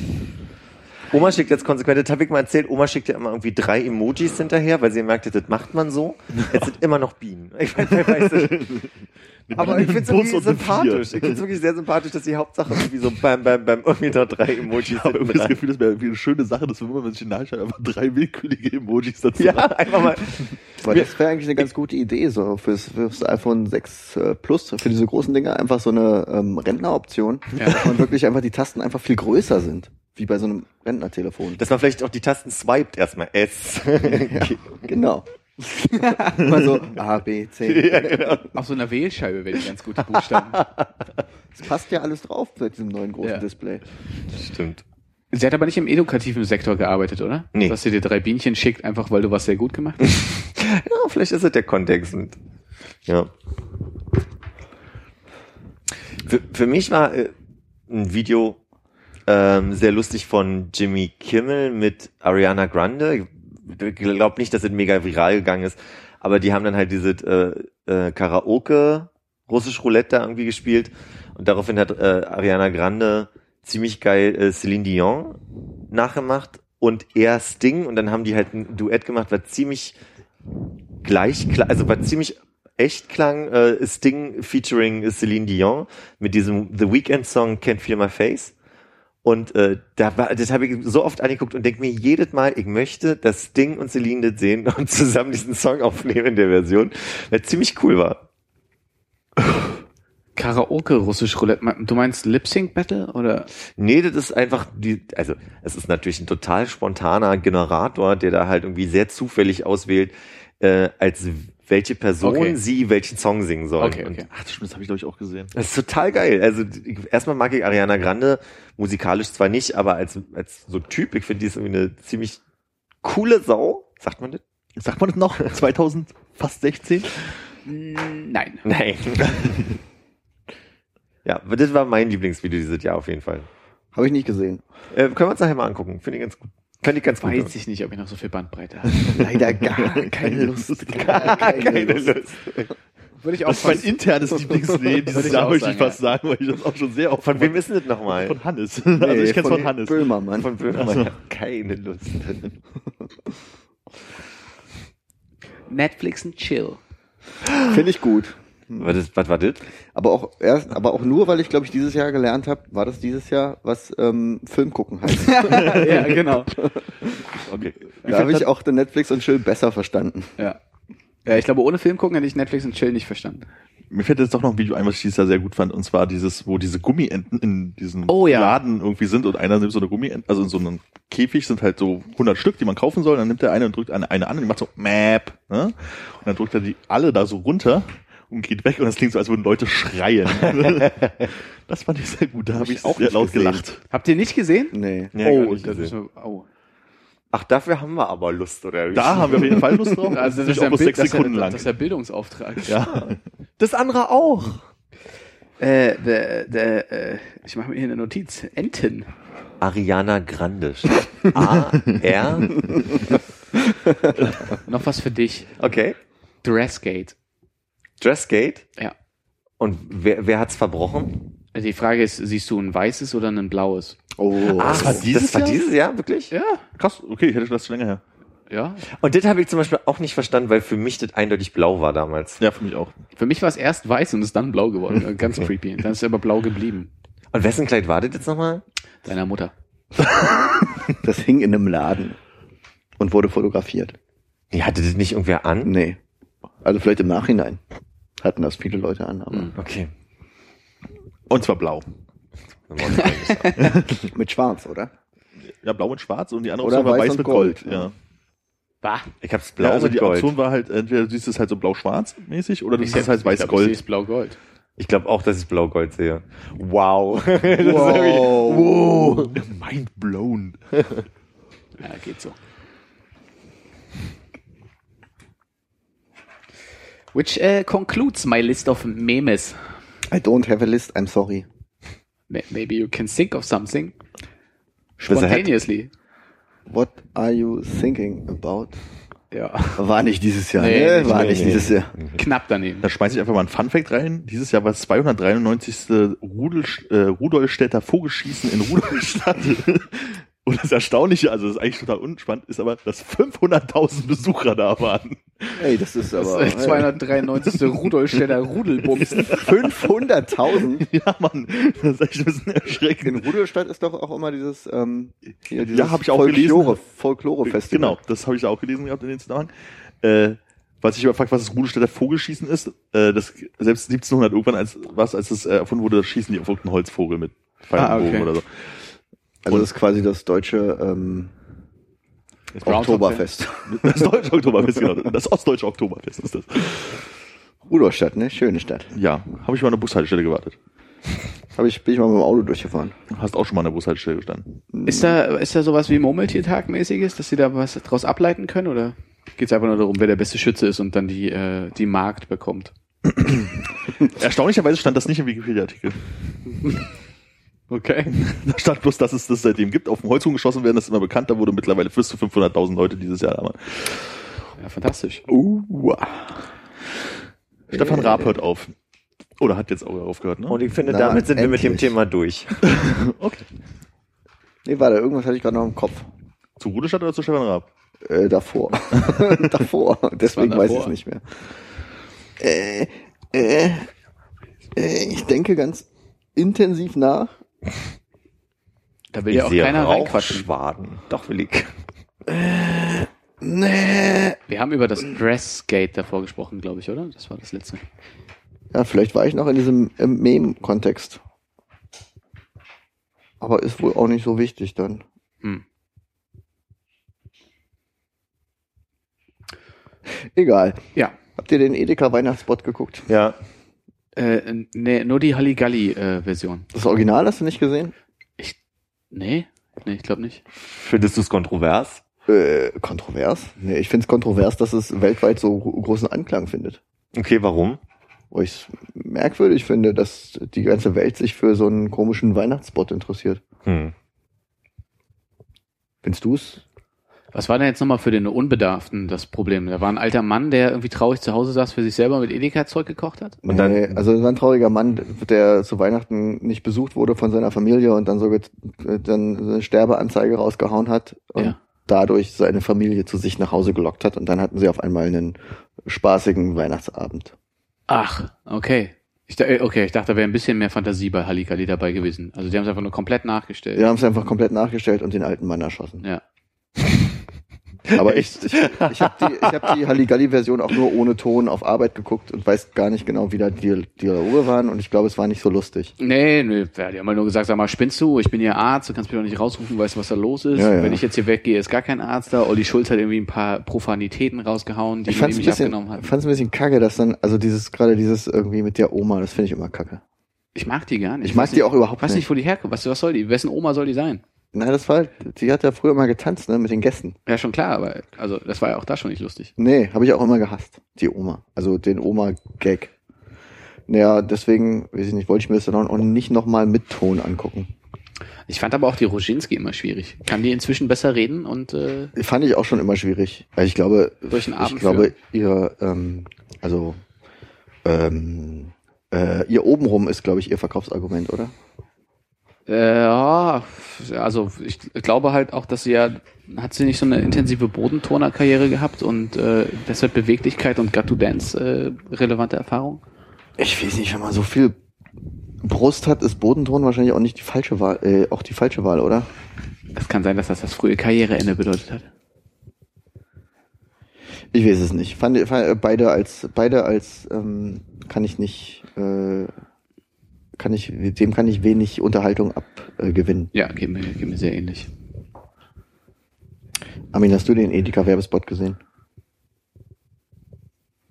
Oma schickt jetzt konsequent, das habe ich mal erzählt, Oma schickt ja immer irgendwie drei Emojis hinterher, weil sie merkte, das macht man so. Jetzt sind immer noch Bienen. Ich weiß, ich weiß nicht. Aber ich finde es Bus irgendwie und eine Vier. sympathisch. Ich finde es wirklich sehr sympathisch, dass die Hauptsache irgendwie so beim, beim, beim irgendwie noch drei Ich Emojis hinten habe irgendwie das dran. Gefühl, das wäre irgendwie eine schöne Sache, dass wenn man sich nachschaut, einfach drei willkürliche Emojis dazu Ja, hat. einfach mal. Aber das wäre eigentlich eine ganz gute Idee, so fürs, fürs iPhone 6 äh, Plus, für diese großen Dinger einfach so eine ähm, Rentneroption, Ja. dass man wirklich einfach die Tasten einfach viel größer sind, wie bei so einem Rentnertelefon. Dass man vielleicht auch die Tasten swiped erstmal. S. Genau. Mal so A, B, C. Auf so einer Wählscheibe wäre die ganz gute Buchstaben. Es passt ja alles drauf bei diesem neuen großen Ja. Display. Stimmt. Sie hat aber nicht im edukativen Sektor gearbeitet, oder? Nee. Dass sie dir drei Bienchen schickt, einfach weil du was sehr gut gemacht hast. Ja, vielleicht ist es der Kontext. mit- Ja. Für, für mich war äh, ein Video ähm, sehr lustig von Jimmy Kimmel mit Ariana Grande. Ich glaube nicht, dass es mega viral gegangen ist, aber die haben dann halt dieses äh, äh, Karaoke russisch Roulette da irgendwie gespielt und daraufhin hat äh, Ariana Grande ziemlich geil äh, Celine Dion nachgemacht und er Sting und dann haben die halt ein Duett gemacht, was ziemlich gleich, kla- also war ziemlich Echtklang äh, Sting featuring Celine Dion mit diesem The Weeknd Song Can't Feel My Face. Und äh, da war, das habe ich so oft angeguckt und denke mir jedes Mal, ich möchte, dass Sting und Celine das sehen und zusammen diesen Song aufnehmen in der Version, weil ziemlich cool war. Karaoke russisch Roulette. Me- Du meinst Lip Sync Battle oder? Nee, das ist einfach die, also es ist natürlich ein total spontaner Generator, der da halt irgendwie sehr zufällig auswählt, äh, als welche Person Okay. sie welchen Song singen soll. Okay, okay. Ach, das stimmt, das habe ich glaube ich auch gesehen. Das ist total geil. Also ich, erstmal mag ich Ariana Grande, musikalisch zwar nicht, aber als, als so Typ, ich finde die ist irgendwie eine ziemlich coole Sau. Sagt man das? Sagt man das noch? 2000 fast 16? Nein. Nein. ja, aber das war mein Lieblingsvideo dieses Jahr auf jeden Fall. Habe ich nicht gesehen. Äh, können wir uns nachher mal angucken. Finde ich ganz gut. Kann ich ganz gut. Weiß ich nicht, ob ich noch so viel Bandbreite habe. Leider gar keine Lust. Gar Keine Lust. Würde ich auch Das ist mein fast- internes Lieblingsleben Würde dieses ich Jahr, auch möchte ich sagen, fast sagen, weil ich das auch schon sehr oft Von wem ist denn das nochmal? Von Hannes. also ich kenn's von, Hannes. Böhmermann. Von Böhmermann. Keine Lust. Netflix und Chill. Finde ich gut. was, ist, was war das? Aber auch erst, aber auch nur, weil ich glaube ich dieses Jahr gelernt habe, war das dieses Jahr, was ähm, Film gucken heißt. ja, genau. Okay. da habe ich auch den Netflix und Chill besser verstanden. Ja. ja. Ich glaube, ohne Film gucken hätte ich Netflix und Chill nicht verstanden. Mir fällt jetzt doch noch ein Video ein, was ich dieses Jahr sehr gut fand, und zwar dieses, wo diese Gummienten in diesem Oh ja. Laden irgendwie sind und einer nimmt so eine Gummiente, also in so einem Käfig sind halt so 100 Stück, die man kaufen soll, dann nimmt der eine und drückt eine, eine an und die macht so Map, ne? Und dann drückt er die alle da so runter und geht weg und das klingt so, als würden Leute schreien. das fand ich sehr gut, da habe ich auch sehr nicht laut gesehen. gelacht. Habt ihr nicht gesehen? Nee. Ja, gar nicht das gesehen. müssen wir, oh. Ach, dafür haben wir aber Lust, oder? wie? Da haben wir auf jeden Fall Lust drauf. Also das Nicht ist ja auch ein bloß Bild, sechs das ist ja- Sekunden Das ist lang. ja Bildungsauftrag. Ja. das andere auch. Äh, der, der, äh, ich mache mir hier eine Notiz. Enten. Ariana Grande. A, R. Noch was für dich. Okay. Dressgate. Dressgate. Ja. Und wer, wer hat's verbrochen? Also Die Frage ist, siehst du ein weißes oder ein blaues? Oh. Ach, war dieses Ah, das war Jahr? dieses Jahr, wirklich? Ja. Krass, okay, ich hätte das schon länger her. Ja. Und das habe ich zum Beispiel auch nicht verstanden, weil für mich das eindeutig blau war damals. Ja, für mich auch. Für mich war es erst weiß und ist dann blau geworden. Ganz creepy. Dann ist es aber blau geblieben. Und wessen Kleid war das jetzt nochmal? Deiner Mutter. Das hing in einem Laden und wurde fotografiert. Nee, hatte das nicht irgendwer an? Nee. Also vielleicht im Nachhinein hatten das viele Leute an, aber Mhm. Okay. Und zwar blau. mit Schwarz, oder? Ja, blau und schwarz und die andere Oder Option war weiß weiß, und mit Gold. Gold, ja. Ja. Bah. Ich hab's blau Ja, also mit die Gold. Option war halt, entweder du siehst es halt so blau-schwarz mäßig oder du Ich siehst es glaub, ich glaub, Ich halt weiß-gold. sehe blau-gold. Ich glaube auch, dass ich blau-gold sehe. Wow. Das ist wirklich- Wow. Mind blown. Ja, geht so. Which äh, concludes my list of memes. I don't have a list, I'm sorry. Ma- Maybe you can think of something Was er hat- spontaneously. What are you thinking about? Ja. War nicht dieses Jahr, Nee, ne? nicht, War nee, nicht nee. dieses Jahr. Knapp daneben. Da schmeiß ich einfach mal ein Funfact rein. Dieses Jahr war das 293. Rudel, äh, Rudolstädter Vogelschießen in Rudolstadt. Und das Erstaunliche, also das ist eigentlich total unspannend, ist aber, dass 500.000 Besucher da waren. Ey, das ist Das aber ist äh, 293. Rudolstädter Rudelbums. 500.000. Ja, Mann, das ist echt ein bisschen In erschreckend. Rudolstadt ist doch auch immer dieses, ähm, hier, dieses Ja, hab ich auch Folklore, gelesen. Folklore-Festival. Genau, das habe ich da auch gelesen gehabt in dem Zusammenhang. Äh, was ich überfragt, was das Rudelstädter Vogelschießen ist, äh, das selbst 1700 irgendwann als was als es äh, erfunden wurde, schießen die auf irgendeinen Holzvogel mit Pfeilen Ah, und Bogen okay. oder so. Also das ist quasi das deutsche ähm, Oktoberfest. Das deutsche Oktoberfest, genau. Das ostdeutsche Oktoberfest ist das. Rudolstadt, ne? Schöne Stadt. Ja, habe ich mal an der Bushaltestelle gewartet. Hab ich, bin ich mal mit dem Auto durchgefahren. Hast auch schon mal an der Bushaltestelle gestanden. Ist da, ist da sowas wie Murmeltiertag-mäßiges, dass sie da was draus ableiten können? Oder geht's einfach nur darum, wer der beste Schütze ist und dann die, äh, die Markt bekommt? Erstaunlicherweise stand das nicht im Wikipedia-Artikel. Okay. Da stand bloß, dass es das seitdem gibt. Auf dem Holzhuhn geschossen werden, das ist immer bekannter, wurde mittlerweile bis zu 500.000 Leute dieses Jahr da waren. Ja, fantastisch. Uh. Äh. Stefan Raab hört auf. Oder hat jetzt auch aufgehört, ne? Und ich finde, Na, damit sind wir mit dem endlich. Thema durch. Nee, warte, irgendwas hatte ich gerade noch im Kopf. zu Rudestadt oder zu Stefan Raab? Äh, davor. davor. Deswegen weiß ich davor. es nicht mehr. äh, äh, äh, ich denke ganz intensiv nach. Da will ja auch keiner reinquatschen. Rauchschwaden. Doch, Willig. Nee. Wir haben über das Dressgate davor gesprochen, glaube ich, oder? Das war das letzte. Ja, vielleicht war ich noch in diesem ähm, Meme-Kontext. Aber ist wohl auch nicht so wichtig dann. Hm. Egal. Ja. Habt ihr den Edeka-Weihnachtsspot geguckt? Ja. Äh, nee, nur die äh, Halligalli-Version. Das Original hast du nicht gesehen? nee? Nee, ich glaube nicht. Findest du es kontrovers? Äh, kontrovers? Nee, ich finde es kontrovers, dass es weltweit so gro- großen Anklang findet. Okay, warum? Wo ich es merkwürdig finde, dass die ganze Welt sich für so einen komischen Weihnachtsspot interessiert. Hm. Findest du's? Was war denn jetzt nochmal für den Unbedarften das Problem? Da war ein alter Mann, der irgendwie traurig zu Hause saß, für sich selber mit Edeka-Zeug gekocht hat? Und dann- nee, also es war ein trauriger Mann, der zu Weihnachten nicht besucht wurde von seiner Familie und dann so get- äh, dann eine Sterbeanzeige rausgehauen hat und Ja. dadurch seine Familie zu sich nach Hause gelockt hat und dann hatten sie auf einmal einen spaßigen Weihnachtsabend. Ach, okay. Ich, da- äh, okay, ich dachte, da wäre ein bisschen mehr Fantasie bei Halligalli dabei gewesen. Also die haben es einfach nur komplett nachgestellt. Wir haben es einfach komplett nachgestellt und den alten Mann erschossen. Ja. Aber ich, ich, ich habe die, ich hab die Halligalli-Version auch nur ohne Ton auf Arbeit geguckt und weiß gar nicht genau, wie da die Dialoge waren und ich glaube, es war nicht so lustig. Nee, nee, ja, die haben halt nur gesagt, sag mal, spinnst du? Ich bin hier Arzt, du kannst mich doch nicht rausrufen, weißt du, was da los ist. Ja, ja. Wenn ich jetzt hier weggehe, ist gar kein Arzt da. Olli Schulz hat irgendwie ein paar Profanitäten rausgehauen, die Ich man fand's ihm ein, nicht bisschen, abgenommen hat. fand's ein bisschen kacke, dass dann, also dieses, gerade dieses irgendwie mit der Oma, das finde ich immer kacke. Ich mag die gar nicht. Ich mag weiß die nicht- auch überhaupt weiß nicht. nicht, wo die herkommt. Was, was soll die? Wessen Oma soll die sein? Nein, das war, halt- die hat ja früher immer getanzt, ne, mit den Gästen. Ja, schon klar, aber also das war ja auch da schon nicht lustig. Nee, habe ich auch immer gehasst, die Oma. Also den Oma-Gag. Naja, deswegen, weiß ich nicht, wollte ich mir das dann auch nicht nochmal mit Ton angucken. Ich fand aber auch die Roginski immer schwierig. Kann die inzwischen besser reden und äh, Fand ich auch schon immer schwierig. Weil ich glaube, Durch den Abend ich glaube, ihr, ähm, also, ähm, äh, ihr obenrum ist, glaube ich, ihr Verkaufsargument, oder? äh, ja, also ich glaube halt auch, dass sie ja hat sie nicht so eine intensive Bodenturner-Karriere gehabt und äh, deshalb Beweglichkeit und Gattu Dance äh, relevante Erfahrung. Ich weiß nicht, wenn man so viel Brust hat, ist Bodenton wahrscheinlich auch nicht die falsche Wahl, äh, auch die falsche Wahl, oder? Es kann sein, dass das das frühe Karriereende bedeutet hat. Ich weiß es nicht. Fand, fand äh, beide als beide als ähm, kann ich nicht äh, kann ich dem kann ich wenig Unterhaltung abgewinnen. Äh, gewinnen. Ja, geht mir, geht mir sehr ähnlich. Äh, Armin, hast du den Edeka Werbespot gesehen?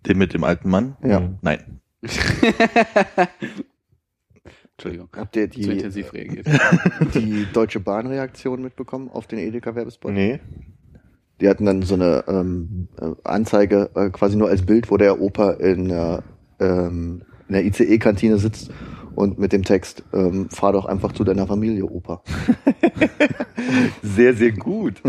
Den mit dem alten Mann? Ja. Mhm. Nein. Entschuldigung. Habt ihr Zu die, intensiv reagiert. die Deutsche Bahn Reaktion mitbekommen auf den Edeka Werbespot? Nee. Die hatten dann so eine ähm, äh, Anzeige äh, quasi nur als Bild, wo der Opa in einer, ähm, in der ICE-Kantine sitzt und mit dem Text ähm, fahr doch einfach zu deiner Familie, Opa. Sehr, sehr gut.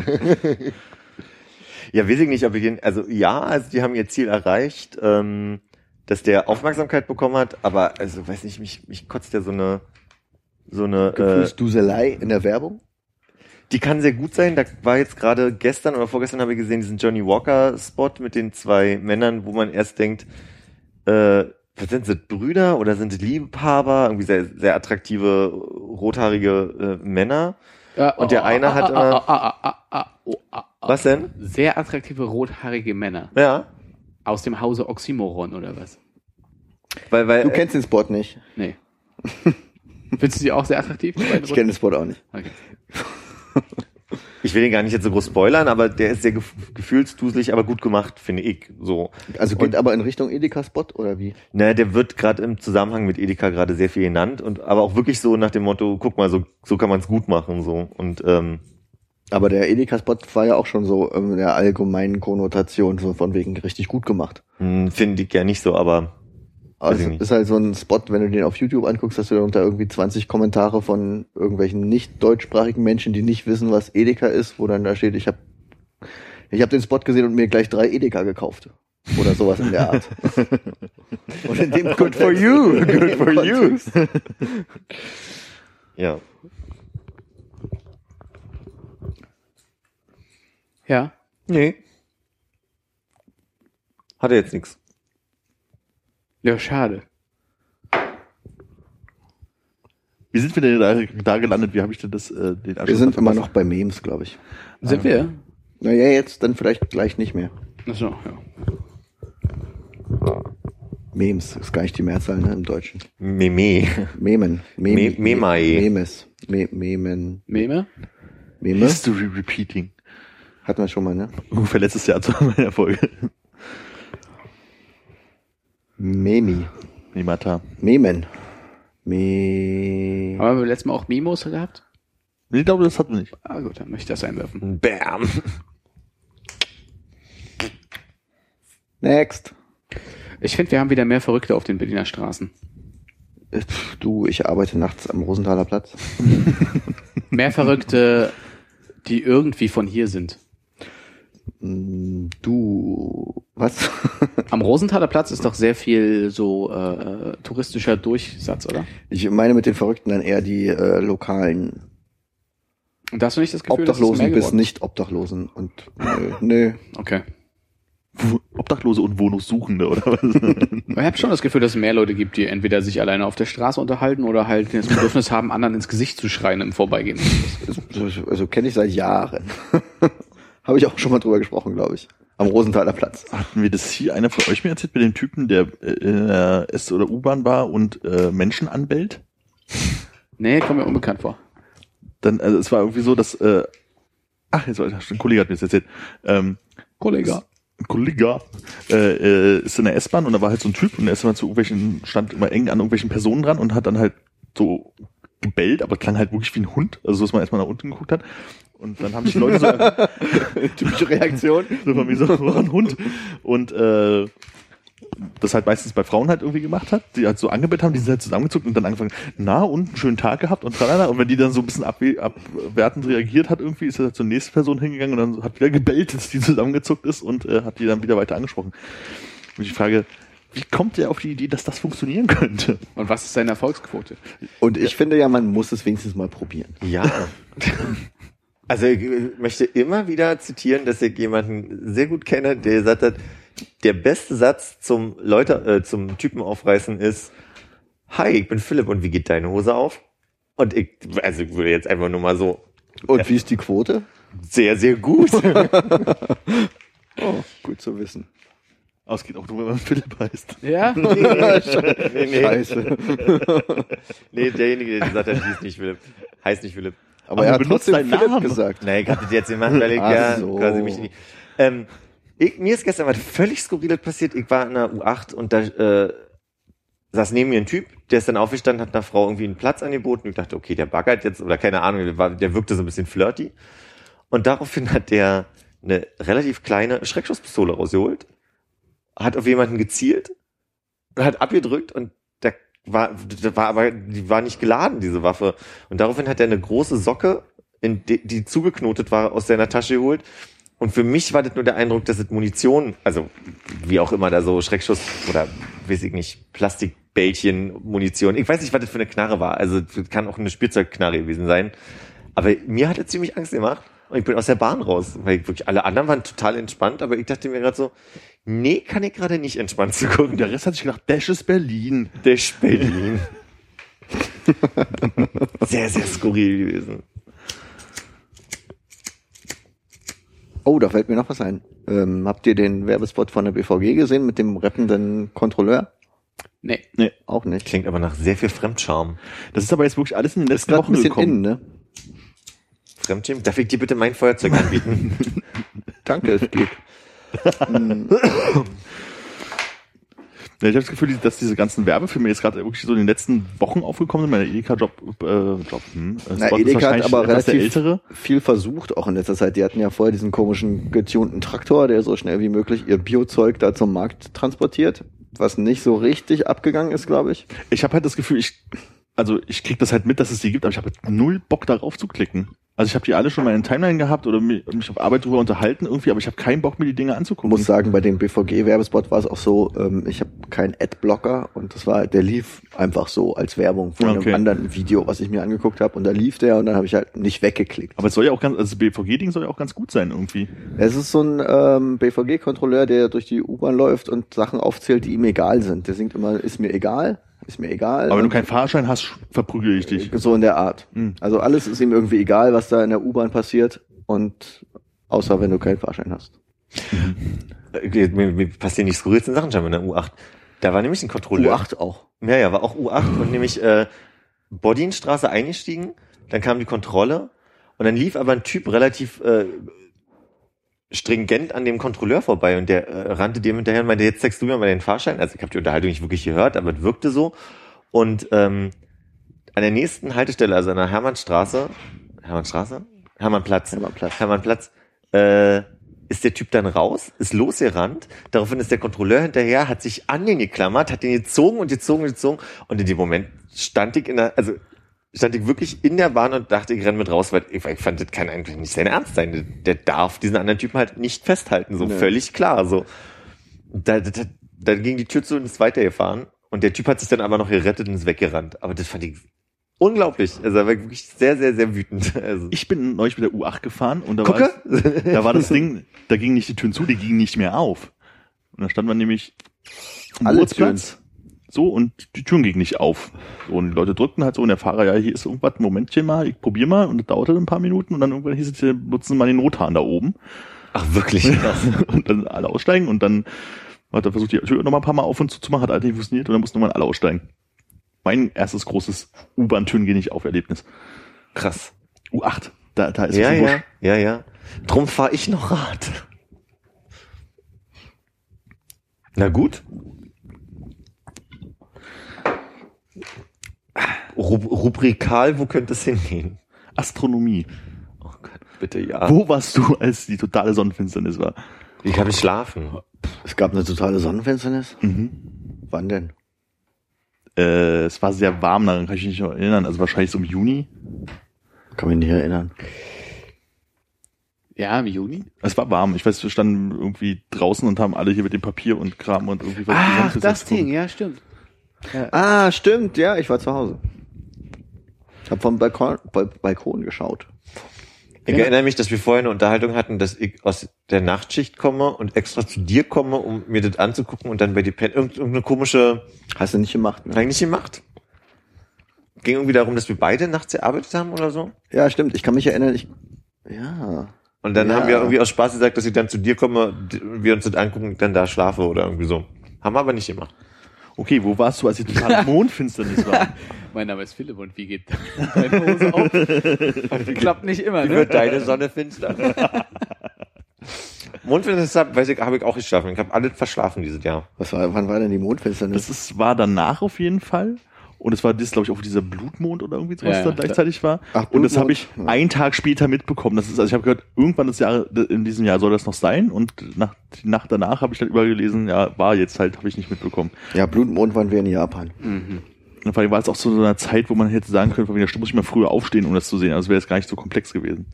ja, weiß ich nicht, ob ich den, also ja, also die haben ihr Ziel erreicht, ähm, dass der Aufmerksamkeit bekommen hat, aber also weiß nicht, mich, mich kotzt ja so eine, so eine, äh, Gefühlsduselei in der Werbung? die kann sehr gut sein. Da war jetzt gerade gestern oder vorgestern habe ich gesehen diesen Johnny Walker Spot mit den zwei Männern, wo man erst denkt, äh, was sind sie Brüder oder sind sie Liebhaber? Irgendwie sehr, sehr attraktive rothaarige äh, Männer. Und oh, der eine hat immer- immer. Was denn? oh, Sehr attraktive rothaarige Männer. Ja, Aus dem Hause Oxymoron oder was? weil weil Du kennst den Spot nicht. Nee. Findest du die auch sehr attraktiv? die beiden Ich Genau. kenne den Spot auch nicht. Okay. Ich will den gar nicht jetzt so groß spoilern, aber der ist sehr gef gefühlsduselig, aber gut gemacht, finde ich. So. Also geht aber in Richtung Edeka-Spot oder wie? Naja, der wird gerade im Zusammenhang mit Edeka gerade sehr viel genannt und aber auch wirklich so nach dem Motto, guck mal, so, so kann man es gut machen. so Und ähm, Aber der Edeka-Spot war ja auch schon so ähm, in der allgemeinen Konnotation, so von wegen richtig gut gemacht. mh, hm, finde ich ja nicht so, aber Weiß Also ich es nicht. ist halt so ein Spot, wenn du den auf YouTube anguckst, hast du darunter irgendwie 20 Kommentare von irgendwelchen nicht deutschsprachigen Menschen, die nicht wissen, was Edeka ist, wo dann da steht, ich habe ich hab den Spot gesehen und mir gleich drei Edeka gekauft. Oder sowas in der Art. und in dem Good for you, good for you. ja. Ja. Nee. Hat er jetzt nichts. Ja, schade. Wie sind wir denn da, da gelandet? Wie habe ich denn das, äh, den Wir sind immer noch bei Memes, glaube ich. Sind wir? Naja, jetzt dann vielleicht gleich nicht mehr. Achso, ja. Memes ist gar nicht die Mehrzahl ne, im Deutschen. Meme. Memen. Me- Memae. Memes. Me Memen. Meme? Meme? History Repeating. Hatten wir schon mal, ne? Ungefähr letztes Jahr zu meiner Folge. Memi. Mimata. Memen. Me. Haben wir letztes Mal auch Memos gehabt? Nee, ich glaube, das hatten wir nicht. Ah gut, dann möchte ich das einwerfen. Bam. Next. Ich finde, wir haben wieder mehr Verrückte auf den Berliner Straßen. Äh, pf, Du, ich arbeite nachts am Rosenthaler Platz. Mehr Verrückte, die irgendwie von hier sind. Mm, Du. Was? Am Rosenthaler Platz ist doch sehr viel so äh, touristischer Durchsatz, oder? Ich meine mit den Verrückten dann eher die äh, lokalen Und da hast du nicht das Gefühl, dass es mehr Obdachlosen bis geworden nicht Obdachlosen. Und nö, nö. ist? Okay. W- Obdachlose und Wohnungssuchende, oder was? Ich habe schon das Gefühl, dass es mehr Leute gibt, die entweder sich alleine auf der Straße unterhalten oder halt das Bedürfnis haben, anderen ins Gesicht zu schreien im Vorbeigehen. Also, also kenne ich seit Jahren. Habe ich auch schon mal drüber gesprochen, glaube ich. Am Rosenthaler Platz. hatten wir das hier, einer von euch mir erzählt, mit dem Typen, der äh, in der S- oder U-Bahn war und äh, Menschen anbellt? Nee, kommt mir unbekannt vor. Dann, also es war irgendwie so, dass, äh, ach, jetzt war ein Kollege hat mir das erzählt. Ähm, Kollege. ein Kollege äh, äh, ist in der S-Bahn und da war halt so ein Typ und der ist immer zu irgendwelchen, stand immer eng an irgendwelchen Personen dran und hat dann halt so gebellt, aber klang halt wirklich wie ein Hund, also so, dass man erstmal nach unten geguckt hat. Und dann haben sich Leute so Typische Reaktion. So von mir so war ein Hund. Und äh, das halt meistens bei Frauen halt irgendwie gemacht hat, die halt so angebellt haben, die sind halt zusammengezuckt und dann angefangen, na und einen schönen Tag gehabt und tralala. Und wenn die dann so ein bisschen abwe- abwertend reagiert hat, irgendwie ist er halt zur nächsten Person hingegangen und dann hat wieder gebellt, dass die zusammengezuckt ist und äh, hat die dann wieder weiter angesprochen. Und ich frage, wie kommt der auf die Idee, dass das funktionieren könnte? Und was ist seine Erfolgsquote? Und ich finde ja, man muss es wenigstens mal probieren. Ja. Also ich möchte immer wieder zitieren, dass ich jemanden sehr gut kenne, der gesagt hat, der beste Satz zum Leute, äh, zum Typen aufreißen ist, Hi, ich bin Philipp und wie geht deine Hose auf? Und ich, also ich würde jetzt einfach nur mal so Und wie ist die Quote? sehr, sehr gut. Oh, gut zu wissen. Ausgeht auch nur, wenn man Philipp heißt. Ja? nee, nee, Scheiße. nee, derjenige, der gesagt hat, hieß nicht Philipp, heißt nicht Philipp. Aber er du hat benutzt trotzdem deinen Philipp Namen. gesagt. Nein, ich hab das jetzt gemacht, weil ich Ach ja so. quasi mich nicht. Ähm, ich, mir ist gestern was völlig Skurriles passiert. Ich war in der U8 und da äh, saß neben mir ein Typ, der ist dann aufgestanden, hat einer Frau irgendwie einen Platz angeboten. Ich dachte, okay, der baggert jetzt oder keine Ahnung, der, war, der wirkte so ein bisschen flirty. Und daraufhin hat der eine relativ kleine Schreckschusspistole rausgeholt, hat auf jemanden gezielt und hat abgedrückt und da war, da war aber, die war nicht geladen, diese Waffe. Und daraufhin hat er eine große Socke, in die, die zugeknotet war, aus seiner Tasche geholt. Und für mich war das nur der Eindruck, dass es Munition, also wie auch immer da so Schreckschuss oder weiß ich nicht, Plastikbällchen, Munition. Ich weiß nicht, was das für eine Knarre war. Also das kann auch eine Spielzeugknarre gewesen sein. Aber mir hat er ziemlich Angst gemacht und ich bin aus der Bahn raus, weil ich wirklich alle anderen waren total entspannt, aber ich dachte mir gerade so, nee, kann ich gerade nicht entspannt zu gucken. Und der Rest hat sich gedacht, Dash ist Berlin. Der Berlin. sehr, sehr skurril gewesen. Oh, da fällt mir noch was ein. Ähm, habt ihr den Werbespot von der BVG gesehen mit dem rappenden Kontrolleur? Nee. Auch nicht. Klingt aber nach sehr viel Fremdscham. Das ist aber jetzt wirklich alles in den Ist letzten gerade ein Wochen bisschen gekommen. innen, ne? Fremdscham? Darf ich dir bitte mein Feuerzeug anbieten? Danke, es geht. Hm. Ja, ich habe das Gefühl, die- dass diese ganzen Werbefilme jetzt gerade wirklich so in den letzten Wochen aufgekommen sind. Meine Edeka-Job, äh, Job, hm, Spot Na, ist Edeka hat wahrscheinlich aber etwas der relativ ältere. viel versucht, auch in letzter Zeit. Die hatten ja vorher diesen komischen getunten Traktor, der so schnell wie möglich ihr Biozeug da zum Markt transportiert, was nicht so richtig abgegangen ist, glaube ich. Ich habe halt das Gefühl, ich also ich krieg das halt mit, dass es die gibt, aber ich habe null Bock darauf zu klicken. Also ich habe die alle schon mal in Timeline gehabt oder mi- mich auf Arbeit drüber unterhalten irgendwie, aber ich habe keinen Bock, mir die Dinge anzugucken. muss sagen, bei dem BVG-Werbespot war es auch so, ähm, ich habe keinen Adblocker und das war, der lief einfach so als Werbung von einem Okay. anderen Video, was ich mir angeguckt habe und da lief der und dann habe ich halt nicht weggeklickt. aber es soll ja auch ganz, also das BVG-Ding soll ja auch ganz gut sein irgendwie. Es ist so ein ähm, BVG-Kontrolleur, der durch die U-Bahn läuft und Sachen aufzählt, die ihm egal sind. Der singt immer, ist mir egal, ist mir egal. ne? Aber wenn du und keinen Fahrschein hast, sch- verprügel ich dich. so in der Art. Hm. Also alles ist ihm irgendwie egal, was da in der U-Bahn passiert und außer wenn du keinen Fahrschein hast. Äh, Mir, mir passieren die skurrilsten Sachen scheinbar in der U8. Da war nämlich ein Kontrolleur. U8 auch. Ja, ja, war auch U8 und nämlich äh, Bodinstraße eingestiegen, dann kam die Kontrolle und dann lief aber ein Typ relativ äh, stringent an dem Kontrolleur vorbei und der äh, rannte dem hinterher und meinte, jetzt zeigst du mir mal den Fahrschein. Also ich habe die Unterhaltung nicht wirklich gehört, aber es wirkte so. Und ähm, an der nächsten Haltestelle, also an der Hermannstraße, Hermannstraße? Hermannplatz. Hermannplatz. Hermannplatz, äh, ist der Typ dann raus, ist losgerannt, daraufhin ist der Kontrolleur hinterher, hat sich an den geklammert, hat den gezogen und gezogen und gezogen und in dem Moment stand ich in der, also stand ich wirklich in der Bahn und dachte, ich renne mit raus, weil ich, weil ich fand, das kann eigentlich nicht sein Ernst sein. Der, der darf diesen anderen Typen halt nicht festhalten, so Nee. völlig klar, so. Da, da, da, dann ging die Tür zu und ist weitergefahren und der Typ hat sich dann aber noch gerettet und ist weggerannt. Aber das fand ich unglaublich. Also da war ich wirklich sehr, sehr, sehr wütend. Also, Ich bin neulich mit der U8 gefahren und da war, gucke, da war das Ding, da gingen nicht die Türen zu, die gingen nicht mehr auf. Und da stand man nämlich am Alle Geburtsplatz. So, und die Türen gingen nicht auf. So, und die Leute drückten halt so, und der Fahrer, ja, hier ist irgendwas, Momentchen mal, ich probier mal, und das dauerte ein paar Minuten, und dann irgendwann hieß es, hier, nutzen Sie mal den Rothahn da oben. Ach, wirklich? und dann alle aussteigen, und dann hat er versucht, die Tür nochmal ein paar Mal auf und zu zu machen, hat alles nicht funktioniert, und dann mussten nochmal alle aussteigen. Mein erstes großes U-Bahn-Türen gehen nicht auf Erlebnis. Krass. U8, da, da ist Ja, es im Busch. ja, ja, ja. Drum fahre ich noch Rad. Na gut. Ru rubrikal, wo könnte es hingehen? Astronomie. Oh Gott, bitte Ah. ja. Wo warst du, als die totale Sonnenfinsternis war? Ich habe geschlafen. Es gab eine totale Sonnenfinsternis. Mhm. Wann denn? Äh, es war sehr warm, daran kann ich mich nicht erinnern. Also wahrscheinlich so im Juni. Kann mich nicht erinnern. Ja, im Juni. Es war warm. Ich weiß, wir standen irgendwie draußen und haben alle hier mit dem Papier und Kram und irgendwie versucht, die Ach, Sonnenfinsternis das zu gucken. Ding, ja, stimmt. Ah, stimmt, ja, ich war zu Hause. Hab vom Balkon, Bal- Balkon geschaut. Ich erinnere mich, dass wir vorher eine Unterhaltung hatten, dass ich aus der Nachtschicht komme und extra zu dir komme, um mir das anzugucken und dann bei dir pennen. Irgend- Irgendeine komische Hast du nicht gemacht, ne? Eigentlich gemacht. Ging irgendwie darum, dass wir beide nachts gearbeitet haben oder so. Ja, stimmt. Ich kann mich erinnern, ich. Ja. Und dann Ja. haben wir irgendwie aus Spaß gesagt, dass ich dann zu dir komme, d- wir uns das angucken und dann da schlafe oder irgendwie so. Haben wir aber nicht gemacht. Okay, wo warst du, als die totale Mondfinsternis war? Mein Name ist Philipp und wie geht deine Hose auf? Klappt nicht immer, ne? deine Sonne finster. Mondfinsternis hab- halt, weiß ich, habe ich auch geschlafen. Ich habe alles verschlafen dieses Jahr. Was war, wann war denn die Mondfinsternis? Das ist, war danach auf jeden Fall. Und es war das, glaube ich, auch dieser Blutmond oder irgendwie sowas, Ja, da ja. gleichzeitig war. Ach, und das habe ich Blutmond. Ja. einen Tag später mitbekommen. Das ist, also ich habe gehört, irgendwann des Jahres, in diesem Jahr soll das noch sein. Und nach, die Nacht danach habe ich dann übergelesen, ja, war jetzt halt, habe ich nicht mitbekommen. ja, Blutmond waren wir in Japan. Und vor allem war es auch zu so einer Zeit, wo man hätte sagen können, von wegen, da muss ich mal früher aufstehen, um das zu sehen. Also wäre es gar nicht so komplex gewesen.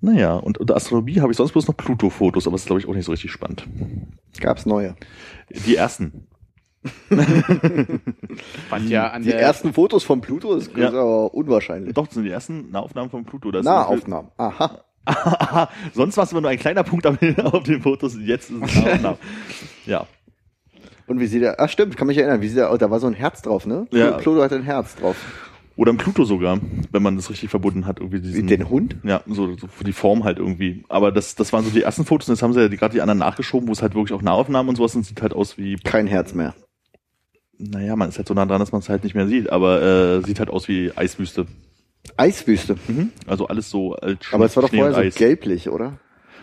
Naja, und unter Astronomie habe ich sonst bloß noch Pluto-Fotos, aber das ist, glaube ich, auch nicht so richtig spannend. Gab's neue. Die ersten. Fand ja an Die der ersten Fotos von Pluto ist, Ja. ist aber unwahrscheinlich. Doch, das sind die ersten Nahaufnahmen von Pluto. Das ist Nahaufnahmen. Aha. Aha, sonst war es immer nur ein kleiner Punkt am- auf den Fotos, jetzt ist es Nahaufnahmen. ja. Und wie sieht er? Ach stimmt, kann mich erinnern. Wie sieht er? Oh, da war so ein Herz drauf, ne? Ja. Pluto hat ein Herz drauf. Oder ein Pluto sogar, wenn man das richtig verbunden hat. Irgendwie Wie diesen, den Hund? Ja, so, so für die Form halt irgendwie. Aber das, das waren so die ersten Fotos und jetzt haben sie ja die- gerade die anderen nachgeschoben, wo es halt wirklich auch Nahaufnahmen und sowas und sieht halt aus wie Kein Herz mehr. Naja, man ist halt so nah dran, dass man es halt nicht mehr sieht, aber äh, sieht halt aus wie Eiswüste. Eiswüste. Also alles so als Sch- Aber es war doch Schnee und vorher so Eis. gelblich, oder?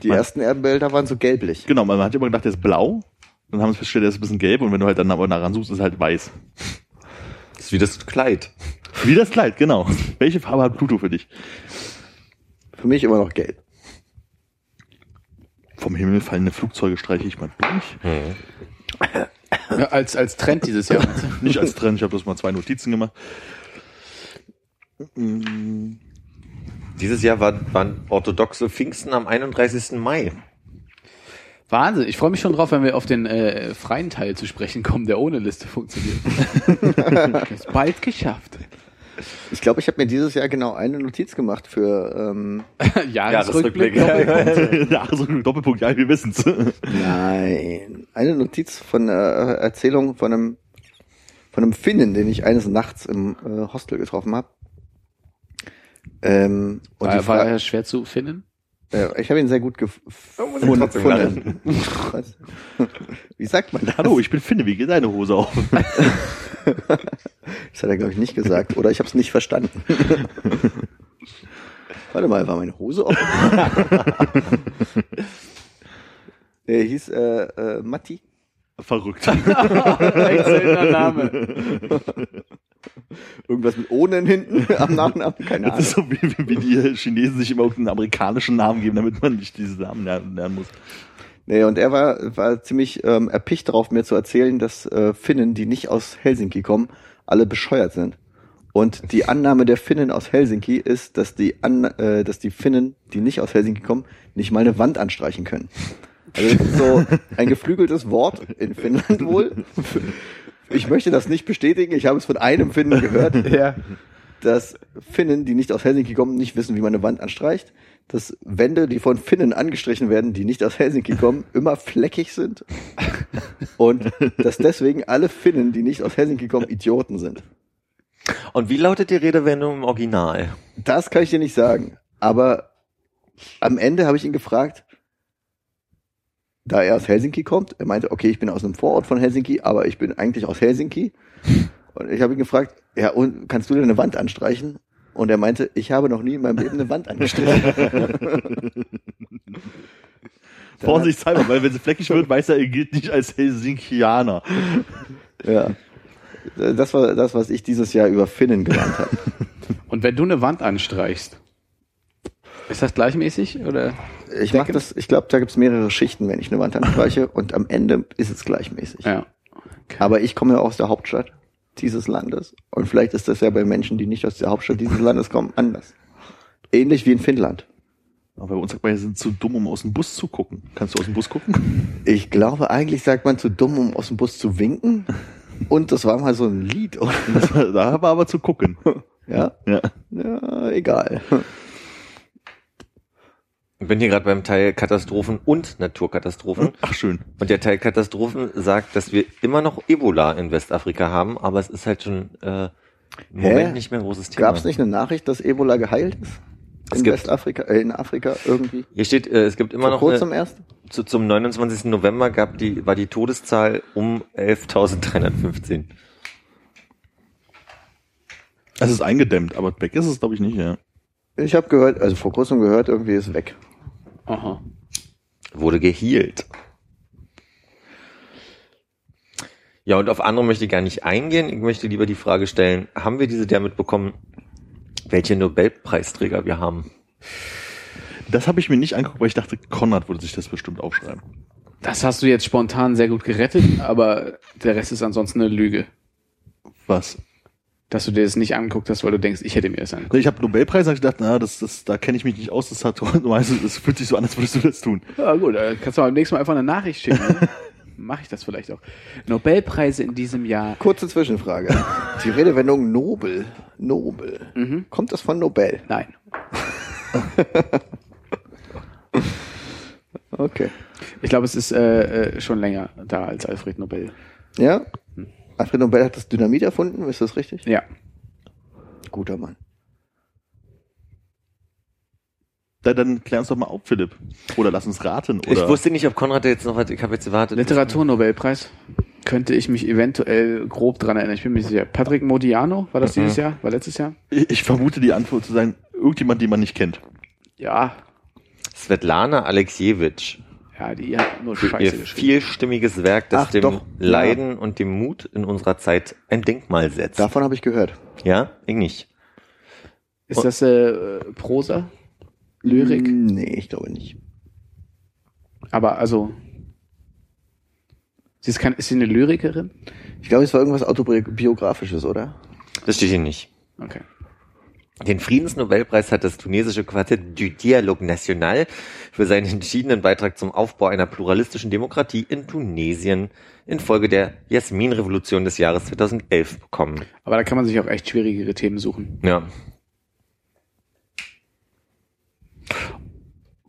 Die Man- ersten Erdenbilder waren so gelblich. Genau, man hat immer gedacht, der ist blau. Dann haben sie festgestellt, der ist ein bisschen gelb und wenn du halt dann aber nah ran suchst, ist halt weiß. Das ist wie das Kleid. Wie das Kleid, genau. Welche Farbe hat Pluto für dich? Für mich immer noch gelb. Vom Himmel fallende Flugzeuge streiche ich mal durch. Ja, als, als Trend dieses Jahr. Nicht als Trend, ich habe bloß mal zwei Notizen gemacht. Mhm. Dieses Jahr war, waren orthodoxe Pfingsten am 31. Mai. Wahnsinn. Ich freue mich schon drauf, wenn wir auf den äh, freien Teil zu sprechen kommen, der ohne Liste funktioniert. ist bald geschafft. Ich glaube, ich habe mir dieses Jahr genau eine Notiz gemacht für ähm, Jahresrückblick. Ja, so ein Doppelpunkt, ja, wir wissen's. Nein. Eine Notiz von einer Erzählung von einem, von einem Finnen, den ich eines Nachts im äh, Hostel getroffen habe. Ähm, und die War, war Fra- er schwer zu finden? äh, ich habe ihn sehr gut ich gefunden. trotzdem lachen. Was? Wie sagt man das? Hallo, ich bin Finne, wie geht deine Hose auf? Das hat er, glaube ich, nicht gesagt. Oder ich habe es nicht verstanden. Warte mal, war meine Hose offen? Der hieß äh, äh, Matti. Verrückt. Echt seltener Name. Irgendwas mit Ohnen hinten am Nachnamen. Keine Das Ahnung. ist so, wie, wie- wie die Chinesen sich immer irgendeinen amerikanischen Namen geben, damit man nicht diesen Namen lernen, lernen muss. Nee, und er war, war ziemlich ähm, erpicht darauf, mir zu erzählen, dass äh, Finnen, die nicht aus Helsinki kommen, alle bescheuert sind. Und die Annahme der Finnen aus Helsinki ist, dass die, An äh, dass die Finnen, die nicht aus Helsinki kommen, nicht mal eine Wand anstreichen können. Also das ist so ein geflügeltes Wort in Finnland wohl. Ich möchte das nicht bestätigen, ich habe es von einem Finnen gehört dass Finnen, die nicht aus Helsinki kommen, nicht wissen, wie man eine Wand anstreicht. Dass Wände, die von Finnen angestrichen werden, die nicht aus Helsinki kommen, immer fleckig sind. Und dass deswegen alle Finnen, die nicht aus Helsinki kommen, Idioten sind. Und wie lautet die Redewendung im Original? Das kann ich dir nicht sagen. Aber am Ende habe ich ihn gefragt, da er aus Helsinki kommt. Er meinte, okay, ich bin aus einem Vorort von Helsinki, aber ich bin eigentlich aus Helsinki. Und ich habe ihn gefragt, ja, und kannst du denn eine Wand anstreichen? Und er meinte, ich habe noch nie in meinem Leben eine Wand angestrichen. Vorsichtshalber, weil wenn sie fleckig wird, weiß er, er gilt nicht als Helsinkianer. Ja. Äh, Das war das, was ich dieses Jahr über Finnen gelernt habe. Und wenn du eine Wand anstreichst, ist das gleichmäßig? Oder? Ich mach das, ich glaube, da gibt es mehrere Schichten, wenn ich eine Wand anstreiche und am Ende ist es gleichmäßig. Ja. Aber ich komme ja aus der Hauptstadt dieses Landes und vielleicht ist das ja bei Menschen, die nicht aus der Hauptstadt dieses Landes kommen, anders. Ähnlich wie in Finnland. Aber bei uns sagt man, wir sind zu dumm, um aus dem Bus zu gucken. Kannst du aus dem Bus gucken? Ich glaube, eigentlich sagt man zu dumm, um aus dem Bus zu winken. Und das war mal so ein Lied, oder? Das war, da war aber zu gucken. Ja, Ja. ja egal. Ich bin hier gerade beim Teil Katastrophen und Naturkatastrophen. Ach, schön. Und der Teil Katastrophen sagt, dass wir immer noch Ebola in Westafrika haben, aber es ist halt schon äh, im Hä? Moment nicht mehr ein großes Thema. Gab es nicht eine Nachricht, dass Ebola geheilt ist? Es In gibt- Westafrika, äh, in Afrika irgendwie? Hier steht, äh, es gibt immer Vor noch kurzem eine, erst? zu, zum 29. November gab die, war die Todeszahl um 11.315. Es ist eingedämmt, aber weg ist es, glaube ich, nicht, ja. Ich habe gehört, also vor kurzem gehört, irgendwie ist weg. Aha. Wurde gehealt. Ja, und auf andere möchte ich gar nicht eingehen. Ich möchte lieber die Frage stellen, haben wir diese der mitbekommen, welche Nobelpreisträger wir haben? Das habe ich mir nicht angeguckt, weil ich dachte, Konrad würde sich das bestimmt aufschreiben. Das hast du jetzt spontan sehr gut gerettet, aber der Rest ist ansonsten eine Lüge. Was? Dass du dir das nicht angeguckt hast, weil du denkst, ich hätte mir das angeguckt. Ich habe Nobelpreis und ich dachte, na, das, das, da kenne ich mich nicht aus. Das hat, du meinst, das fühlt sich so an, als würdest du das tun. Ja gut, äh, kannst du mal beim nächsten Mal einfach eine Nachricht schicken. Ne? Mache ich das vielleicht auch. Nobelpreise in diesem Jahr. Kurze Zwischenfrage. Die Redewendung Nobel, Nobel, Mhm. kommt das von Nobel? Nein. Okay. Ich glaube, es ist äh, äh, schon länger da als Alfred Nobel. Ja? Alfred Nobel hat das Dynamit erfunden, ist das richtig? Hm. Ja. Guter Mann. Da, dann klär uns doch mal auf, Philipp. Oder lass uns raten. Oder Ich wusste nicht, ob Konrad da jetzt noch hat. Ich habe jetzt gewartet. Literaturnobelpreis könnte ich mich eventuell grob dran erinnern. Ich bin mir nicht sicher. Patrick Modiano, war das Mhm. dieses Jahr? War letztes Jahr? ich, ich vermute die Antwort zu sein, irgendjemand, den man nicht kennt. Ja. Svetlana Alexievich. Ja, die hat nur Für ihr Scheiße geschrieben. vielstimmiges Werk, das Ach, dem doch. Leiden und dem Mut in unserer Zeit ein Denkmal setzt. Davon habe ich gehört. Ja, ich nicht. Ist das äh, Prosa? Lyrik? Hm, Nee, ich glaube nicht. Aber also. Sie ist, kein, ist sie eine Lyrikerin? Ich glaube, es war irgendwas autobiografisches, oder? Das steht hier nicht. Okay. Den Friedensnobelpreis hat das tunesische Quartett du Dialogue National für seinen entschiedenen Beitrag zum Aufbau einer pluralistischen Demokratie in Tunesien infolge der Jasminrevolution des Jahres 2011 bekommen. Aber da kann man sich auch echt schwierigere Themen suchen. Ja.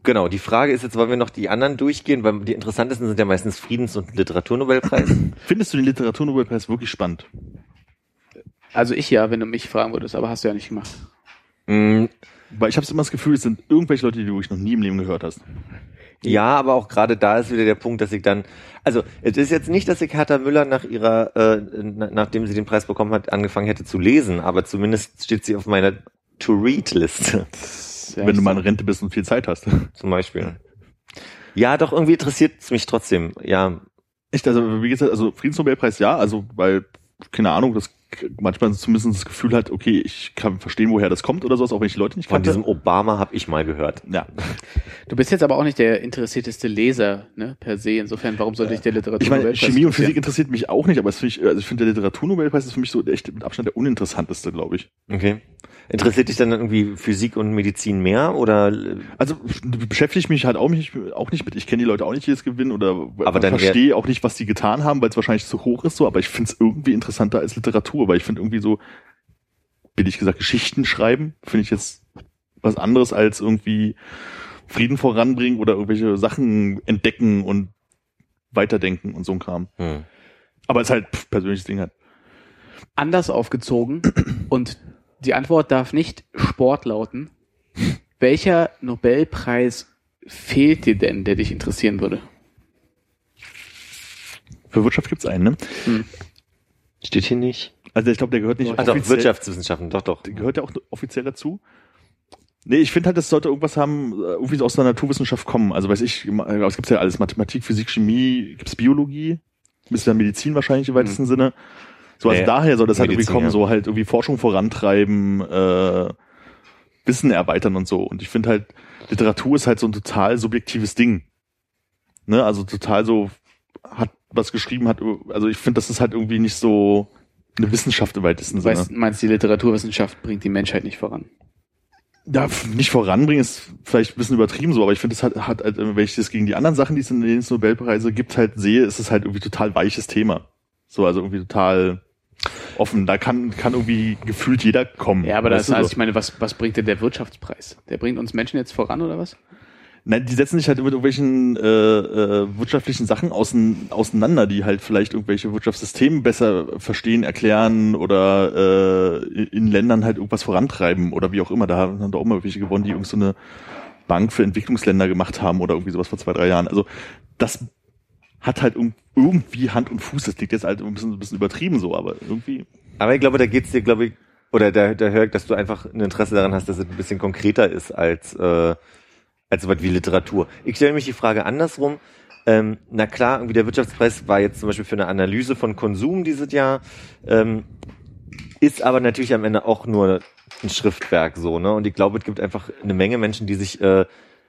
Genau, die Frage ist jetzt, wollen wir noch die anderen durchgehen, weil die interessantesten sind ja meistens Friedens- und Literaturnobelpreis. Findest du den Literaturnobelpreis wirklich spannend? Also ich ja, wenn du mich fragen würdest, aber hast du ja nicht gemacht. Mm, Weil ich habe immer das Gefühl, es sind irgendwelche Leute, die du wirklich noch nie im Leben gehört hast. Ja, aber auch gerade da ist wieder der Punkt, dass ich dann, also es ist jetzt nicht, dass ich Hertha Müller nach ihrer, äh, na- nachdem sie den Preis bekommen hat, angefangen hätte zu lesen, aber zumindest steht sie auf meiner To-Read-Liste wenn du mal in Rente bist und viel Zeit hast. zum Beispiel. Ja, doch irgendwie interessiert es mich trotzdem. Ja, Echt, also wie gesagt, also Friedensnobelpreis ja, also weil, keine Ahnung, das manchmal zumindest das Gefühl hat, okay, ich kann verstehen, woher das kommt oder sowas, auch wenn ich die Leute nicht von kannte. diesem Obama habe ich mal gehört. ja. Du bist jetzt aber auch nicht der interessierteste Leser, ne, per se. Insofern, warum sollte ich der Literatur Äh, Ich meine, Chemie und Physik interessiert mich auch nicht, aber es find ich, also ich finde, der Literaturnobelpreis ist für mich so echt mit Abstand der uninteressanteste, glaube ich. Okay. Interessiert dich dann irgendwie Physik und Medizin mehr oder? äh, Also beschäftige ich mich halt auch nicht, auch nicht mit. Ich kenne die Leute auch nicht, die es gewinnen oder Aber dann wär- verstehe auch nicht, was die getan haben, weil es wahrscheinlich zu hoch ist so, aber ich finde es irgendwie interessanter als Literatur, weil ich finde irgendwie so, billig gesagt, Geschichten schreiben, finde ich jetzt was anderes als irgendwie Frieden voranbringen oder irgendwelche Sachen entdecken und weiterdenken und so ein Kram. Hm. Aber es ist halt pff, persönliches Ding halt. anders aufgezogen und die Antwort darf nicht Sport lauten. Welcher Nobelpreis fehlt dir denn, der dich interessieren würde? Für Wirtschaft gibt's einen, ne? Steht hier nicht. Also ich glaube, der gehört nicht Ah, doch, offiziell- Wirtschaftswissenschaften, doch, doch. gehört ja auch offiziell dazu. Nee, ich finde halt, das sollte irgendwas haben, äh, irgendwie so aus der Naturwissenschaft kommen. Also weiß ich, ma- äh, es gibt ja alles, Mathematik, Physik, Chemie, gibt's Biologie, ein bisschen Medizin wahrscheinlich im weitesten Sinne. So, also Mhm. Nee, daher soll das halt Medizin, irgendwie kommen, ja. so halt irgendwie Forschung vorantreiben, äh, Wissen erweitern und so. Und ich finde halt, Literatur ist halt so ein total subjektives Ding. Ne, also total so, hat was geschrieben, hat, also ich finde, das ist halt irgendwie nicht so eine Wissenschaft im weitesten Du Sinne. weißt, meinst, die Literaturwissenschaft bringt die Menschheit nicht voran. ja, f- nicht voranbringen ist vielleicht ein bisschen übertrieben so, aber ich finde, es hat, hat halt, wenn ich das gegen die anderen Sachen, die es in den Nobelpreise gibt, halt sehe, ist es halt irgendwie total weiches Thema. So, also irgendwie total offen. Da kann, kann irgendwie gefühlt jeder kommen. Ja, aber das, Weißt du, also Hm, so. ich meine, was, was bringt denn der Wirtschaftspreis? Der bringt uns Menschen jetzt voran oder was? Nein, die setzen sich halt mit irgendwelchen äh, äh, wirtschaftlichen Sachen außen, auseinander, die halt vielleicht irgendwelche Wirtschaftssysteme besser verstehen, erklären oder äh, in Ländern halt irgendwas vorantreiben oder wie auch immer. Da haben da auch mal welche gewonnen, die irgend so eine Bank für Entwicklungsländer gemacht haben oder irgendwie sowas vor zwei, drei Jahren. Also das hat halt irg- irgendwie Hand und Fuß. Das klingt jetzt halt ein bisschen, ein bisschen übertrieben so, aber irgendwie. Aber ich glaube, da geht's dir, glaube ich, oder da, da höre ich, dass du einfach ein Interesse daran hast, dass es ein bisschen konkreter ist als, äh, als sowas wie Literatur. Ich stelle mich die Frage andersrum. Ähm, na klar, irgendwie der Wirtschaftspreis war jetzt zum Beispiel für eine Analyse von Konsum dieses Jahr, ähm, ist aber natürlich am Ende auch nur ein Schriftwerk so, ne? Und ich glaube, es gibt einfach eine Menge Menschen, die sich äh,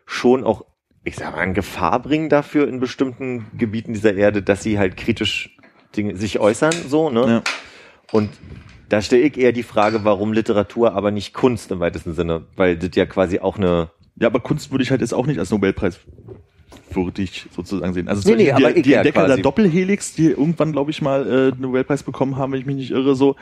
schon auch, ich sag mal, in Gefahr bringen dafür in bestimmten Gebieten dieser Erde, dass sie halt kritisch Dinge, sich äußern, so, ne? Ja. Und da stelle ich eher die Frage, warum Literatur, aber nicht Kunst im weitesten Sinne, weil das ja quasi auch eine. Ja, aber Kunst würde ich halt jetzt auch nicht als Nobelpreis würdig sozusagen sehen. Also Nee, zum nee, Beispiel aber die, ich die ja Entdecker der quasi. Doppelhelix, die irgendwann, glaube ich, mal äh, einen Nobelpreis bekommen haben, wenn ich mich nicht irre, so,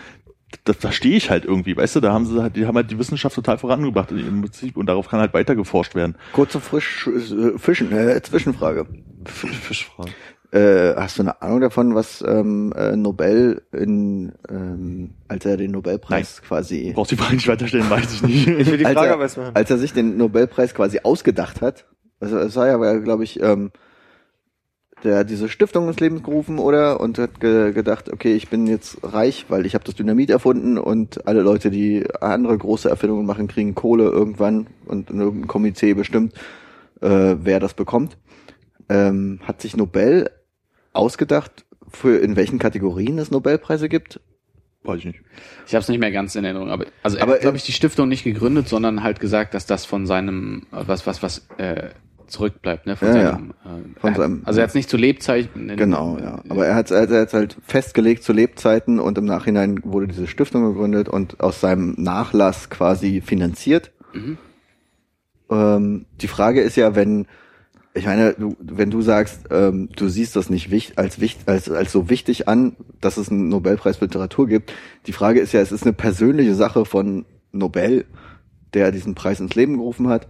da, da stehe ich halt irgendwie, weißt du, da haben sie halt, die haben halt die Wissenschaft total vorangebracht im Prinzip und darauf kann halt weiter geforscht werden. Kurze Frisch, äh, Fischen, äh, Zwischenfrage. Fischfrage. Äh, hast du eine Ahnung davon, was ähm, äh, Nobel in, ähm, als er den Nobelpreis quasi, Brauchst die Frage nicht weiterstellen, weiß ich nicht. Ich will die Als Frage er- aber erstmal. als er sich den Nobelpreis quasi ausgedacht hat, also es war ja, glaube ich, ähm, der hat diese Stiftung ins Leben gerufen, oder? Und hat ge gedacht, okay, ich bin jetzt reich, weil ich habe das Dynamit erfunden und alle Leute, die andere große Erfindungen machen, kriegen Kohle irgendwann und in irgendeinem Komitee bestimmt, äh, wer das bekommt. Ähm, hat sich Nobel ausgedacht, für in welchen Kategorien es Nobelpreise gibt? Weiß ich nicht. Ich habe es nicht mehr ganz in Erinnerung, aber also er Aber, hat, glaube äh, ich, die Stiftung nicht gegründet, sondern halt gesagt, dass das von seinem äh, was was was äh, zurückbleibt, ne? Von Ja, seinem, Äh, Von er- seinem- also er hat es nicht zu Lebzeiten. ne, in- Genau, ja. Aber er hat es er hat's halt festgelegt zu Lebzeiten und im Nachhinein wurde diese Stiftung gegründet und aus seinem Nachlass quasi finanziert. Mhm. Ähm, die Frage ist ja, wenn, ich meine, du, wenn du sagst, ähm, du siehst das nicht wich, als, wich, als, als so wichtig an, dass es einen Nobelpreis für Literatur gibt, die Frage ist ja, es ist eine persönliche Sache von Nobel, der diesen Preis ins Leben gerufen hat.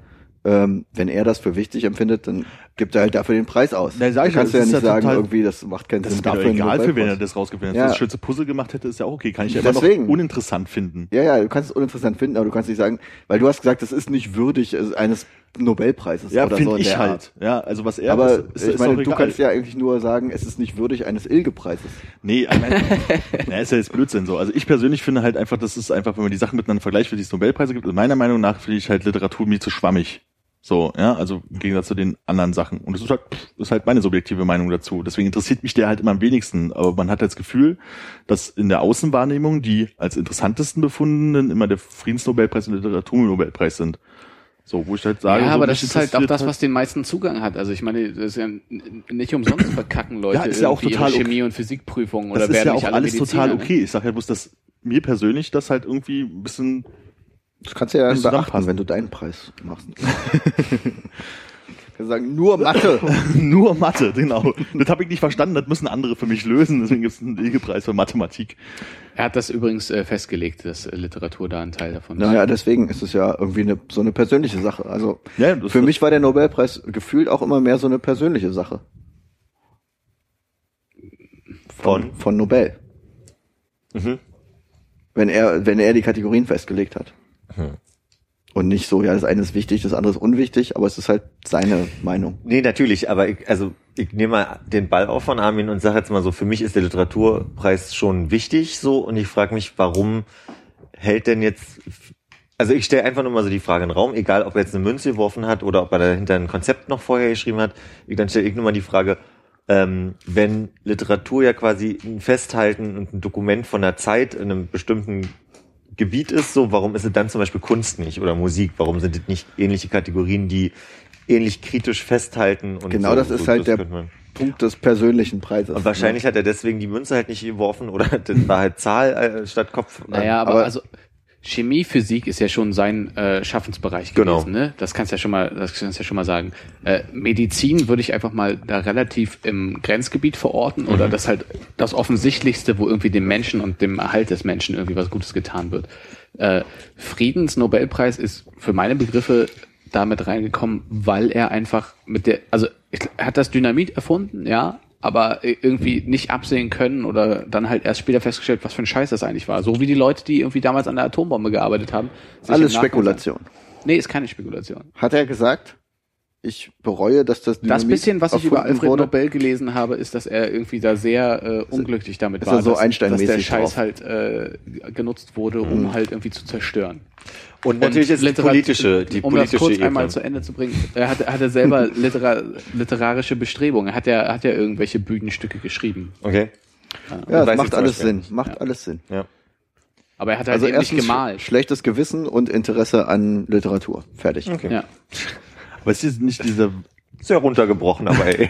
Ähm, wenn er das für wichtig empfindet, dann gibt er halt dafür den Preis aus. Na, sag ich Da kannst ja, du ja das nicht ist ja sagen, total- irgendwie, das macht keinen Das Sinn. ist mir doch dafür einen egal, für wen er Nobelpreis. das rausgewählt hat. Ja. Wenn er das schönste Puzzle gemacht hätte, ist ja auch okay. Kann ich ja immer Deswegen. noch uninteressant finden. Ja, ja, du kannst es uninteressant finden, aber du kannst nicht sagen, weil du hast gesagt, das ist nicht würdig äh, eines Nobelpreises Ja, oder finde so. in ich der Art. halt. Ja, also was er aber ist, ist, ich ist meine, auch du egal. kannst ja eigentlich nur sagen, es ist nicht würdig eines Ilge-Preises. Nee, ich meine, na, ist ja jetzt Blödsinn so. Also ich persönlich finde halt einfach, das ist einfach, wenn man die Sachen miteinander vergleicht, wie es Nobelpreise gibt, und meiner Meinung nach finde ich halt Literatur mir zu schwammig. So, ja, also im Gegensatz zu den anderen Sachen. Und das ist halt, pff, ist halt meine subjektive Meinung dazu. Deswegen interessiert mich der halt immer am wenigsten. Aber man hat halt das Gefühl, dass in der Außenwahrnehmung die als interessantesten befundenen immer der Friedensnobelpreis und der Literaturnobelpreis sind. So, wo ich halt sage, ja, so, aber mich das ist halt auch interessiert das, was den meisten Zugang hat. Also ich meine, das ist ja n- n- nicht umsonst verkacken Leute Ja, ist ja auch irgendwie total ihre okay. Chemie- und Physikprüfungen Das oder ist werden ja auch nicht alle alles Mediziner, total ne? okay. Ich sage ja bloß, dass mir persönlich das halt irgendwie ein bisschen Das kannst du ja Willst du beachten, zusammenfassen? wenn du deinen Preis machst. kannst du sagen, nur Mathe. Nur Mathe, genau. Das habe ich nicht verstanden, das müssen andere für mich lösen, deswegen gibt es einen Legepreis für Mathematik. Er hat das übrigens äh, festgelegt, dass äh, Literatur da ein Teil davon Ne? ist. Naja, deswegen ist es ja irgendwie eine, so eine persönliche Sache. Also Ja, das- für mich war der Nobelpreis gefühlt auch immer mehr so eine persönliche Sache Von? von Nobel. Mhm. Wenn er, wenn er die Kategorien festgelegt hat. Mhm. Und nicht so, ja, das eine ist wichtig, das andere ist unwichtig, aber es ist halt seine Meinung. Nee, natürlich, aber ich, also ich nehme mal den Ball auf von Armin und sage jetzt mal so, für mich ist der Literaturpreis schon wichtig so und ich frage mich, warum hält denn jetzt, also ich stelle einfach nur mal so die Frage in den Raum, egal ob er jetzt eine Münze geworfen hat oder ob er dahinter ein Konzept noch vorher geschrieben hat, ich, dann stelle ich nur mal die Frage, ähm, wenn Literatur ja quasi ein Festhalten und ein Dokument von der Zeit in einem bestimmten Gebiet ist, so, warum ist es dann zum Beispiel Kunst nicht oder Musik? Warum sind es nicht ähnliche Kategorien, die ähnlich kritisch festhalten? Und Genau so, das ist so, halt der- könnte man- Punkt des persönlichen Preises. Und wahrscheinlich hat er deswegen die Münze halt nicht geworfen oder das war halt Zahl äh, statt Kopf. Naja, aber, Aber- also Chemie, Physik ist ja schon sein äh, Schaffensbereich Genau. gewesen. Ne? Das kannst ja schon mal, das kannst ja schon mal sagen. Äh, Medizin würde ich einfach mal da relativ im Grenzgebiet verorten Mhm. oder das halt das Offensichtlichste, wo irgendwie dem Menschen und dem Erhalt des Menschen irgendwie was Gutes getan wird. Äh, Friedensnobelpreis ist für meine Begriffe damit reingekommen, weil er einfach mit der, also ich, gl- er hat das Dynamit erfunden, ja, aber i- irgendwie nicht absehen können oder dann halt erst später festgestellt, was für ein Scheiß das eigentlich war. So wie die Leute, die irgendwie damals an der Atombombe gearbeitet haben. sich im Alles Nachhinein- Spekulation. Nee, ist keine Spekulation. Hat er gesagt, ich bereue, dass das Dynamit Das bisschen, was ich über erfunden Alfred wurde. Nobel gelesen habe, ist, dass er irgendwie da sehr äh, unglücklich damit ist war, er so dass, dass Einstein-mäßig der Scheiß drauf. Hm. halt äh, genutzt wurde, um halt irgendwie zu zerstören. und natürlich ist die Literat- politische, die um politische das kurz Ebene. einmal zu Ende zu bringen, er hat, hat er selber litera literarische Bestrebungen, hat er hat ja irgendwelche Bühnenstücke geschrieben. okay. Ja, Weiß das ich macht zum alles Beispiel. Sinn. Macht alles Sinn. Ja. Aber er hat halt Also eben nicht erstens gemalt. schlechtes Gewissen und Interesse an Literatur. Fertig. Okay. Ja. Aber ist jetzt nicht dieser, Ist ja runtergebrochen, aber ey.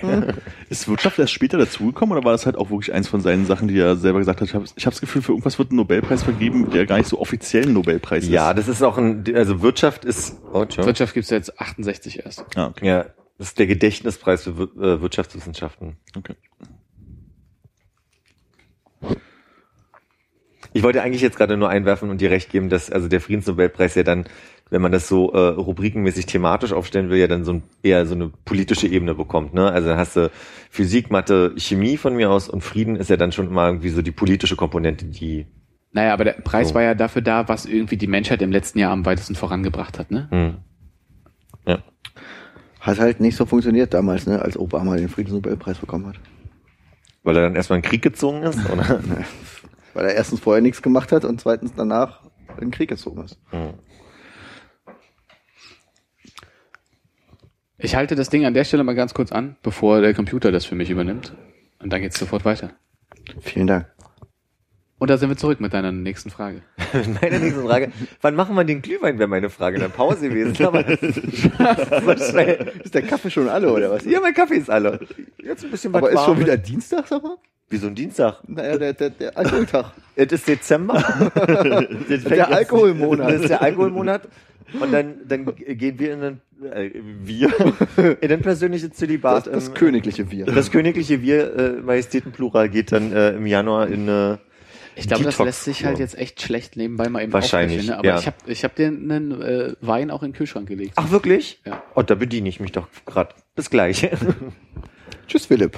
ist Wirtschaft erst später dazugekommen oder war das halt auch wirklich eins von seinen Sachen, die er selber gesagt hat? Ich habe ich hab das Gefühl, für irgendwas wird ein Nobelpreis vergeben, der gar nicht so offiziell ein Nobelpreis ja, ist. das ist auch ein, also Wirtschaft ist, oh, Entschuldigung. Wirtschaft gibt's jetzt 68 erst. Ja, Ah, okay. Ja, das ist der Gedächtnispreis für Wir- äh, Wirtschaftswissenschaften. okay. Ich wollte eigentlich jetzt gerade nur einwerfen und dir recht geben, dass also der Friedensnobelpreis ja dann, wenn man das so äh, rubrikenmäßig thematisch aufstellen will, ja dann so ein, eher so eine politische Ebene bekommt. Ne? Also dann hast du Physik, Mathe, Chemie von mir aus und Frieden ist ja dann schon immer irgendwie so die politische Komponente, die Naja, aber der Preis So. war ja dafür da, was irgendwie die Menschheit im letzten Jahr am weitesten vorangebracht hat, ne? hm, Hat halt nicht so funktioniert damals, ne, als Obama den Friedensnobelpreis bekommen hat. weil er dann erstmal in den Krieg gezogen ist, oder? Weil er erstens vorher nichts gemacht hat und zweitens danach in den Krieg gezogen ist. Ich halte das Ding an der Stelle mal ganz kurz an, bevor der Computer das für mich übernimmt. Und dann geht's sofort weiter. Vielen Dank. Und da sind wir zurück mit deiner nächsten Frage. Meine nächste Frage, wann machen wir den Glühwein, wäre meine Frage. In der Pause gewesen, aber das ist so schnell. Ist der Kaffee schon alle, oder was? Ja, mein Kaffee ist alle. Jetzt ein bisschen was Aber ist schon Warmes. wieder Dienstag, sag mal? Wie so ein Dienstag. Naja, der, der, der Alkoholtag. Es ist Dezember. Der Alkoholmonat. Das ist der Alkoholmonat. Und dann, dann gehen wir in den, äh, wir, in den persönlichen Das, Zölibat. das im- ähm, königliche Wir. das königliche Wir, äh, Majestätenplural, geht dann äh, im Januar in eine, Ich glaube, das Detox-Kur. lässt sich halt jetzt echt schlecht nebenbei mal eben Wahrscheinlich, aufrechnen, Aber ja. ich habe ich hab dir einen äh, Wein auch in den Kühlschrank gelegt. Ach, wirklich? Ja. Oh, da bediene ich mich doch gerade. Bis gleich. Tschüss, Philipp.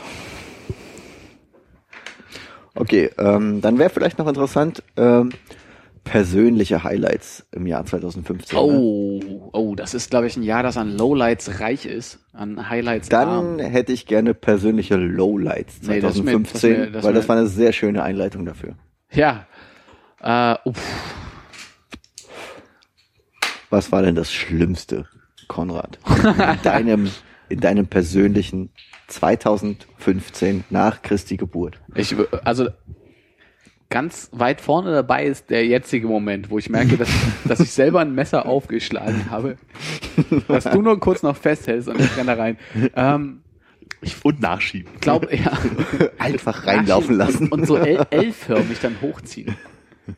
Okay, ähm, dann wäre vielleicht noch interessant, ähm, persönliche Highlights im Jahr 2015. Ne? Oh, oh, das ist, glaube ich, ein Jahr, das an Lowlights reich ist, an Highlights Dann arm. hätte ich gerne persönliche Lowlights Nee, das ist mir- 2015, das ist mir- das weil ist mir- das war eine sehr schöne Einleitung dafür. Ja. Äh, uff. Was war denn das Schlimmste, Konrad, in deinem, in deinem persönlichen 2015 nach Christi Geburt? Ich, w- also ganz weit vorne dabei ist der jetzige Moment, wo ich merke, dass, dass ich selber ein Messer aufgeschlagen habe. Dass du nur kurz noch festhältst und ich renne da rein. Ähm, Und nachschieben. ich glaube, ja. Einfach reinlaufen lassen. Und, und so L- L-förmig dann hochziehen.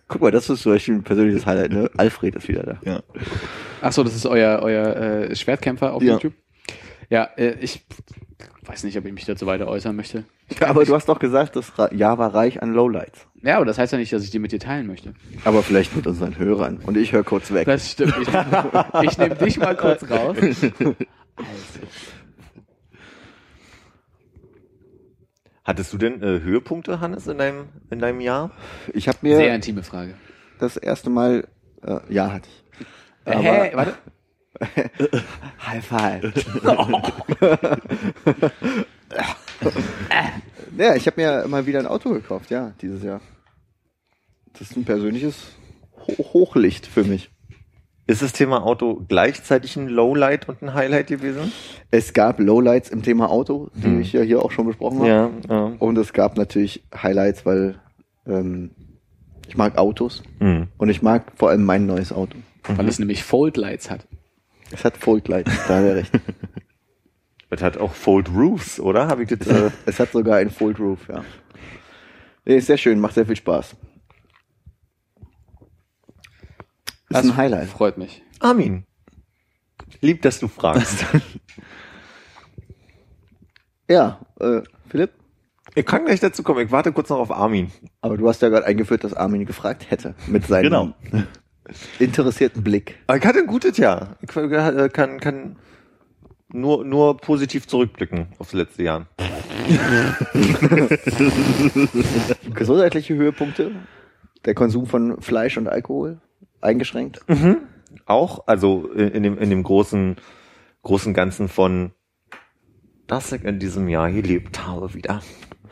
Guck mal, das ist zum Beispiel ein persönliches Highlight, ne? Alfred ist wieder da. Ja. Ach so, das ist euer, euer äh, Schwertkämpfer auf Ja. YouTube. Ja, äh, ich weiß nicht, ob ich mich dazu weiter äußern möchte. Aber du hast doch gesagt, das Ra- Jahr war reich an Lowlights. Ja, aber das heißt ja nicht, dass ich die mit dir teilen möchte. Aber vielleicht mit unseren Hörern. Und ich höre kurz weg. Das stimmt. Ich, ich nehme dich mal kurz raus. Also. Hattest du denn äh, Höhepunkte, Hannes, in deinem, in deinem Jahr? Ich habe Sehr mir intime Frage. das erste Mal, äh, ja, hatte ich. Aber- Hä? Warte. High five. ja, ich habe mir mal wieder ein Auto gekauft, ja, dieses Jahr. Das ist ein persönliches Ho Hochlicht für mich. Ist das Thema Auto gleichzeitig ein Lowlight und ein Highlight gewesen? Es gab Lowlights im Thema Auto, die ich ja hier auch schon besprochen habe. ja. Und es gab natürlich Highlights, weil ähm, ich mag Autos Mhm. und ich mag vor allem mein neues Auto. Weil es nämlich Foldlights hat. Es hat Folglights, da hat er recht. Das hat auch Fold Roofs, oder? Habe ich das, äh, Es hat sogar einen Fold Roof, ja. Nee, ist sehr schön, macht sehr viel Spaß. Ist ein Highlight. Freut mich. Armin. Lieb, dass du fragst. Ja, äh, Philipp, ich kann gleich dazu kommen. Ich warte kurz noch auf Armin. aber du hast ja gerade eingeführt, dass Armin gefragt hätte mit seinem Genau. interessierten Blick. Aber ich hatte ein gutes Jahr. Ich äh, kann, kann nur, nur positiv zurückblicken aufs letzte Jahr. Gesundheitliche Höhepunkte, der Konsum von Fleisch und Alkohol eingeschränkt. auch, also in in dem, in dem großen, großen Ganzen von, dass ich in diesem Jahr gelebt habe wieder.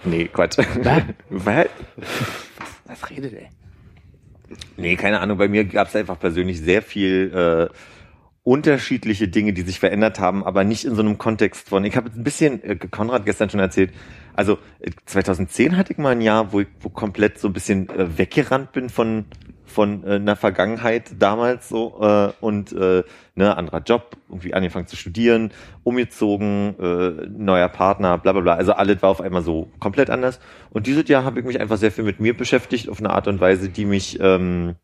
Nee, Quatsch. Was? Was redet er? Nee, keine Ahnung. Bei mir gab es einfach persönlich sehr viel äh, unterschiedliche Dinge, die sich verändert haben, aber nicht in so einem Kontext von. Ich habe jetzt ein bisschen äh, Konrad gestern schon erzählt. Also äh, 2010 hatte ich mal ein Jahr, wo ich wo komplett so ein bisschen äh, weggerannt bin von von äh, einer Vergangenheit damals so äh, und äh, ne anderer Job, irgendwie angefangen zu studieren, umgezogen, äh, neuer Partner, bla bla bla. Also alles war auf einmal so komplett anders. Und dieses Jahr habe ich mich einfach sehr viel mit mir beschäftigt, auf eine Art und Weise, die mich ähm,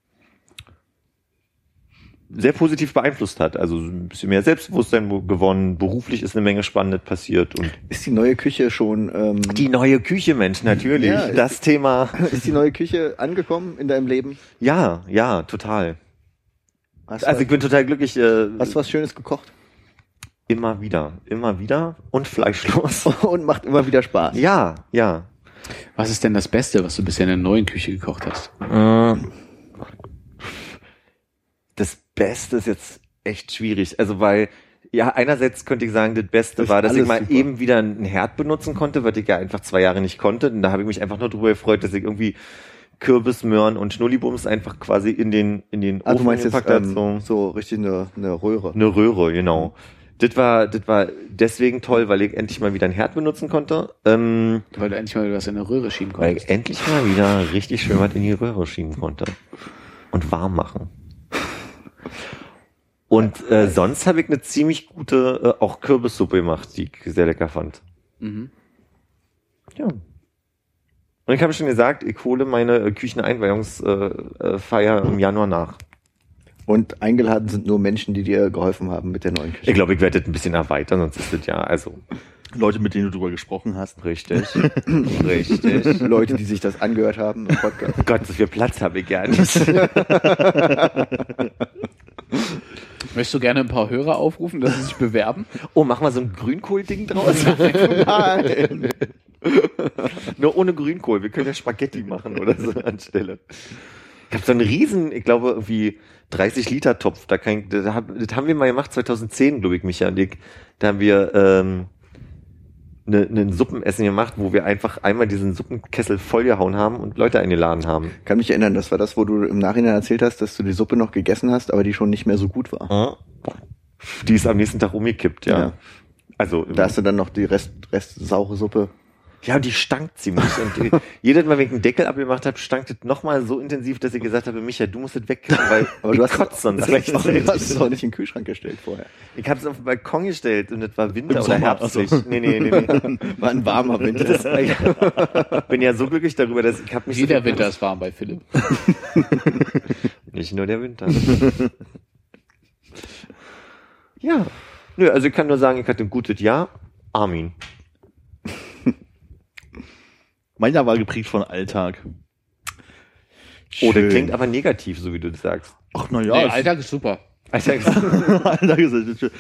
sehr positiv beeinflusst hat. Also ein bisschen mehr Selbstbewusstsein wo- gewonnen, beruflich ist eine Menge Spannendes passiert und Ist die neue Küche schon, ähm, die neue Küche, Mensch, natürlich. Ja, ist- das Thema. ist die neue Küche angekommen in deinem Leben? Ja, ja, total. Hast, Also ich du, bin total glücklich. Äh, hast du was Schönes gekocht? immer wieder, immer wieder und fleischlos. Und macht immer wieder Spaß. ja, ja. Was ist denn das Beste, was du bisher in der neuen Küche gekocht hast? Das Beste ist jetzt echt schwierig. Also weil, ja, einerseits könnte ich sagen, das Beste Das war, dass ich alles mal super. eben wieder einen Herd benutzen konnte, was ich ja einfach zwei Jahre nicht konnte. Und da habe ich mich einfach nur drüber gefreut, dass ich irgendwie Kürbis, Möhren und Schnullibums einfach quasi in den, in den Ah, du meinst jetzt gepackt hat, ähm, so richtig eine, eine Röhre. Eine Röhre, genau. Das war, das war deswegen toll, weil ich endlich mal wieder ein Herd benutzen konnte. Ähm, Weil du endlich mal was in eine Röhre schieben weil konntest. ich endlich mal wieder richtig schön was in die Röhre schieben konnte. Und warm machen. Und äh, sonst habe ich eine ziemlich gute, äh, auch Kürbissuppe gemacht, die ich sehr lecker fand. Mhm. Ja. Und ich habe schon gesagt, ich hole meine äh, Kücheneinweihungsfeier äh, Feier im Januar nach. Und eingeladen sind nur Menschen, die dir geholfen haben mit der neuen Küche. Ich glaube, ich werde das ein bisschen erweitern, sonst ist das ja, also, Leute, mit denen du drüber gesprochen hast. richtig, richtig. Leute, die sich das angehört haben im Podcast. Gott, so viel Platz habe ich gar nicht. Möchtest du gerne ein paar Hörer aufrufen, dass sie sich bewerben? Oh, mach mal so ein Grünkohl-Ding draus. Nein. Nur ohne Grünkohl. Wir können ja Spaghetti machen oder so anstelle. Ich habe so einen riesen, ich glaube, irgendwie 30 Liter Topf. Da kann ich, da hab, das haben wir mal gemacht, 2010, glaube ich, Micha und ich. Da haben wir ähm, ne, ne, ein Suppenessen gemacht, wo wir einfach einmal diesen Suppenkessel vollgehauen haben und Leute eingeladen haben. Kann mich erinnern, das war das, wo du im Nachhinein erzählt hast, dass du die Suppe noch gegessen hast, aber die schon nicht mehr so gut war. Die ist am nächsten Tag umgekippt, ja. Hm? Ja. Also Da hast du dann noch die Rest, Rest saure Suppe. Ja, und die stank ziemlich. Und die, jedes Mal, wenn ich einen Deckel abgemacht habe, stank das nochmal so intensiv, dass ich gesagt habe, Micha, du musst das wegkippen, weil Aber ich du hast, kotze sonst du hast es rechtzeitig. auch nicht in den Kühlschrank gestellt vorher. Ich habe es auf den Balkon gestellt und das war Winter Im oder Sommer, herbstlich. also. Nee, nee, nee. nee. War ein warmer Winter. Das, ich bin ja so glücklich darüber, dass ich habe mich... Jeder Winter ist warm bei Philipp. Nicht nur der Winter. ja. Nö, also ich kann nur sagen, ich hatte ein gutes Jahr. Armin. Meiner war geprägt von Alltag. Oh, das Schön. klingt aber negativ, so wie du das sagst. Ach, na ja. Ja, nee, es- Alltag ist super. Alltag, Alltag ist echt schön.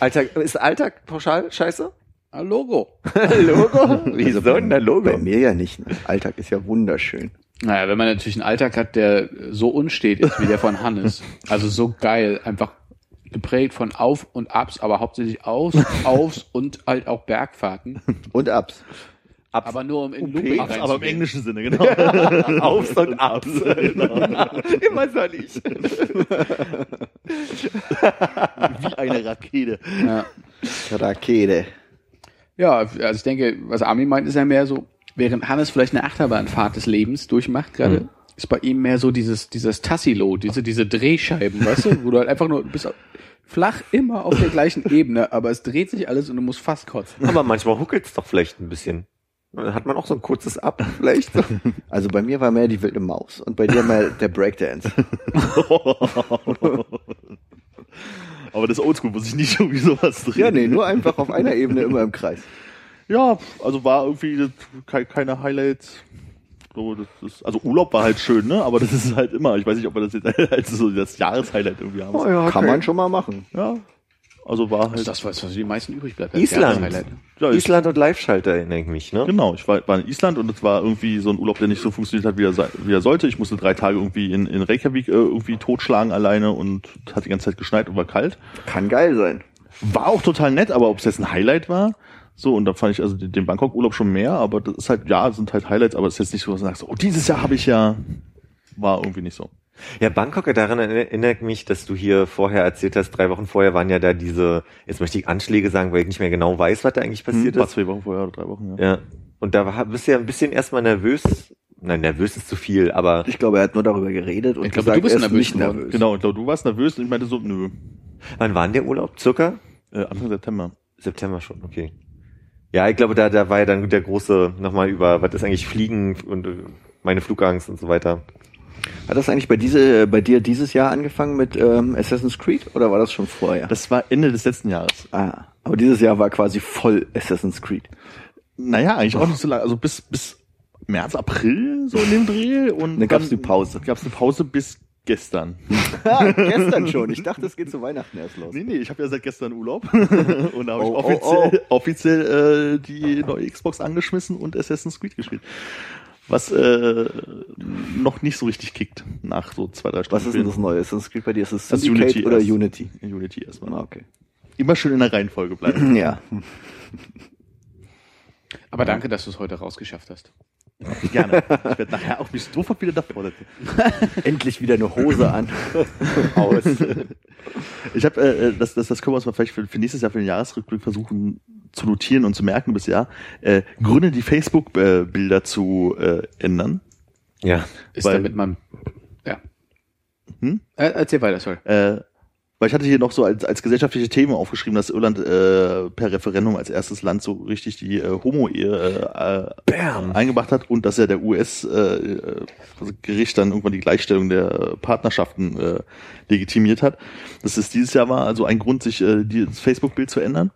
Alltag, ist Alltag pauschal scheiße? Ah, Logo. Logo? Wieso Also bei- denn ein Logo? Bei mir ja nicht. ne? Alltag ist ja wunderschön. Naja, wenn man natürlich einen Alltag hat, der so unstet ist wie der von Hannes, also so geil, einfach geprägt von Auf und Abs, aber hauptsächlich Aus, Aufs und halt auch Bergfahrten, Und Abs. Abs- aber nur um in Looping Abs, aber im reinzugehen. englischen Sinne, genau. Aufs und Abs. Immer soll ich. Wie eine Rakete. Ja. Rakete. ja, also ich denke, was Armin meint, ist ja mehr so, während Hannes vielleicht eine Achterbahnfahrt des Lebens durchmacht gerade, ist bei ihm mehr so dieses, dieses Tassilo, diese, diese Drehscheiben, weißt du, wo du halt einfach nur, du bist flach immer auf der gleichen Ebene, aber es dreht sich alles und du musst fast kotzen. Aber manchmal huckelt's doch vielleicht ein bisschen. Dann Hat man auch so ein kurzes Ab vielleicht? Also bei mir war mehr die wilde Maus und bei dir mal der Breakdance. Aber das Oldschool muss ich nicht irgendwie sowas drehen. Ja, nee, nur einfach auf einer Ebene immer im Kreis. Ja, also war irgendwie das, ke- keine Highlights. Ich glaube, Das ist, also Urlaub war halt schön, ne? Aber das ist halt immer. Ich weiß nicht, ob wir das jetzt als so das Jahreshighlight irgendwie haben. ja, Kann man schon mal machen. Ja. Also war halt. Das ist das, was für die meisten übrig bleibt. Island. Ja, das Highlight. ja, ich, Island und Live-Schalter erinnere ich mich, ne? Genau, ich war, war in Island und es war irgendwie so ein Urlaub, der nicht so funktioniert hat, wie er, sei- wie er sollte. Ich musste drei Tage irgendwie in, in Reykjavik äh, irgendwie totschlagen alleine und es hat die ganze Zeit geschneit und war kalt. Kann geil sein. War auch total nett, aber ob es jetzt ein Highlight war, so, und da fand ich also den, den Bangkok-Urlaub schon mehr, aber das ist halt, ja, sind halt Highlights, aber es ist jetzt nicht so, was du sagst, oh, dieses Jahr habe ich ja, war irgendwie nicht so. Ja, Bangkok, daran erinnere ich mich, dass du hier vorher erzählt hast, drei Wochen vorher waren ja da diese, jetzt möchte ich Anschläge sagen, weil ich nicht mehr genau weiß, was da eigentlich Hm, passiert war ist. zwei Wochen vorher oder drei Wochen, ja. Ja. Und da war, bist du ja ein bisschen erstmal nervös. Nein, nervös ist zu viel, aber Ich glaube, er hat nur darüber geredet und Ich glaube, gesagt, du bist er ist nervös nicht geworden. nervös. Genau, ich glaube, du warst nervös und ich meinte so, nö, wann war denn der Urlaub? Circa? äh, Anfang September. September schon, okay. Ja, ich glaube, da, da war ja dann der große nochmal über, was ist eigentlich Fliegen und äh, meine Flugangst und so weiter. Hat das eigentlich bei, diese, bei dir dieses Jahr angefangen mit ähm, Assassin's Creed oder war das schon vorher? Das war Ende des letzten Jahres. ah, aber dieses Jahr war quasi voll Assassin's Creed. Naja, eigentlich auch nicht so lange. Also bis, bis März, April, so in dem Dreh. Und Dann gab's die Pause. Gab es eine Pause bis gestern. Ja, gestern schon. Ich dachte, es geht zu Weihnachten erst los. nee, ich habe ja seit gestern Urlaub. und da habe Oh, ich oh, offiziell, offiziell äh, die neue Xbox angeschmissen und Assassin's Creed gespielt. Was äh, noch nicht so richtig kickt nach so zwei, drei Was Stunden. ist denn das Neue? Assassin's Creed bei dir? Ist es Das ist Syndicate Unity oder erst. Unity? Spielen. Unity erstmal. Ah, okay. Immer schön in der Reihenfolge bleiben. Ja. Aber danke, dass du es heute rausgeschafft hast. Gerne. Ich werde nachher auch mich sofort wieder davor Endlich wieder eine Hose an. aus. Ich habe, äh, das, das, das können wir uns mal vielleicht für, für nächstes Jahr, für den Jahresrückblick versuchen zu notieren und zu merken bis Jahr. Äh, Gründe, die Facebook-Bilder zu äh, ändern. Ja. Ist Weil- damit man. Ja. Hm? Äh, erzähl weiter, sorry. Äh, weil ich hatte hier noch so als, als gesellschaftliche Themen aufgeschrieben, dass Irland äh, per Referendum als erstes Land so richtig die äh, Homo-Ehe äh, Bam. eingebracht hat und dass ja der US-Gericht äh, dann irgendwann die Gleichstellung der äh, Partnerschaften äh, legitimiert hat. Dass es dieses Jahr war also ein Grund, sich äh, die, das Facebook-Bild zu ändern.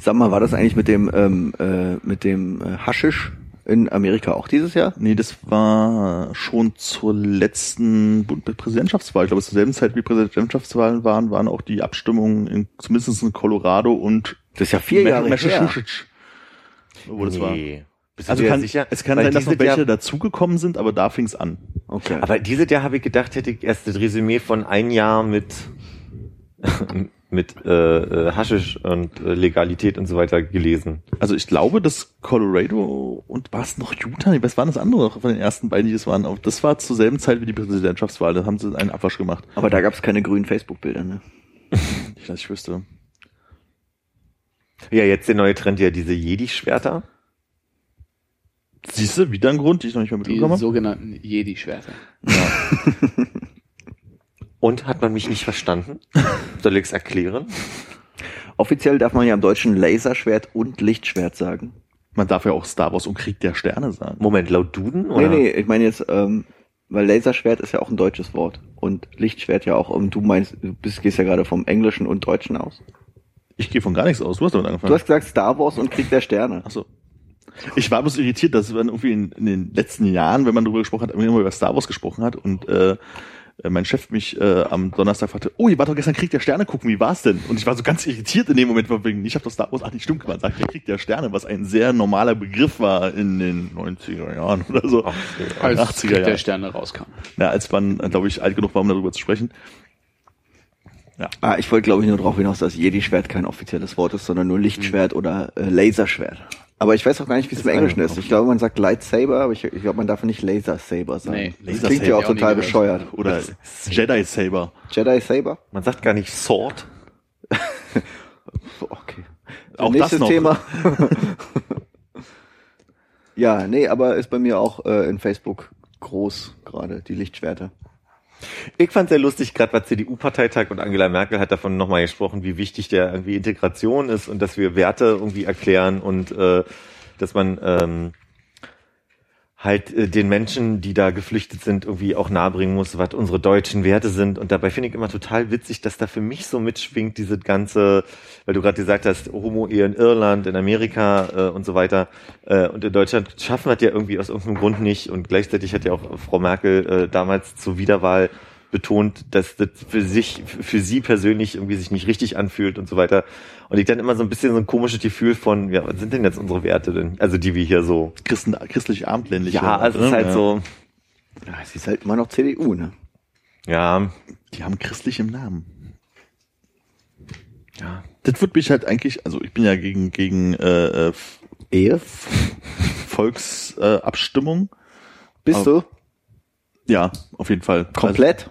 Sag mal, war das eigentlich mit dem, ähm, äh, mit dem äh, Haschisch in Amerika auch dieses Jahr? Nee, das war schon zur letzten Bund- Präsidentschaftswahl. Ich glaube, zur selben Zeit wie Präsidentschaftswahlen waren, waren auch die Abstimmungen in, zumindest in Colorado und Das ist ja vier Ma- Jahre her. Massachusetts. Wo das war. Bist du Also dir kann, sicher? es kann Weil sein, dass noch dieses welche Jahr, dazugekommen sind, aber da fing's an. Okay. Aber dieses Jahr habe ich gedacht, hätte ich erst das Resümee von ein Jahr mit mit äh, äh, Haschisch und äh, Legalität und so weiter gelesen. Also ich glaube, dass Colorado und war es noch Utah? Was waren das andere noch von den ersten beiden, die das waren? Auch Das war zur selben Zeit wie die Präsidentschaftswahl. Da haben sie einen Abwasch gemacht. Aber da gab es keine grünen Facebook-Bilder, ne? Ich, dass ich wüsste. Ja, jetzt der neue Trend ja diese Jedi-Schwerter. Siehst du, wieder ein Grund, die ich noch nicht mehr Die mitbekommen habe. sogenannten Jedi-Schwerter. Und hat man mich nicht verstanden? Soll ich es erklären? Offiziell darf man ja im Deutschen Laserschwert und Lichtschwert sagen. Man darf ja auch Star Wars und Krieg der Sterne sagen. Moment, laut Duden? Oder? Nee, nee, ich meine jetzt, ähm, weil Laserschwert ist ja auch ein deutsches Wort und Lichtschwert ja auch. Und du meinst, du bist, gehst ja gerade vom Englischen und Deutschen aus. Ich gehe von gar nichts aus. Du hast damit angefangen. Du hast gesagt Star Wars und Krieg der Sterne. Ach so. Ich war bloß irritiert, dass man irgendwie in, in den letzten Jahren, wenn man darüber gesprochen hat, immer über Star Wars gesprochen hat und äh, mein Chef mich äh, am Donnerstag fragte, oh, ihr wart doch gestern Krieg der Sterne gucken, wie war's denn? Und ich war so ganz irritiert in dem Moment, von wegen, ich habe doch Star Wars, ach nicht stimmt, man sagt ja Krieg der Sterne, was ein sehr normaler Begriff war in den 90er Jahren oder so. Als 80er Krieg der Jahre. Sterne rauskam. Ja, als man, glaube ich, alt genug war, um darüber zu sprechen. Ah, ich wollte glaube ich nur darauf hinaus, dass Jedi-Schwert kein offizielles Wort ist, sondern nur Lichtschwert oder äh, Laserschwert. Aber ich weiß auch gar nicht, wie es im Englischen ist. Ich glaube, man sagt Lightsaber, aber ich, ich glaube, man darf nicht Lasersaber sagen. Nee, das Lasersaber klingt ja auch auch nie total gehört. bescheuert. Oder Jedi Saber. Jedi Saber? Man sagt gar nicht Sword. Okay. Äh, Auch Nächstes das noch. Thema. ja, nee, aber ist bei mir auch äh, in Facebook groß gerade, die Lichtschwerter. Ich fand sehr lustig, gerade war CDU-Parteitag und Angela Merkel hat davon nochmal gesprochen, wie wichtig der irgendwie Integration ist und dass wir Werte irgendwie erklären und äh, dass man ähm, halt äh, den Menschen, die da geflüchtet sind, irgendwie auch nahebringen muss, was unsere deutschen Werte sind. Und dabei finde ich immer total witzig, dass da für mich so mitschwingt, diese ganze, weil du gerade gesagt hast, Homo-Ehe in Irland, in Amerika äh, und so weiter. Äh, und in Deutschland schaffen wir das ja irgendwie aus irgendeinem Grund nicht. Und gleichzeitig hat ja auch Frau Merkel äh, damals zur Wiederwahl betont, dass das für sich, für sie persönlich irgendwie sich nicht richtig anfühlt und so weiter. Und ich dann immer so ein bisschen so ein komisches Gefühl von, ja, was sind denn jetzt unsere Werte denn? Also die wir hier so Christen, christlich abendländlich. ne? ja, also es ist halt so, Ja, es ist halt immer noch CDU, ne? ja, Die haben christlich im Namen. ja. Das würde mich halt eigentlich, also ich bin ja gegen gegen äh, äh, Ehe? Volksabstimmung. Äh, Abstimmung. Bist Aber- du? ja, auf jeden Fall. Komplett? Also,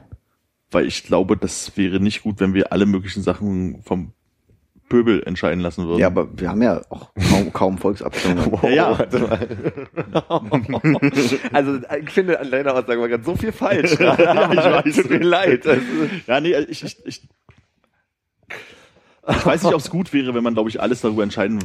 weil ich glaube, das wäre nicht gut, wenn wir alle möglichen Sachen vom Pöbel entscheiden lassen würden. Ja, aber wir haben ja auch kaum, kaum Volksabstimmungen. Ja, ja. warte mal. also ich finde an deiner Aussage war gerade so viel falsch. ja, ich weiß. Tut mir leid. Also, ja nee, also ich, ich, ich, ich weiß nicht, ob es gut wäre, wenn man, glaube ich, alles darüber entscheiden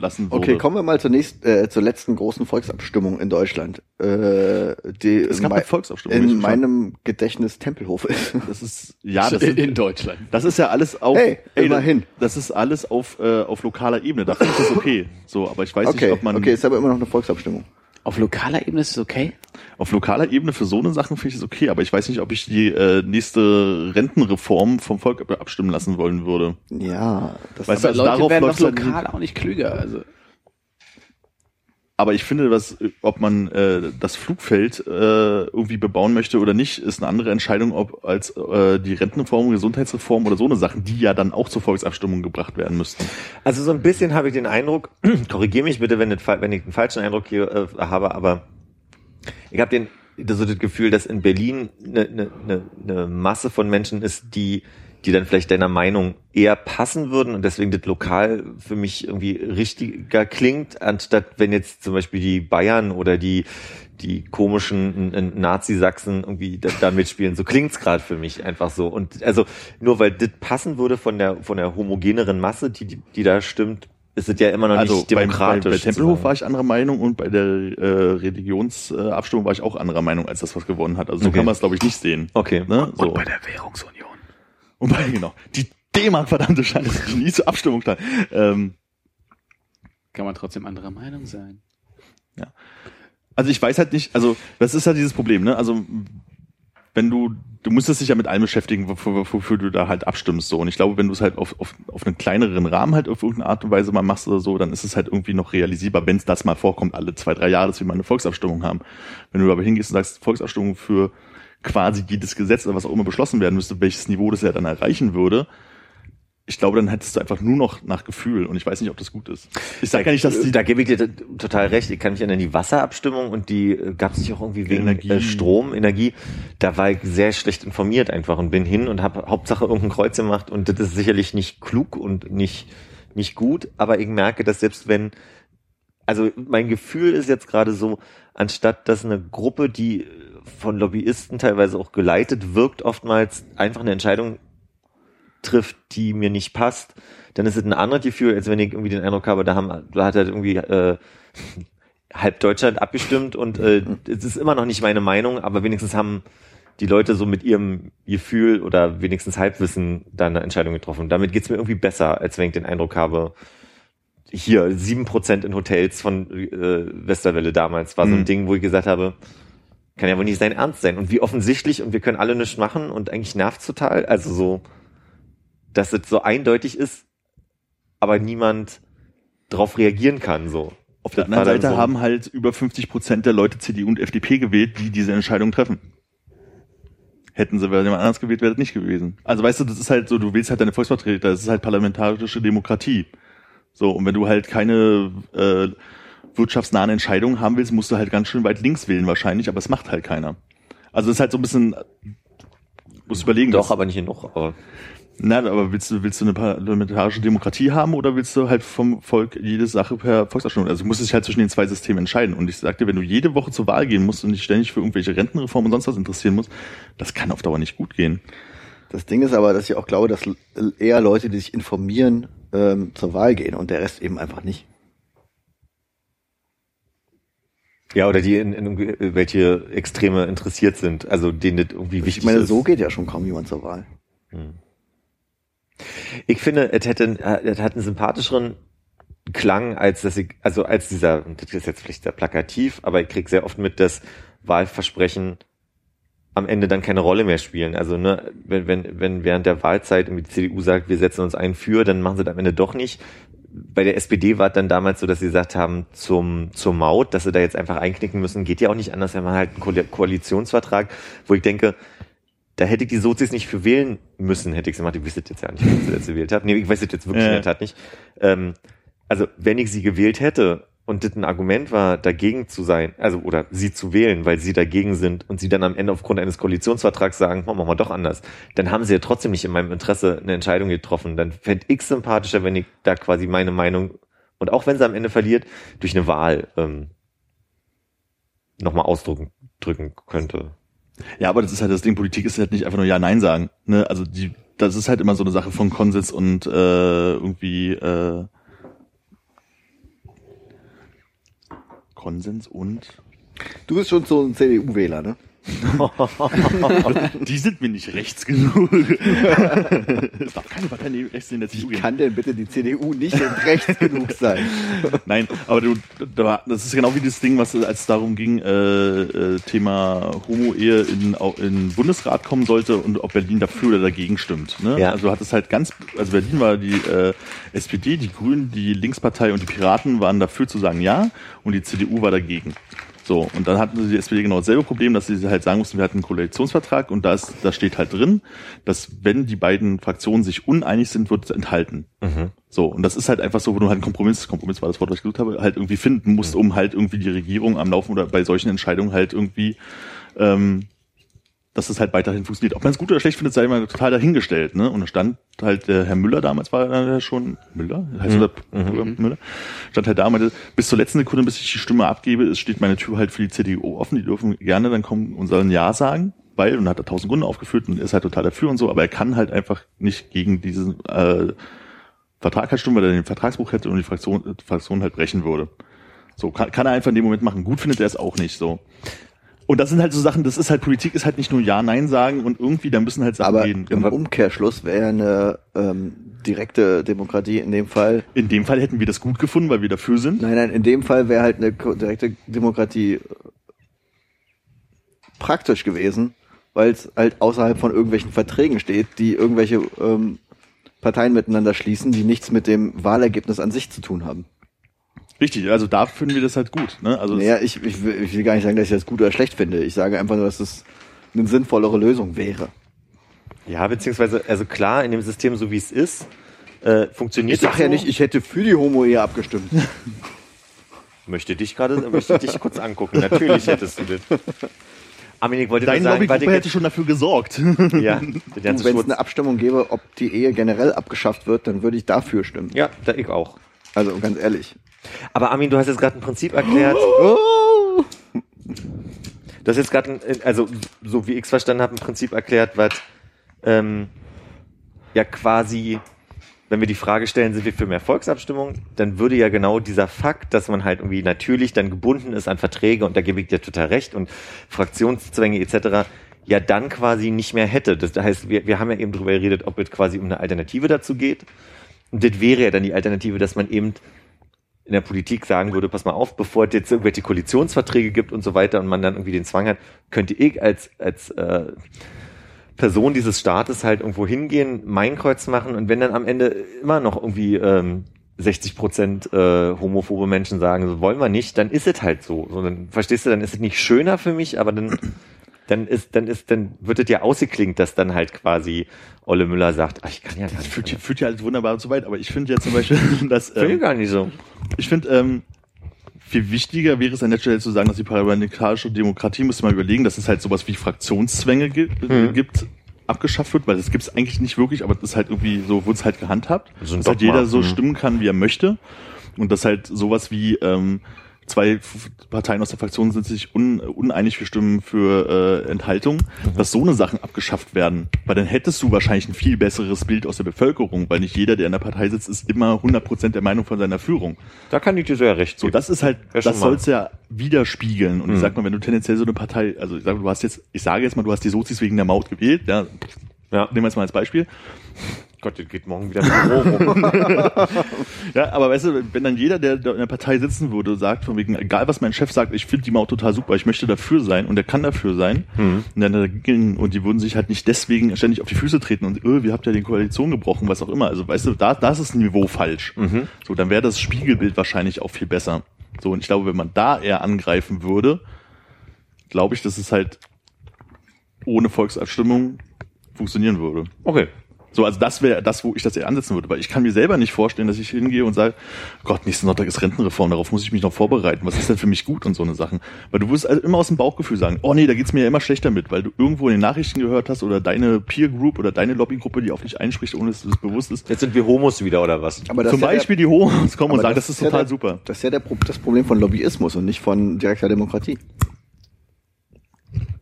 lassen würde. Okay, kommen wir mal zur, nächsten, äh, zur letzten großen Volksabstimmung in Deutschland. Äh, die Es gab in, eine mei- Volksabstimmung. in ich verstanden. meinem Gedächtnis Tempelhof ist. das ist ja Ah, das in, sind, in Deutschland. das ist ja alles auf Hey, ey, immerhin. Das ist alles auf äh, auf lokaler Ebene. Da ist das okay. So, aber ich weiß Okay, nicht, ob man okay, ist aber immer noch eine Volksabstimmung. Auf lokaler Ebene ist es okay. Auf lokaler Ebene für so eine Sachen finde ich es okay, aber ich weiß nicht, ob ich die äh, nächste Rentenreform vom Volk ab- abstimmen lassen wollen würde. Ja, das Weißt du, Aber also Leute darauf werden doch läuft's halt lokal auch nicht klüger. Also Aber ich finde, dass, äh, ob man äh, das Flugfeld äh, irgendwie bebauen möchte oder nicht, ist eine andere Entscheidung, ob als äh, die Rentenreform, Gesundheitsreform oder so eine Sachen, die ja dann auch zur Volksabstimmung gebracht werden müssten. also so ein bisschen habe ich den Eindruck, korrigiere mich bitte, wenn, das fa- wenn ich einen falschen Eindruck hier äh, habe, aber Ich habe den das, so das Gefühl, dass in Berlin eine ne, ne, ne Masse von Menschen ist, die die dann vielleicht deiner Meinung eher passen würden und deswegen das lokal für mich irgendwie richtiger klingt, anstatt wenn jetzt zum Beispiel die Bayern oder die die komischen N- N- Nazi-Sachsen irgendwie da, da mitspielen. So klingt's grad gerade für mich einfach so. Und also nur weil das passen würde von der von der homogeneren Masse, die die, die da stimmt, ist es ja immer noch Also nicht beim, bei, demokratisch. bei Tempelhof zu war sagen. ich anderer Meinung und bei der äh, Religionsabstimmung äh, Abstimmung war ich auch anderer Meinung als das, was gewonnen hat. Also so Okay. kann man es, glaube ich, nicht sehen. Okay. Ne? So. Und bei der Währungsunion. Und bei, genau. Die D-Mark, verdammte Scheiße, die nie zur Abstimmung stand. Ähm, Kann man trotzdem anderer Meinung sein. also ich weiß halt nicht, also das ist halt dieses Problem, ne? Also wenn du, du musstest dich ja mit allem beschäftigen, wofür, wofür, wofür du da halt abstimmst so. Und ich glaube, wenn du es halt auf, auf, auf einen kleineren Rahmen halt auf irgendeine Art und Weise mal machst oder so, dann ist es halt irgendwie noch realisierbar, wenn es das mal vorkommt, alle zwei, drei Jahre, dass wir mal eine Volksabstimmung haben. Wenn du aber hingehst und sagst, Volksabstimmung für quasi jedes Gesetz oder was auch immer beschlossen werden müsste, welches Niveau das ja dann erreichen würde, ich glaube, dann hättest du einfach nur noch nach Gefühl und ich weiß nicht, ob das gut ist. Ich sage ja nicht, dass die da gebe ich dir t- total recht. Ich kann mich erinnern, die Wasserabstimmung und die gab es nicht auch irgendwie wegen Energie. Äh, Strom, Energie. Da war ich sehr schlecht informiert einfach und bin hin und habe Hauptsache irgendein Kreuz gemacht und das ist sicherlich nicht klug und nicht nicht gut, aber ich merke, dass selbst wenn also mein Gefühl ist jetzt gerade so, anstatt dass eine Gruppe, die von Lobbyisten teilweise auch geleitet wirkt, oftmals einfach eine Entscheidung trifft, die mir nicht passt, dann ist es ein anderes Gefühl, als wenn ich irgendwie den Eindruck habe, da, haben, da hat halt irgendwie äh, halb Deutschland abgestimmt und äh, es ist immer noch nicht meine Meinung, aber wenigstens haben die Leute so mit ihrem Gefühl oder wenigstens Halbwissen da eine Entscheidung getroffen. Damit geht's mir irgendwie besser, als wenn ich den Eindruck habe, hier, sieben Prozent in Hotels von äh, Westerwelle damals war so ein Mhm. Ding, wo ich gesagt habe, kann ja wohl nicht sein Ernst sein. Und wie offensichtlich und wir können alle nichts machen und eigentlich nervt's total. Also so, dass es so eindeutig ist, aber niemand drauf reagieren kann. So. Auf Auf der anderen Seite haben halt über 50 Prozent der Leute CDU und FDP gewählt, die diese Entscheidung treffen. Hätten sie jemand anders gewählt, wäre das nicht gewesen. Also weißt du, das ist halt so, du wählst halt deine Volksvertreter, das ist halt parlamentarische Demokratie. So, und wenn du halt keine äh, wirtschaftsnahen Entscheidungen haben willst, musst du halt ganz schön weit links wählen wahrscheinlich, aber es macht halt keiner. Also es ist halt so ein bisschen, musst überlegen. Doch, was- aber nicht genug. Aber na, aber willst du, willst du eine parlamentarische Demokratie haben oder willst du halt vom Volk jede Sache per Volksabstimmung? Also du musst dich halt zwischen den zwei Systemen entscheiden. Und ich sagte, wenn du jede Woche zur Wahl gehen musst und dich ständig für irgendwelche Rentenreformen und sonst was interessieren musst, das kann auf Dauer nicht gut gehen. Das Ding ist aber, dass ich auch glaube, dass l- eher Leute, die sich informieren, ähm, zur Wahl gehen und der Rest eben einfach nicht. ja, oder die in, in welche Extreme interessiert sind. Also denen das irgendwie wichtig Ich meine, ist. so geht ja schon kaum jemand zur Wahl. Ich finde, es hätte, äh, es hat einen sympathischeren Klang als dass ich, also als dieser, das ist jetzt vielleicht sehr plakativ, aber ich krieg sehr oft mit, dass Wahlversprechen am Ende dann keine Rolle mehr spielen. Also ne, wenn, wenn, wenn während der Wahlzeit irgendwie die CDU sagt, wir setzen uns ein für, dann machen sie das am Ende doch nicht. Bei der SPD war es dann damals so, dass sie gesagt haben, zum, zur Maut, dass sie da jetzt einfach einknicken müssen, geht ja auch nicht anders, wenn man halt einen Koal- Koalitionsvertrag, wo ich denke, da hätte ich die Sozis nicht für wählen müssen, hätte ich gemacht. Ich wüsste jetzt ja nicht, was ich jetzt gewählt habe. Nee, ich weiß das jetzt wirklich Ja. in der Tat nicht. Ähm, also, wenn ich sie gewählt hätte und das ein Argument war, dagegen zu sein, also, oder sie zu wählen, weil sie dagegen sind und sie dann am Ende aufgrund eines Koalitionsvertrags sagen, "Oh, machen wir doch anders, dann haben sie ja trotzdem nicht in meinem Interesse eine Entscheidung getroffen. Dann fände ich sympathischer, wenn ich da quasi meine Meinung und auch wenn sie am Ende verliert, durch eine Wahl ähm, nochmal ausdrücken drücken könnte. Ja, aber das ist halt das Ding, Politik ist halt nicht einfach nur Ja, Nein sagen. Ne? Also die, das ist halt immer so eine Sache von Konsens und äh, irgendwie äh, Konsens und Du bist schon so ein CDU-Wähler, ne? die sind mir nicht rechts genug. es darf keine Partei neben rechts in der CDU Wie geben. kann denn bitte die CDU nicht rechts genug sein? Nein, aber du, da- das ist genau wie das Ding, was als es darum ging, äh, äh, Thema Homo-Ehe in, au- in Bundesrat kommen sollte und ob Berlin dafür oder dagegen stimmt. Ne? Ja. Also hat es halt ganz, also Berlin war die äh, SPD, die Grünen, die Linkspartei und die Piraten waren dafür zu sagen ja und die CDU war dagegen. So, und dann hatten sie die SPD genau dasselbe Problem, dass sie halt sagen mussten, wir hatten einen Koalitionsvertrag und da, ist, da steht halt drin, dass wenn die beiden Fraktionen sich uneinig sind, wird es enthalten. Mhm. So, und das ist halt einfach so, wo du halt einen Kompromiss, Kompromiss war das Wort, was ich gesucht habe, halt irgendwie finden musst, um halt irgendwie die Regierung am Laufen oder bei solchen Entscheidungen halt irgendwie, ähm, dass es halt weiterhin funktioniert. Ob man es gut oder schlecht findet, sei mal total dahingestellt, ne? Und da stand halt äh, Herr Müller damals, war er schon, Müller? Heißt Mhm. er Müller? Stand halt da und meinte, bis zur letzten Sekunde, bis ich die Stimme abgebe, es steht meine Tür halt für die CDU offen, die dürfen gerne dann kommen und sollen Ja sagen. Weil, und hat da tausend Gründe aufgeführt und ist halt total dafür und so, aber er kann halt einfach nicht gegen diesen äh, Vertrag halt stimmen, weil er den Vertragsbruch hätte und die Fraktion, äh, Fraktion halt brechen würde. So, kann, kann er einfach in dem Moment machen. Gut findet er es auch nicht so. Und das sind halt so Sachen, das ist halt Politik, ist halt nicht nur Ja, Nein sagen und irgendwie, da müssen halt Sachen Aber gehen. im Umkehrschluss wäre eine ähm, direkte Demokratie in dem Fall. In dem Fall hätten wir das gut gefunden, weil wir dafür sind. Nein, nein, in dem Fall wäre halt eine ko- direkte Demokratie äh, praktisch gewesen, weil es halt außerhalb von irgendwelchen Verträgen steht, die irgendwelche ähm, Parteien miteinander schließen, die nichts mit dem Wahlergebnis an sich zu tun haben. Richtig, also da finden wir das halt gut. Ne? Also Naja, ich, ich, will, ich will gar nicht sagen, dass ich das gut oder schlecht finde. Ich sage einfach nur, dass es eine sinnvollere Lösung wäre. Ja, beziehungsweise, also klar, in dem System, so wie es ist, äh, funktioniert Ich sage so. ja nicht, ich hätte für die Homo-Ehe abgestimmt. möchte dich gerade, möchte dich kurz angucken. Natürlich hättest du das. Armin, ich wollte dein nur sagen, Lobbygruppe hätte warte, schon dafür gesorgt. ja, den Wenn ganzen es Schmutz. eine Abstimmung gäbe, ob die Ehe generell abgeschafft wird, dann würde ich dafür stimmen. Ja, da ich auch. Also ganz ehrlich. Aber Armin, du hast jetzt gerade ein Prinzip erklärt. Du hast jetzt gerade, ein- also so wie ich es verstanden habe, ein Prinzip erklärt, was ähm, ja quasi, wenn wir die Frage stellen, sind wir für mehr Volksabstimmung, dann würde ja genau dieser Fakt, dass man halt irgendwie natürlich dann gebunden ist an Verträge und da gebe ich dir total recht und Fraktionszwänge etc., ja dann quasi nicht mehr hätte. Das heißt, wir, wir haben ja eben drüber geredet, ob es quasi um eine Alternative dazu geht. Und das wäre ja dann die Alternative, dass man eben in der Politik sagen würde, pass mal auf, bevor es jetzt irgendwelche Koalitionsverträge gibt und so weiter und man dann irgendwie den Zwang hat, könnte ich als, als äh, Person dieses Staates halt irgendwo hingehen, mein Kreuz machen und wenn dann am Ende immer noch irgendwie ähm, 60 Prozent äh, homophobe Menschen sagen, so wollen wir nicht, dann ist es halt so. so dann, verstehst du, dann ist es nicht schöner für mich, aber dann, dann ist, dann ist, dann wird es ja ausgeklingt, dass dann halt quasi Olle Müller sagt, ach, ich kann ja gar nicht. Fühlt, fühlt ja alles wunderbar und so weit, aber ich finde ja zum Beispiel, dass. Finde ähm, ich gar nicht so. Ich finde, ähm, viel wichtiger wäre es an der Stelle zu sagen, dass die parlamentarische Demokratie, müsste man überlegen, dass es halt sowas wie Fraktionszwänge gi- Mhm. äh, gibt, abgeschafft wird, weil das gibt es eigentlich nicht wirklich, aber das ist halt irgendwie so, wurde es halt gehandhabt, So ein dass halt Dogma, jeder so mhm. stimmen kann, wie er möchte und dass halt sowas wie ähm, zwei F- Parteien aus der Fraktion sind sich un uneinig, wir stimmen für äh, Enthaltung, Mhm. dass so eine Sachen abgeschafft werden, weil dann hättest du wahrscheinlich ein viel besseres Bild aus der Bevölkerung, weil nicht jeder, der in der Partei sitzt, ist immer 100% der Meinung von seiner Führung. Da kann ich dir so ja recht So, geben. das ist halt, Ja, schon das mal. soll's ja widerspiegeln. Und ich Mhm. sag mal, wenn du tendenziell so eine Partei, also ich sag, du hast jetzt, ich sage jetzt mal, du hast die Sozis wegen der Maut gewählt, ja, nehmen ja. wir jetzt mal als Beispiel. Gott, das geht morgen wieder im Büro rum. Ja, aber weißt du, wenn dann jeder, der da in der Partei sitzen würde, sagt, von wegen, egal was mein Chef sagt, ich finde die Maut total super, ich möchte dafür sein und der kann dafür sein, und dann dagegen, und die würden sich halt nicht deswegen ständig auf die Füße treten und, öh, wir habt ja die Koalition gebrochen, was auch immer. Also, weißt du, da, das ist ein Niveau falsch. So, dann wäre das Spiegelbild wahrscheinlich auch viel besser. So, und ich glaube, wenn man da eher angreifen würde, glaube ich, dass es halt ohne Volksabstimmung funktionieren würde. Okay. So, also das wäre das, wo ich das eher ansetzen würde, weil ich kann mir selber nicht vorstellen, dass ich hingehe und sage, Gott, nächsten Sonntag ist Rentenreform, darauf muss ich mich noch vorbereiten, was ist denn für mich gut und so eine Sachen. Weil du wirst also immer aus dem Bauchgefühl sagen, oh nee, da geht's mir ja immer schlechter mit, weil du irgendwo in den Nachrichten gehört hast oder deine Peer Group oder deine Lobbygruppe, die auf dich einspricht, ohne dass du es bewusst ist. Jetzt sind wir Homos wieder, oder was? Aber das Zum ist ja der- Beispiel die Hohens kommen und aber sagen, das ist ja total der, super. Das ist ja der, Pro- das Problem von Lobbyismus und nicht von direkter Demokratie.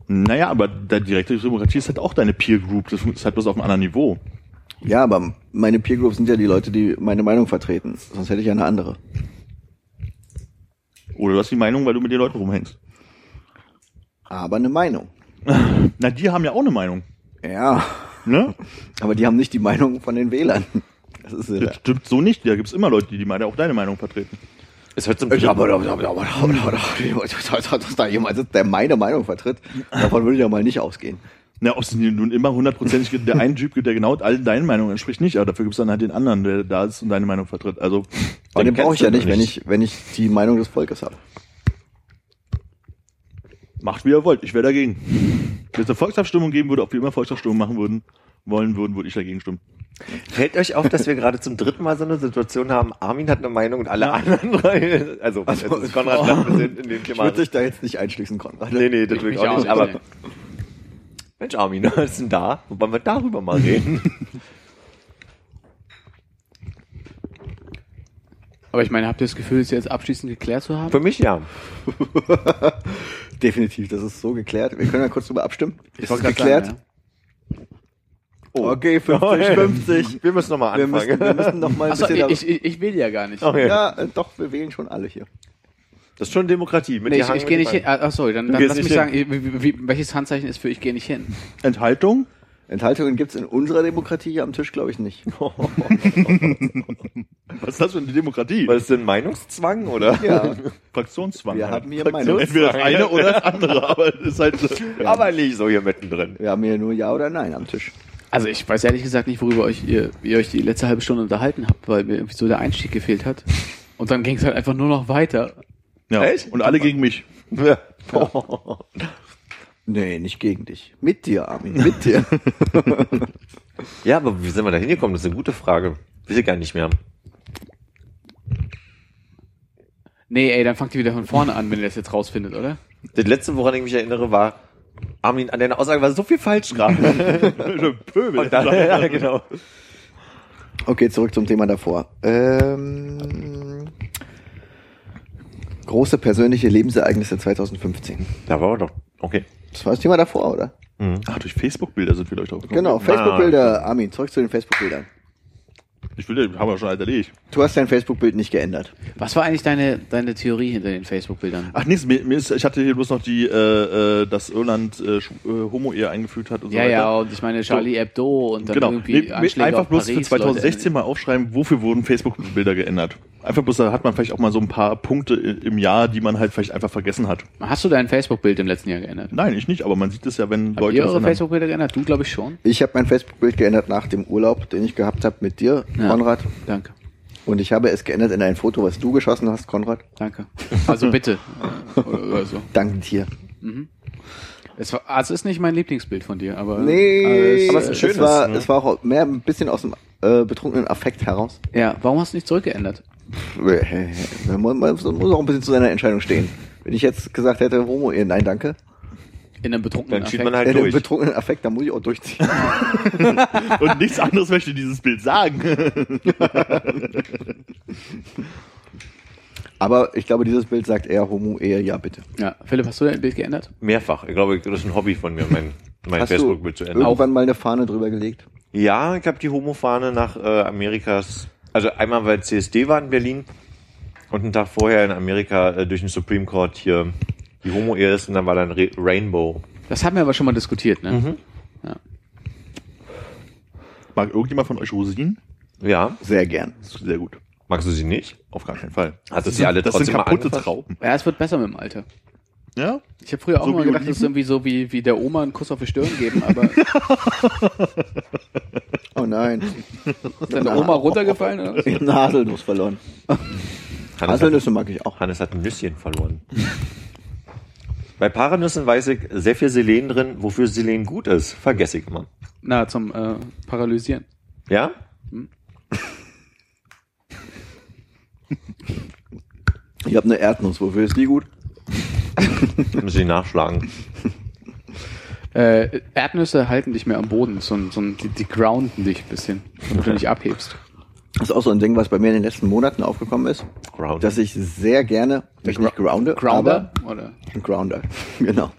Naja, aber der direkte Demokratie ist halt auch deine Peer Group, das ist halt bloß auf einem anderen Niveau. Ja, aber meine Peer Group sind ja die Leute, die meine Meinung vertreten. Sonst hätte ich ja eine andere. Oder du hast die Meinung, weil du mit den Leuten rumhängst. Aber eine Meinung. Na, die haben ja auch eine Meinung, Ja, ne? aber die haben nicht die Meinung von den Wählern. Das ist ja. Das stimmt so nicht, da gibt's immer Leute, die, die meine, auch deine Meinung vertreten. Es hört zum Ich aber, aber, aber, aber, aber, aber, dass da jemand sitzt, der meine Meinung vertritt, davon würde ich ja mal nicht ausgehen. Na, ob es nun immer hundertprozentig gibt, der einen Typ gibt, der genau allen deinen Meinung entspricht, nicht, aber dafür gibt es dann halt den anderen, der da ist und deine Meinung vertritt. Also, Aber Den den brauche ich kennst ja du nicht, wenn nicht. ich, wenn ich die Meinung des Volkes habe. Macht wie ihr wollt, ich wäre dagegen. Wenn es eine Volksabstimmung geben würde, ob wir immer Volksabstimmung machen würden, wollen würden, würde ich dagegen stimmen. Fällt euch auf, dass wir gerade zum dritten Mal so eine Situation haben, Armin hat eine Meinung und alle anderen drei, also, also ist Konrad oh, wir sind in dem Ich Thema. würde dich da jetzt nicht einschließen, Konrad. Nee, nee, das will mich ich auch auch nicht, nicht, aber nee. Mensch Armin, was ist denn da? Wollen wir darüber mal reden? Aber ich meine, habt ihr das Gefühl, es jetzt abschließend geklärt zu haben? Für mich ja. Definitiv, das ist so geklärt. Wir können ja kurz drüber abstimmen. Ich Ist wollte es gerade geklärt? sagen, Okay, 50, 50. Wir müssen nochmal Wir anfangen. müssen, wir müssen noch mal ein ja. Achso, bisschen... darüber- ich, ich, ich will ja gar nicht. Okay. ja, äh, doch, wir wählen schon alle hier. Das ist schon Demokratie. Mit Nee, dir ich, hangen ich wir gehe die nicht Beine. hin. Ah, ah, sorry, dann, dann gehst lass nicht mich sagen, wie, wie, welches Handzeichen ist für ich gehe nicht hin? Enthaltung? Enthaltungen gibt's in unserer Demokratie hier am Tisch, glaube ich, nicht. Was ist das für eine Demokratie? Was ist denn Meinungszwang, oder? Ja, Fraktionszwang. wir halt. haben hier Fraktions- Meinung. Entweder das eine oder das andere, aber es ist halt so. Aber nicht so hier mittendrin. Wir haben hier nur Ja oder Nein am Tisch. Also ich weiß ehrlich gesagt nicht, worüber euch ihr, ihr euch die letzte halbe Stunde unterhalten habt, weil mir irgendwie so der Einstieg gefehlt hat. Und dann ging es halt einfach nur noch weiter. Ja. Echt? Und alle gegen mich. Ja. Nee, nicht gegen dich. Mit dir, Armin, mit dir. ja, aber wie sind wir da hingekommen? Das ist eine gute Frage. Will ich gar nicht mehr. Nee, ey, dann fangt ihr wieder von vorne an, wenn ihr das jetzt rausfindet, oder? Das letzte, woran ich mich erinnere, war, Armin, an deiner Aussage war so viel falsch gerade. Pöbel. Und dann- ja, genau. Okay, zurück zum Thema davor. Ähm, große persönliche Lebensereignisse 2015. Da war er doch. Okay. Das war das Thema davor, oder? Ah, durch Facebook-Bilder sind wir euch drauf gekommen. Genau, Facebook-Bilder. Armin, zurück zu den Facebook-Bildern. Ich will, haben wir schon alles erledigt. Du hast dein Facebook-Bild nicht geändert. Was war eigentlich deine, deine Theorie hinter den Facebook-Bildern? Ach nichts, mir, mir ist, ich hatte hier bloß noch die, äh, äh, dass Irland äh, Schu- äh, Homo-Ehe eingeführt hat und so Ja, weiter. ja, und ich meine Charlie Hebdo und dann Genau. irgendwie Nee, Anschläge einfach auf bloß Paris, für 2016 Leute. mal aufschreiben, wofür wurden Facebook-Bilder geändert. Einfach bloß, da hat man vielleicht auch mal so ein paar Punkte i- im Jahr, die man halt vielleicht einfach vergessen hat. Hast du dein Facebook-Bild im letzten Jahr geändert? Nein, ich nicht, aber man sieht es ja, wenn Habt Leute ihr das eure ändern. Facebook-Bilder geändert? Du, glaube ich, schon. Ich habe mein Facebook-Bild geändert nach dem Urlaub, den ich gehabt habe mit dir, Ja. Konrad. Danke, Und ich habe es geändert in ein Foto, was du geschossen hast, Konrad. danke. Also bitte. oder, oder so. Dank dir. Es war, also ist nicht mein Lieblingsbild von dir, aber. Nee, aber es es, ist ein es, schönes, war, ne? es war auch mehr ein bisschen aus dem äh, betrunkenen Affekt heraus. ja, warum hast du nicht zurückgeändert? Man muss man muss auch ein bisschen zu seiner Entscheidung stehen. Wenn ich jetzt gesagt hätte, Homo, eh, nein, danke. In einem betrunkenen Dann schiebt Affekt? man halt In dem durch. betrunkenen Affekt, dann muss ich auch durchziehen. Und nichts anderes möchte dieses Bild sagen. Aber ich glaube, dieses Bild sagt eher Homo, eher ja, bitte. Ja, Philipp, hast du dein Bild geändert? Mehrfach. Ich glaube, das ist ein Hobby von mir, mein, mein Hast du Facebook-Bild zu ändern. irgendwann mal eine Fahne drüber gelegt? Ja, ich habe die Homo-Fahne nach äh, Amerikas, also einmal weil CSD war in Berlin und einen Tag vorher in Amerika äh, durch den Supreme Court hier die Homo-Ehe ist und dann war dann Re Rainbow. Das haben wir aber schon mal diskutiert, ne? Mhm. Ja. Mag irgendjemand von euch Rosinen? Ja, Sehr gern. Das ist sehr gut. magst du sie nicht? Auf gar keinen Fall. Hattest Das du sind- alle Das sind trotzdem mal kaputte angefasst? Trauben. ja, es wird besser mit dem Alter. Ja? Ich habe früher auch So mal wie gedacht, Oliven? das ist irgendwie so wie, wie der Oma einen Kuss auf die Stirn geben, aber ist Oh nein. deine Oma runtergefallen? Oder? Ich hab eine Haselnuss verloren. Hannes hat, Haselnüsse mag ich auch. Hannes hat ein Nüsschen verloren. Bei Paranüssen weiß ich, sehr viel Selen drin. Wofür Selen gut ist, vergesse ich immer. Na, zum äh, Paralysieren. Ja? Ich habe eine Erdnuss. Wofür ist die gut? Muss ich nachschlagen. Äh, Erdnüsse halten dich mehr am Boden, so, ein- so, ein- die, die grounden dich ein bisschen, damit du nicht abhebst. Das ist auch so ein Ding, was bei mir in den letzten Monaten aufgekommen ist. Ground. Dass ich sehr gerne, mich nicht grounde, aber Grounder? Oder? Ein Grounder, genau.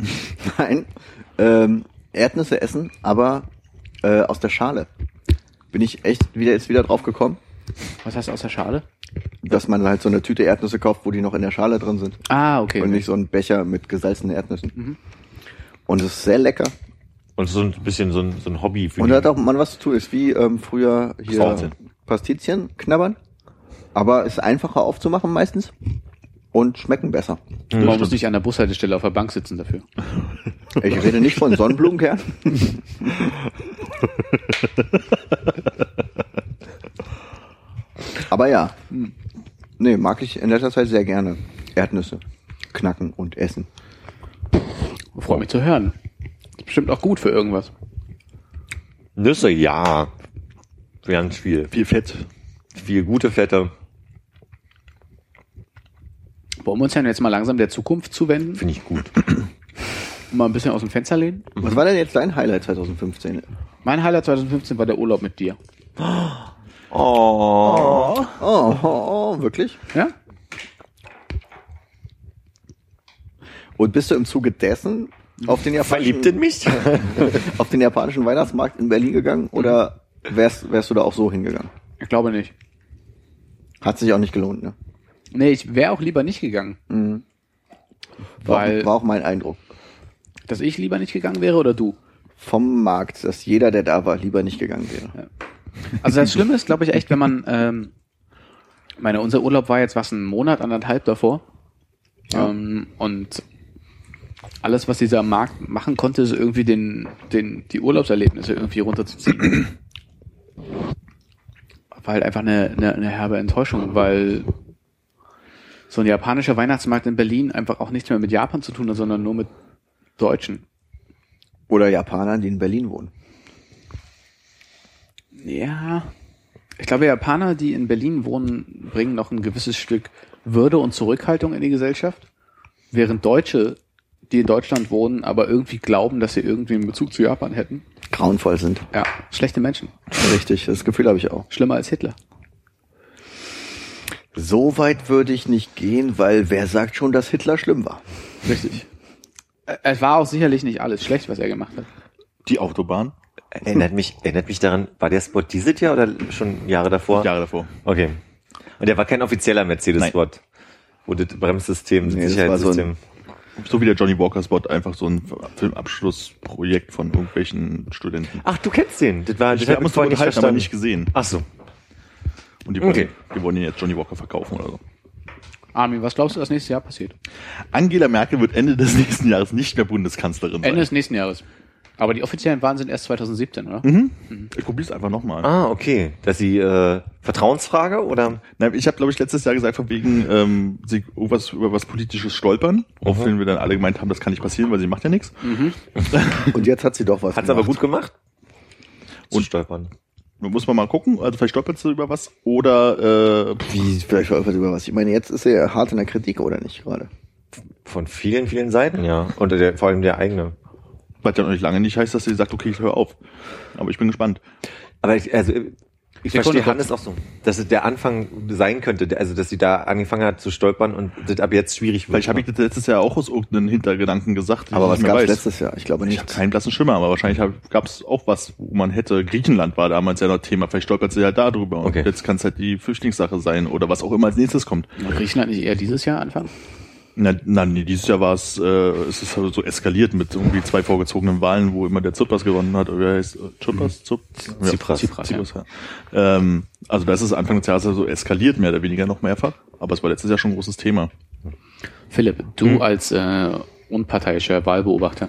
Nein, ähm, Erdnüsse essen, aber äh, aus der Schale. Bin ich echt wieder jetzt wieder drauf gekommen, Was heißt außer Schale? dass man halt so eine Tüte Erdnüsse kauft, wo die noch in der Schale drin sind Ah, okay. und nicht so ein Becher mit gesalzenen Erdnüssen. Und es ist sehr lecker. Und so ein bisschen so ein, so ein Hobby für Und die- da hat auch man was zu tun. Ist wie ähm, früher hier Pastizien. Pastizien knabbern, aber ist einfacher aufzumachen meistens und schmecken besser. Man muss nicht an der Bushaltestelle auf der Bank sitzen dafür. Ich rede nicht von Sonnenblumenkern. Aber ja. Nee, mag ich in letzter Zeit sehr gerne. Erdnüsse knacken und essen. Freue mich zu hören. Ist bestimmt auch gut für irgendwas. Nüsse, ja. Ganz viel. Viel Fett. Viel gute Fette. Wollen wir uns ja jetzt mal langsam der Zukunft zuwenden Finde ich gut. und mal ein bisschen aus dem Fenster lehnen? Mhm. Was war denn jetzt dein Highlight 2015? Mein Highlight 2015 war der Urlaub mit dir. Oh, oh, oh, wirklich? Ja? Und bist du im Zuge dessen auf den japanischen, Verliebt in mich? auf den japanischen Weihnachtsmarkt in Berlin gegangen oder Mhm. wärst, wärst du da auch so hingegangen? Ich glaube nicht. Hat sich auch nicht gelohnt, ne? Nee, ich wäre auch lieber nicht gegangen. War, Weil, war auch mein Eindruck. dass ich lieber nicht gegangen wäre oder du? Vom Markt, dass jeder, der da war, lieber nicht gegangen wäre. Also das Schlimme ist, glaube ich, echt, wenn man, ähm, meine, unser Urlaub war jetzt was, ein Monat, anderthalb davor. Ähm, und alles, was dieser Markt machen konnte, ist irgendwie den, den, die Urlaubserlebnisse irgendwie runterzuziehen. War halt einfach eine, eine, eine herbe Enttäuschung, weil so ein japanischer Weihnachtsmarkt in Berlin einfach auch nichts mehr mit Japan zu tun hat, sondern nur mit Deutschen. Oder Japanern, die in Berlin wohnen. Ja. Ich glaube, Japaner, die in Berlin wohnen, bringen noch ein gewisses Stück Würde und Zurückhaltung in die Gesellschaft. Während Deutsche, die in Deutschland wohnen, aber irgendwie glauben, dass sie irgendwie einen Bezug zu Japan hätten. Grauenvoll sind. Ja, schlechte Menschen. Richtig, das Gefühl habe ich auch. Schlimmer als Hitler. So weit würde ich nicht gehen, weil wer sagt schon, dass Hitler schlimm war? Richtig. Äh, Es war auch sicherlich nicht alles schlecht, was er gemacht hat. Die Autobahn. Erinnert mich, erinnert mich daran, war der Spot dieses Jahr oder schon Jahre davor? Jahre davor. Okay. Und der war kein offizieller Mercedes-Spot. Wo das Bremssystem, das Nee, das war so ein- Sicherheitssystem. So wie der Johnny Walker Spot, einfach so ein Filmabschlussprojekt von irgendwelchen Studenten. Ach, du kennst den. Das war, das hat Also mich vorher nicht aber verstanden. nicht gesehen. Ach so. Und die wollen, Okay. die wollen ihn jetzt Johnny Walker verkaufen oder so. Armin, was glaubst du, was nächstes Jahr passiert? Angela Merkel wird Ende des nächsten Jahres nicht mehr Bundeskanzlerin sein. Ende des nächsten Jahres. Aber die offiziellen Wahlen sind erst 2017, oder? ich probier's einfach nochmal. Ah, okay. Dass sie, äh, Vertrauensfrage oder? Na, Ich habe, glaube ich, letztes Jahr gesagt, von wegen ähm, sie irgendwas über was Politisches stolpern, Mhm. woraufhin wir dann alle gemeint haben, das kann nicht passieren, weil sie macht ja nichts. Und jetzt hat sie doch was Hat's aber gut gemacht? Und stolpern. Nun Muss man mal gucken, also vielleicht stolpert sie über was oder äh, Wie, vielleicht war etwas über was. Ich meine, jetzt ist er hart in der Kritik, oder nicht, gerade? Von vielen, vielen Seiten, ja. Und der, vor allem der eigene. was ja noch nicht lange nicht heißt, dass sie sagt, okay, ich höre auf. Aber ich bin gespannt. Aber ich, also, ich Sekunde, verstehe Hannes auch so, dass es der Anfang sein könnte, der- also dass sie da angefangen hat zu stolpern und das ab jetzt schwierig wird. Vielleicht habe ich das letztes Jahr auch aus irgendeinem Hintergedanken gesagt. den Aber ich was nicht mehr gab es weiß. letztes Jahr? Ich glaube Ich habe nicht. keinen blassen Schimmer, aber wahrscheinlich gab es auch was, wo man hätte. Griechenland war damals ja noch Thema. Vielleicht stolpert sie ja darüber. Und Okay. jetzt kann es halt die Flüchtlingssache sein oder was auch immer als nächstes kommt. Griechenland nicht eher dieses Jahr anfangen? Na, na nee, dieses Jahr war es, äh, es ist halt so eskaliert mit irgendwie zwei vorgezogenen Wahlen, wo immer der Tsipras gewonnen hat. Oder heißt äh, Tsipras? Mhm. Zip, Tsipras. Tsipras, Tsipras ja. Ähm, also das ist Anfang des Jahres so eskaliert, mehr oder weniger noch mehrfach. Aber es war letztes Jahr schon ein großes Thema. Philipp, du Hm. als äh, unparteiischer Wahlbeobachter,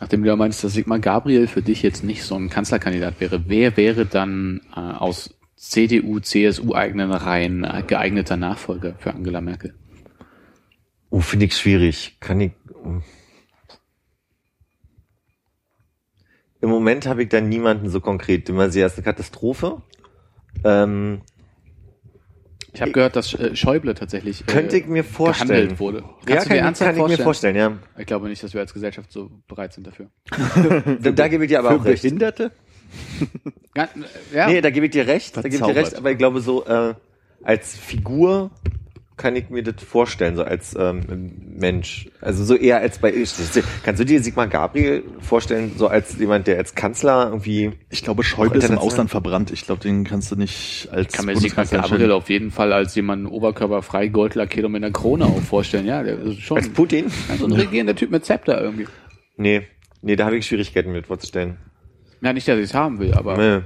nachdem du ja meinst, dass Sigmar Gabriel für dich jetzt nicht so ein Kanzlerkandidat wäre, wer wäre dann äh, aus CDU, CSU eigenen Reihen äh, geeigneter Nachfolger für Angela Merkel? oh, finde ich schwierig. Kann ich. oh. Im Moment habe ich da niemanden so konkret. Immer sie erst eine Katastrophe. Ähm, Ich habe gehört, dass äh, Schäuble tatsächlich äh, könnte ich mir vorstellen. gehandelt wurde. Ja, Kannst du dir kann, ich- ernsthaft kann ich mir vorstellen? vorstellen, ja. Ich glaube nicht, dass wir als Gesellschaft so bereit sind dafür. Hm. Da, da gebe ich dir aber auch recht. Behinderte? Gan- äh, Ja, Nee, da gebe ich dir recht, da gebe ich dir Verzaubert. recht, aber ich glaube so äh, als Figur kann ich mir das vorstellen, so als ähm, Mensch. Also so eher als bei Kannst du dir Sigmar Gabriel vorstellen, so als jemand, der als Kanzler irgendwie Ich glaube, Schäuble ist im international. Ausland verbrannt. Ich glaube, den kannst du nicht als kann mir Sigmar Gabriel auf jeden Fall als jemanden oberkörperfrei, goldlackiert und mit einer Krone auch vorstellen. Ja, der ist schon als Putin? so ein regierender Typ mit Zepter irgendwie. Nee, nee, da habe ich Schwierigkeiten mit vorzustellen. Na, nicht, dass ich es haben will, aber Nee.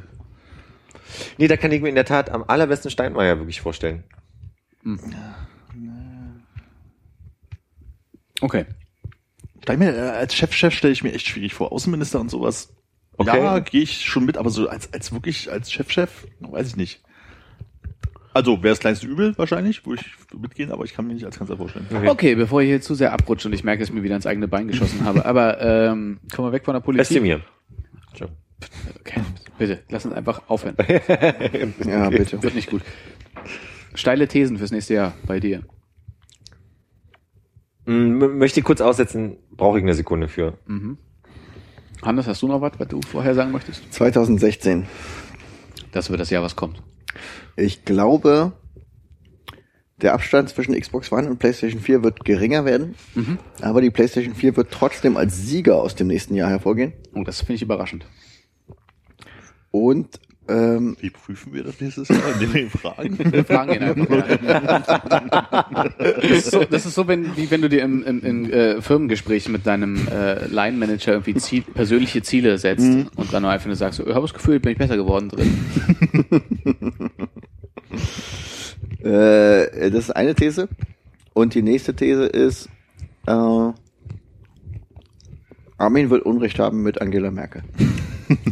nee, da kann ich mir in der Tat am allerbesten Steinmeier wirklich vorstellen. okay. Stell mir, äh, als Chefchef stelle ich mir echt schwierig vor. Außenminister und sowas. Okay. Ja, gehe ich schon mit, aber so als, als wirklich als Chefchef, weiß ich nicht. Also wäre das kleinste Übel wahrscheinlich, wo ich mitgehen, aber ich kann mir nicht als Kanzler vorstellen. Okay, bevor ich hier zu sehr abrutsche und ich merke, dass ich mir wieder ins eigene Bein geschossen habe. Aber ähm, kommen wir weg von der Politik. Özdemir. Okay, bitte, lass uns einfach aufhören. Ja, bitte. Wird nicht gut. Steile Thesen fürs nächste Jahr bei dir. M- m- Möchte ich kurz aussetzen, brauche ich eine Sekunde für. Mhm. Hannes, hast du noch was, was du vorher sagen möchtest? 2016. Dass über das Jahr was kommt. Ich glaube, der Abstand zwischen Xbox One und PlayStation 4 wird geringer werden, Mhm. aber die PlayStation 4 wird trotzdem als Sieger aus dem nächsten Jahr hervorgehen. Oh, das finde ich überraschend. Und ähm, Wie prüfen wir das nächstes Jahr? Indem wir ihn fragen. Wir fragen ihn einfach mal. Das ist so, das ist so wenn, wie wenn du dir im, im, im äh, Firmengespräch mit deinem äh, Line-Manager irgendwie Ziel, persönliche Ziele setzt und dann nur einfach nur sagst, ich habe das Gefühl, bin ich besser geworden drin. äh, das ist eine These. Und die nächste These ist, äh, Armin wird Unrecht haben mit Angela Merkel.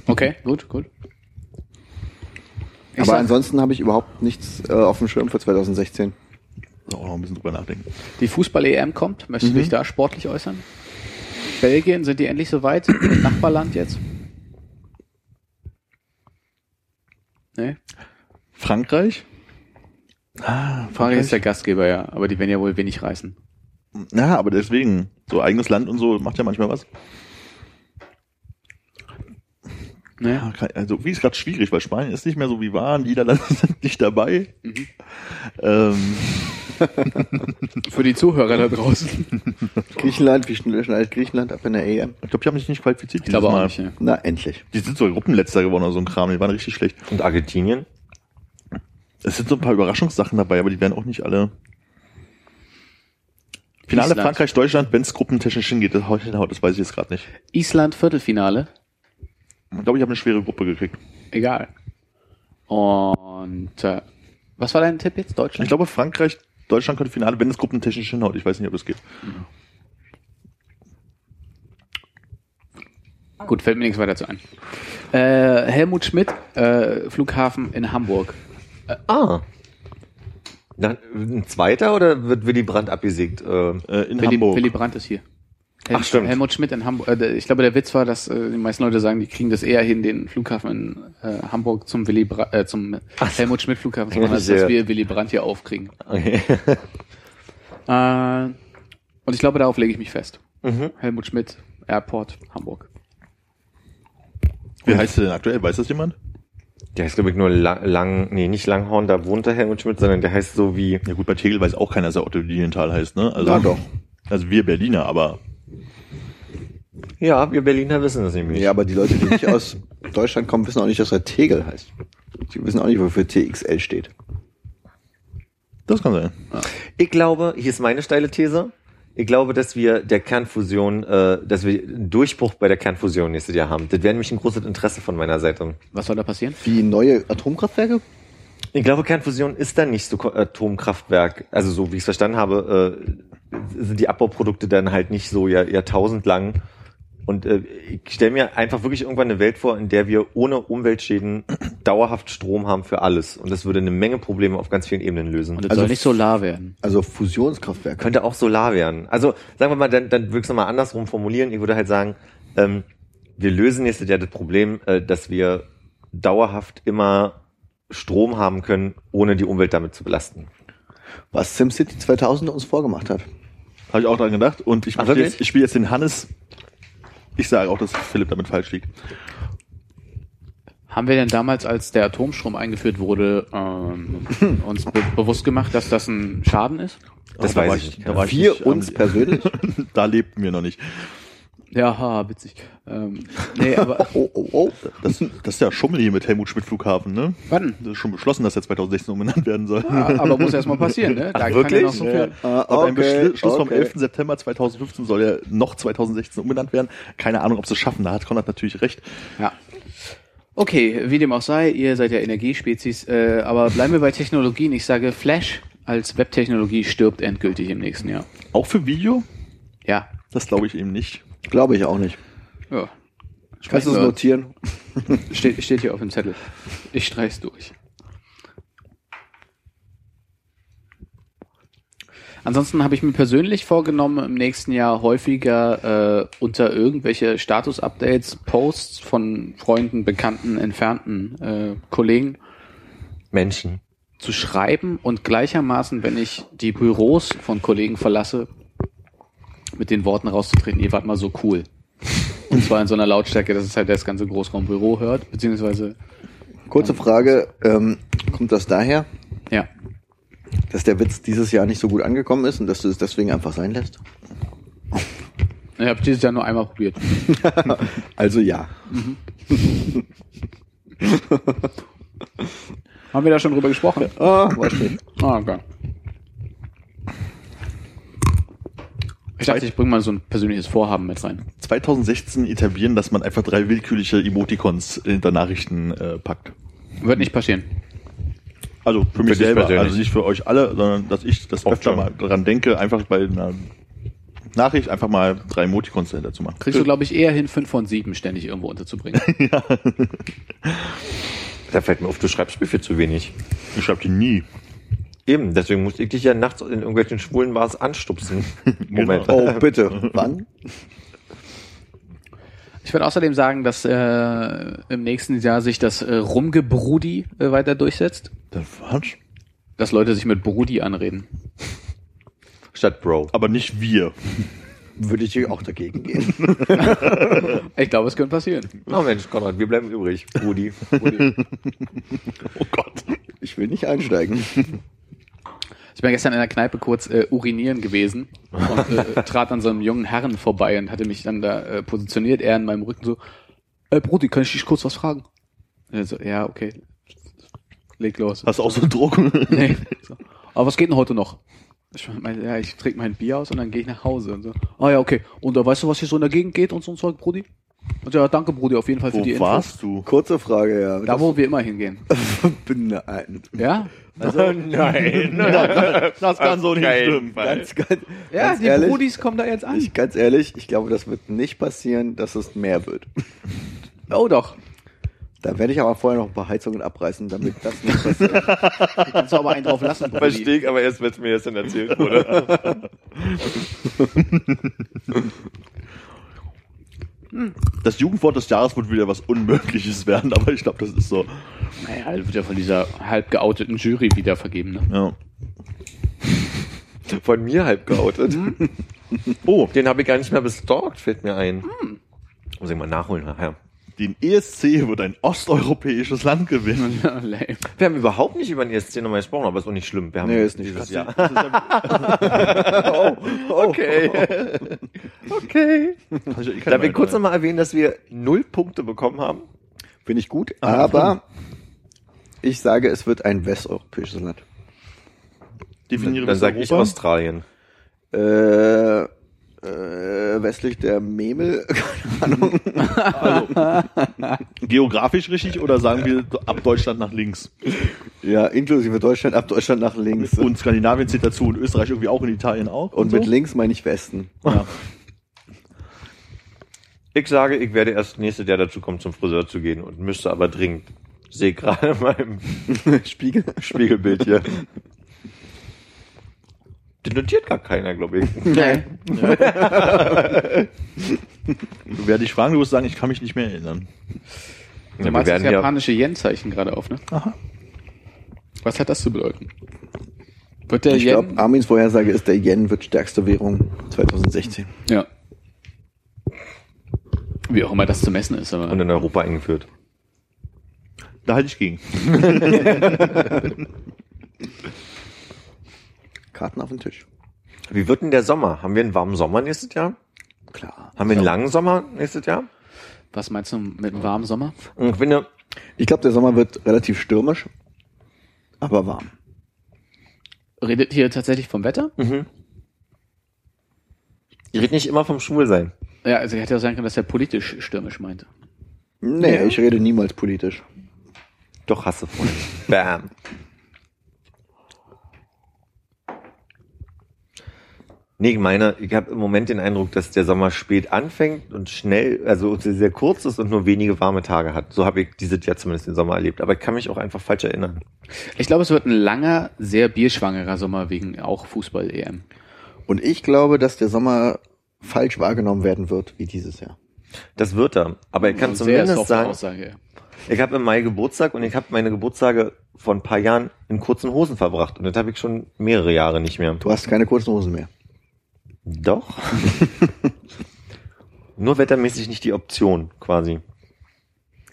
Okay, Mhm. gut, gut. Ich aber sag- ansonsten habe ich überhaupt nichts äh, auf dem Schirm für 2016. Auch noch ein bisschen drüber nachdenken. Die Fußball-EM kommt, möchtest du dich da sportlich äußern? Belgien, sind die endlich so weit? Nachbarland jetzt? Nee? Frankreich? Ah, Frankreich ist der Gastgeber, ja, aber die werden ja wohl wenig reißen. Na, aber deswegen. So eigenes Land und so macht ja manchmal was. Nee? Ja, kein- Also wie ist gerade schwierig, weil Spanien ist nicht mehr so wie waren, Niederlande sind nicht dabei. Mhm. Ähm, Für die Zuhörer da draußen. Griechenland, wie schnell schneidet Griechenland ab in der EM? ich glaube, die haben sich nicht qualifiziert. Ich glaube auch dieses Mal. nicht. Ne? Na, endlich. Die sind so Gruppenletzter geworden oder so ein Kram, die waren richtig schlecht. Und Argentinien? Es sind so ein paar Überraschungssachen dabei, aber die werden auch nicht alle. Finale Island. Frankreich, Deutschland, wenn es gruppentechnisch hingeht, das, haut- haut, das weiß ich jetzt gerade nicht. Island Viertelfinale. Ich glaube, ich habe eine schwere Gruppe gekriegt. Egal. Und äh, was war dein Tipp jetzt? Ich Deutschland? glaube, Frankreich, Deutschland könnte Finale, wenn es gruppentechnisch hinhaut. Ich weiß nicht, ob es geht. Gut, fällt mir nichts weiter zu ein. Äh, Helmut Schmidt, äh, Flughafen in Hamburg. Ah. Dann, ein zweiter oder wird Willy Brandt abgesägt? Äh, Äh, in Willy, Hamburg. Willy Brandt ist hier. Hel Ach, stimmt. Helmut Schmidt in Hamburg. Äh, der- ich glaube, der Witz war, dass äh, die meisten Leute sagen, die kriegen das eher hin, den Flughafen in äh, Hamburg zum Willy Brandt, äh, zum Helmut Schmidt Flughafen, zu machen, als dass Sehr. wir Willy Brandt hier aufkriegen. okay. Äh, und ich glaube, darauf lege ich mich fest. mhm. Helmut Schmidt, Airport, Hamburg. Wie heißt der denn aktuell? Weiß das jemand? Der heißt, glaube ich, nur lang, lang, nee, nicht Langhorn, da wohnt der Helmut Schmidt, sondern der heißt so wie, Ja gut, bei Tegel weiß auch keiner, dass er Otto Lilienthal heißt, ne? Also, Na doch. Also wir Berliner, aber ja, wir Berliner wissen das nämlich. Ja, aber die Leute, die nicht aus Deutschland kommen, wissen auch nicht, dass er Tegel heißt. Die wissen auch nicht, wofür TXL steht. das kann sein. Ich glaube, hier ist meine steile These. Ich glaube, dass wir der Kernfusion, äh, dass wir einen Durchbruch bei der Kernfusion nächstes Jahr haben. Das wäre nämlich ein großes Interesse von meiner Seite. Was soll da passieren? Wie neue Atomkraftwerke? Ich glaube, Kernfusion ist dann nicht so Ko- Atomkraftwerk. Also so wie ich es verstanden habe, äh, sind die Abbauprodukte dann halt nicht so jahr, jahrtausendlang. Und äh, ich stelle mir einfach wirklich irgendwann eine Welt vor, in der wir ohne Umweltschäden dauerhaft Strom haben für alles. Und das würde eine Menge Probleme auf ganz vielen Ebenen lösen. Und es Also soll nicht solar werden. Also Fusionskraftwerke. Könnte auch Solar werden. Also sagen wir mal, dann, dann würde ich es nochmal andersrum formulieren. Ich würde halt sagen, ähm, wir lösen nächstes Jahr das Problem, äh, dass wir dauerhaft immer Strom haben können, ohne die Umwelt damit zu belasten. Was SimCity 2000 uns vorgemacht hat. Habe ich auch dran gedacht. Und ich, Ach, möchte wirklich? jetzt, ich spiele jetzt den Hannes. Ich sage auch, dass Philipp damit falsch liegt. Haben wir denn damals, als der Atomstrom eingeführt wurde, ähm, uns be bewusst gemacht, dass das ein Schaden ist? Das da weiß war ich nicht. Da war ich Wir nicht, uns persönlich? da lebten wir noch nicht. Ja, ha, witzig. Ähm, nee, aber Oh, oh, oh. Das, das ist ja Schummel hier mit Helmut Schmidt Flughafen, ne? wann? Das ist schon beschlossen, dass er 2016 umbenannt werden soll. Ja, aber muss erst mal passieren, ne? Da kann ja noch so viel. Ah, Aber ein Beschluss vom okay. 11. September 2015 soll ja noch 2016 umbenannt werden. Keine Ahnung, ob sie es schaffen. Da hat Konrad natürlich recht. Ja. Okay, wie dem auch sei, ihr seid ja Energiespezies, äh, aber bleiben wir bei Technologien. Ich sage, Flash als Webtechnologie stirbt endgültig im nächsten Jahr. Auch für Video? Ja. Das glaube ich eben nicht. Glaube ich auch nicht. ja. Kannst du es Sprechen wir. notieren? Steht, steht hier auf dem Zettel. Ich streich's durch. Ansonsten habe ich mir persönlich vorgenommen, im nächsten Jahr häufiger äh, unter irgendwelche Status-Updates, Posts von Freunden, Bekannten, entfernten äh, Kollegen Menschen. zu schreiben und gleichermaßen, wenn ich die Büros von Kollegen verlasse, mit den Worten rauszutreten, ihr wart mal so cool. Und zwar in so einer Lautstärke, dass es halt das ganze Großraumbüro hört, beziehungsweise, Kurze Frage, ähm, kommt das daher, ja, dass der Witz dieses Jahr nicht so gut angekommen ist und dass du es deswegen einfach sein lässt? ich habe dieses Jahr nur einmal probiert. Also ja. Haben wir da schon drüber gesprochen? Ah, war schlecht. Ah, okay. Ich dachte, ich bringe mal so ein persönliches Vorhaben mit rein. 2016 etablieren, dass man einfach drei willkürliche Emoticons hinter Nachrichten äh, packt. Wird nicht passieren. Also für mich dich selber, persönlich. also nicht für euch alle, sondern dass ich das Auch öfter schon. mal dran denke, einfach bei einer Nachricht einfach mal drei Emoticons dahinter zu machen. Kriegst du, glaube ich, eher hin, fünf von sieben ständig irgendwo unterzubringen. Da fällt mir auf, du schreibst mir viel zu wenig. Ich schreibe die nie. Eben, deswegen musste ich dich ja nachts in irgendwelchen schwulen Bars anstupsen. Moment. Genau. Oh, bitte. Wann? Ich würde außerdem sagen, dass äh, im nächsten Jahr sich das äh, Rumgebrudi äh, weiter durchsetzt. Das war's. Dass Leute sich mit Brudi anreden. Statt Bro. Aber nicht wir. Würde ich auch dagegen gehen. Ich glaube, es könnte passieren. Na Oh, Mensch, Konrad, wir bleiben übrig. Rudi. Oh Gott. Ich will nicht einsteigen. Ich bin gestern in der Kneipe kurz äh, urinieren gewesen und äh, trat an so einem jungen Herrn vorbei und hatte mich dann da äh, positioniert, er in meinem Rücken so, äh, Brudi, kann ich dich kurz was fragen? Und er so, ja, okay. Leg los. Hast du auch so einen Druck? Nee. So. Aber was geht denn heute noch? Ich meine, ja, ich trinke mein Bier aus und dann gehe ich nach Hause. Und so. Ah ja, okay. Und da weißt du, was hier so in der Gegend geht und so ein Zeug, Brudi? Und ja, danke, Brudi, auf jeden Fall für die Wo Info. warst du? Kurze Frage, ja. Da, wo wir immer hingehen. bin nein. Ja? Also, Nein. Das kann so nicht Kein stimmen. Fall. Ganz, ganz, Ja, ganz die ehrlich, Brudis kommen da jetzt an. ich, ganz ehrlich, ich glaube, das wird nicht passieren, dass es mehr wird. oh doch. Da werde ich aber vorher noch ein paar Heizungen abreißen, damit das nicht passiert. Kannst du aber einen drauf lassen, Brudi. Verstehe ich aber erst, wenn es mir jetzt dann erzählt wurde. Das Jugendwort des Jahres wird wieder was Unmögliches werden, aber ich glaube, das ist so. Naja, das wird ja von dieser halb geouteten Jury wieder vergeben, ne? Ja. Von mir halb geoutet. Oh, Den habe ich gar nicht mehr bestalkt, fällt mir ein. Muss ich mal nachholen nachher. den ESC wird ein osteuropäisches Land gewinnen. Ja, lame. Wir haben überhaupt nicht über den ESC nochmal gesprochen, aber ist auch nicht schlimm. Wir haben Nee, ist nicht dieses schlimm. Jahr. oh. okay. Okay. Kann ich ja eh Darf ich keine kurz Meinung nochmal erwähnen, dass wir null Punkte bekommen haben? Finde ich gut, aber ich sage, es wird ein westeuropäisches Land. Definiere Dann das sage ich Australien. Äh, äh, westlich der Memel. Geografisch richtig oder sagen wir ab Deutschland nach links? ja, inklusive Deutschland, ab Deutschland nach links. Und, Und Skandinavien zählt dazu und Österreich irgendwie auch und Italien auch. und so? mit links meine ich Westen. Ja. Ich sage, ich werde erst nächstes Jahr dazu kommen, zum Friseur zu gehen und müsste aber dringend. Sehe gerade in meinem Spiegel. Spiegelbild hier. Den notiert gar keiner, glaube ich. Nee. Wer dich fragen, du wirst sagen, ich kann mich nicht mehr erinnern. Ja, Du wir malst das werden ja, japanische Yen-Zeichen gerade auf, ne? Aha. Was hat das zu bedeuten? Wird der Ich Yen? ah. glaube, Armin's Vorhersage ist, der Yen wird stärkste Währung 2016. ja. Wie auch immer das zu messen ist, aber. und in Europa eingeführt. Da halte ich gegen. Karten auf den Tisch. Wie wird denn der Sommer? Haben wir einen warmen Sommer nächstes Jahr? Klar. Haben wir einen langen Sommer nächstes Jahr? was meinst du mit einem warmen Sommer? Und ich finde, Ich glaube, der Sommer wird relativ stürmisch, aber warm. Redet hier tatsächlich vom Wetter? Hm. ich rede nicht immer vom Schwulsein. Ja, also ich hätte ja sagen können, dass er politisch stürmisch meinte. Nee, ich rede niemals politisch. Doch hasse Freunde. Bam. Nee, meiner, ich habe im Moment den Eindruck, dass der Sommer spät anfängt und schnell, also sehr, sehr kurz ist und nur wenige warme Tage hat. So habe ich dieses Jahr zumindest den Sommer erlebt. Aber ich kann mich auch einfach falsch erinnern. Ich glaube, es wird ein langer, sehr bierschwangerer Sommer wegen auch Fußball-EM. Und ich glaube, dass der Sommer falsch wahrgenommen werden wird, wie dieses Jahr. Das wird er. Aber ich kann Und zumindest softe sagen, Aussage. ich habe im Mai Geburtstag und ich habe meine Geburtstage vor ein paar Jahren in kurzen Hosen verbracht. Und das habe ich schon mehrere Jahre nicht mehr. Du hast keine kurzen Hosen mehr. Doch. Nur wettermäßig nicht die Option, quasi.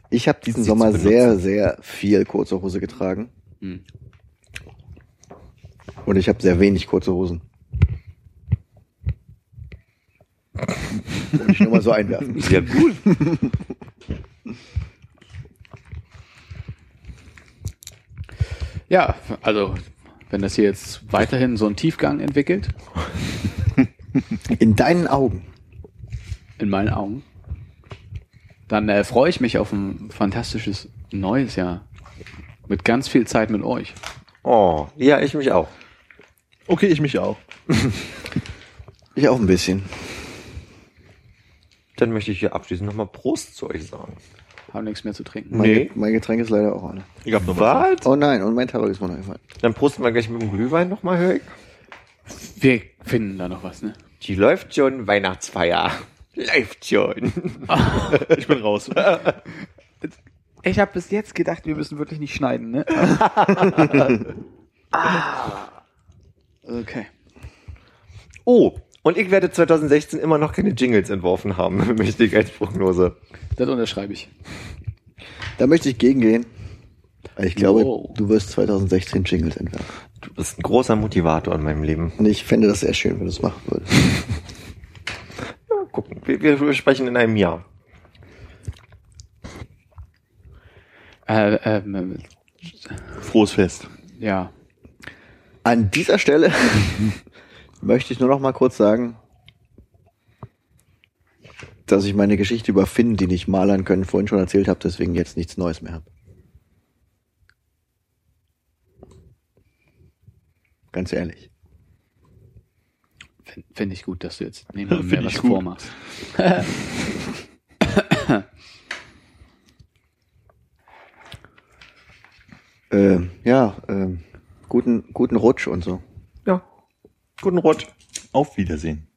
Ich habe diesen Sie Sommer zu sehr, sehr viel kurze Hose getragen. Hm. Und ich habe sehr wenig kurze Hosen. Wollte ich nur mal so einwerfen. Ja, gut. Ja, also wenn das hier jetzt weiterhin so einen Tiefgang entwickelt, In deinen Augen. in meinen Augen, dann äh, freue ich mich auf ein fantastisches neues Jahr. Mit ganz viel Zeit mit euch. Oh, ja, ich mich auch. Okay, ich mich auch. Ich auch ein bisschen. Dann möchte ich hier abschließend nochmal Prost zu euch sagen. Haben nichts mehr zu trinken. Mein, Nee. Ge- mein Getränk ist leider auch alle. Ich hab noch was. Was? Oh nein, und mein Tabak ist mir noch gefallen. Dann prosten wir gleich mit dem Glühwein nochmal, höre ich. Wir finden da noch was, ne? Die läuft schon, Weihnachtsfeier. Läuft schon. Ich bin raus. Ich habe bis jetzt gedacht, wir müssen wirklich nicht schneiden, ne? Ah. Okay. Oh, und ich werde 2016 immer noch keine Jingles entworfen haben, möchte ich als Prognose. Das unterschreibe ich. Da möchte ich gegengehen. Ich glaube, Wow. du wirst 2016 Jingles entwerfen. Du bist ein großer Motivator in meinem Leben. Und ich fände das sehr schön, wenn du es machen würdest. Mal gucken, wir, wir sprechen in einem Jahr. Äh, ähm, Frohes Fest. ja. An dieser Stelle möchte ich nur noch mal kurz sagen, dass ich meine Geschichte über Finn, die nicht malern können, vorhin schon erzählt habe, deswegen jetzt nichts Neues mehr habe. Ganz ehrlich. Finde find ich gut, dass du jetzt niemandem Find mehr was ich gut. vormachst. Ähm, ja, ähm, guten, guten Rutsch und so. Ja. Guten Rutsch. Auf Wiedersehen.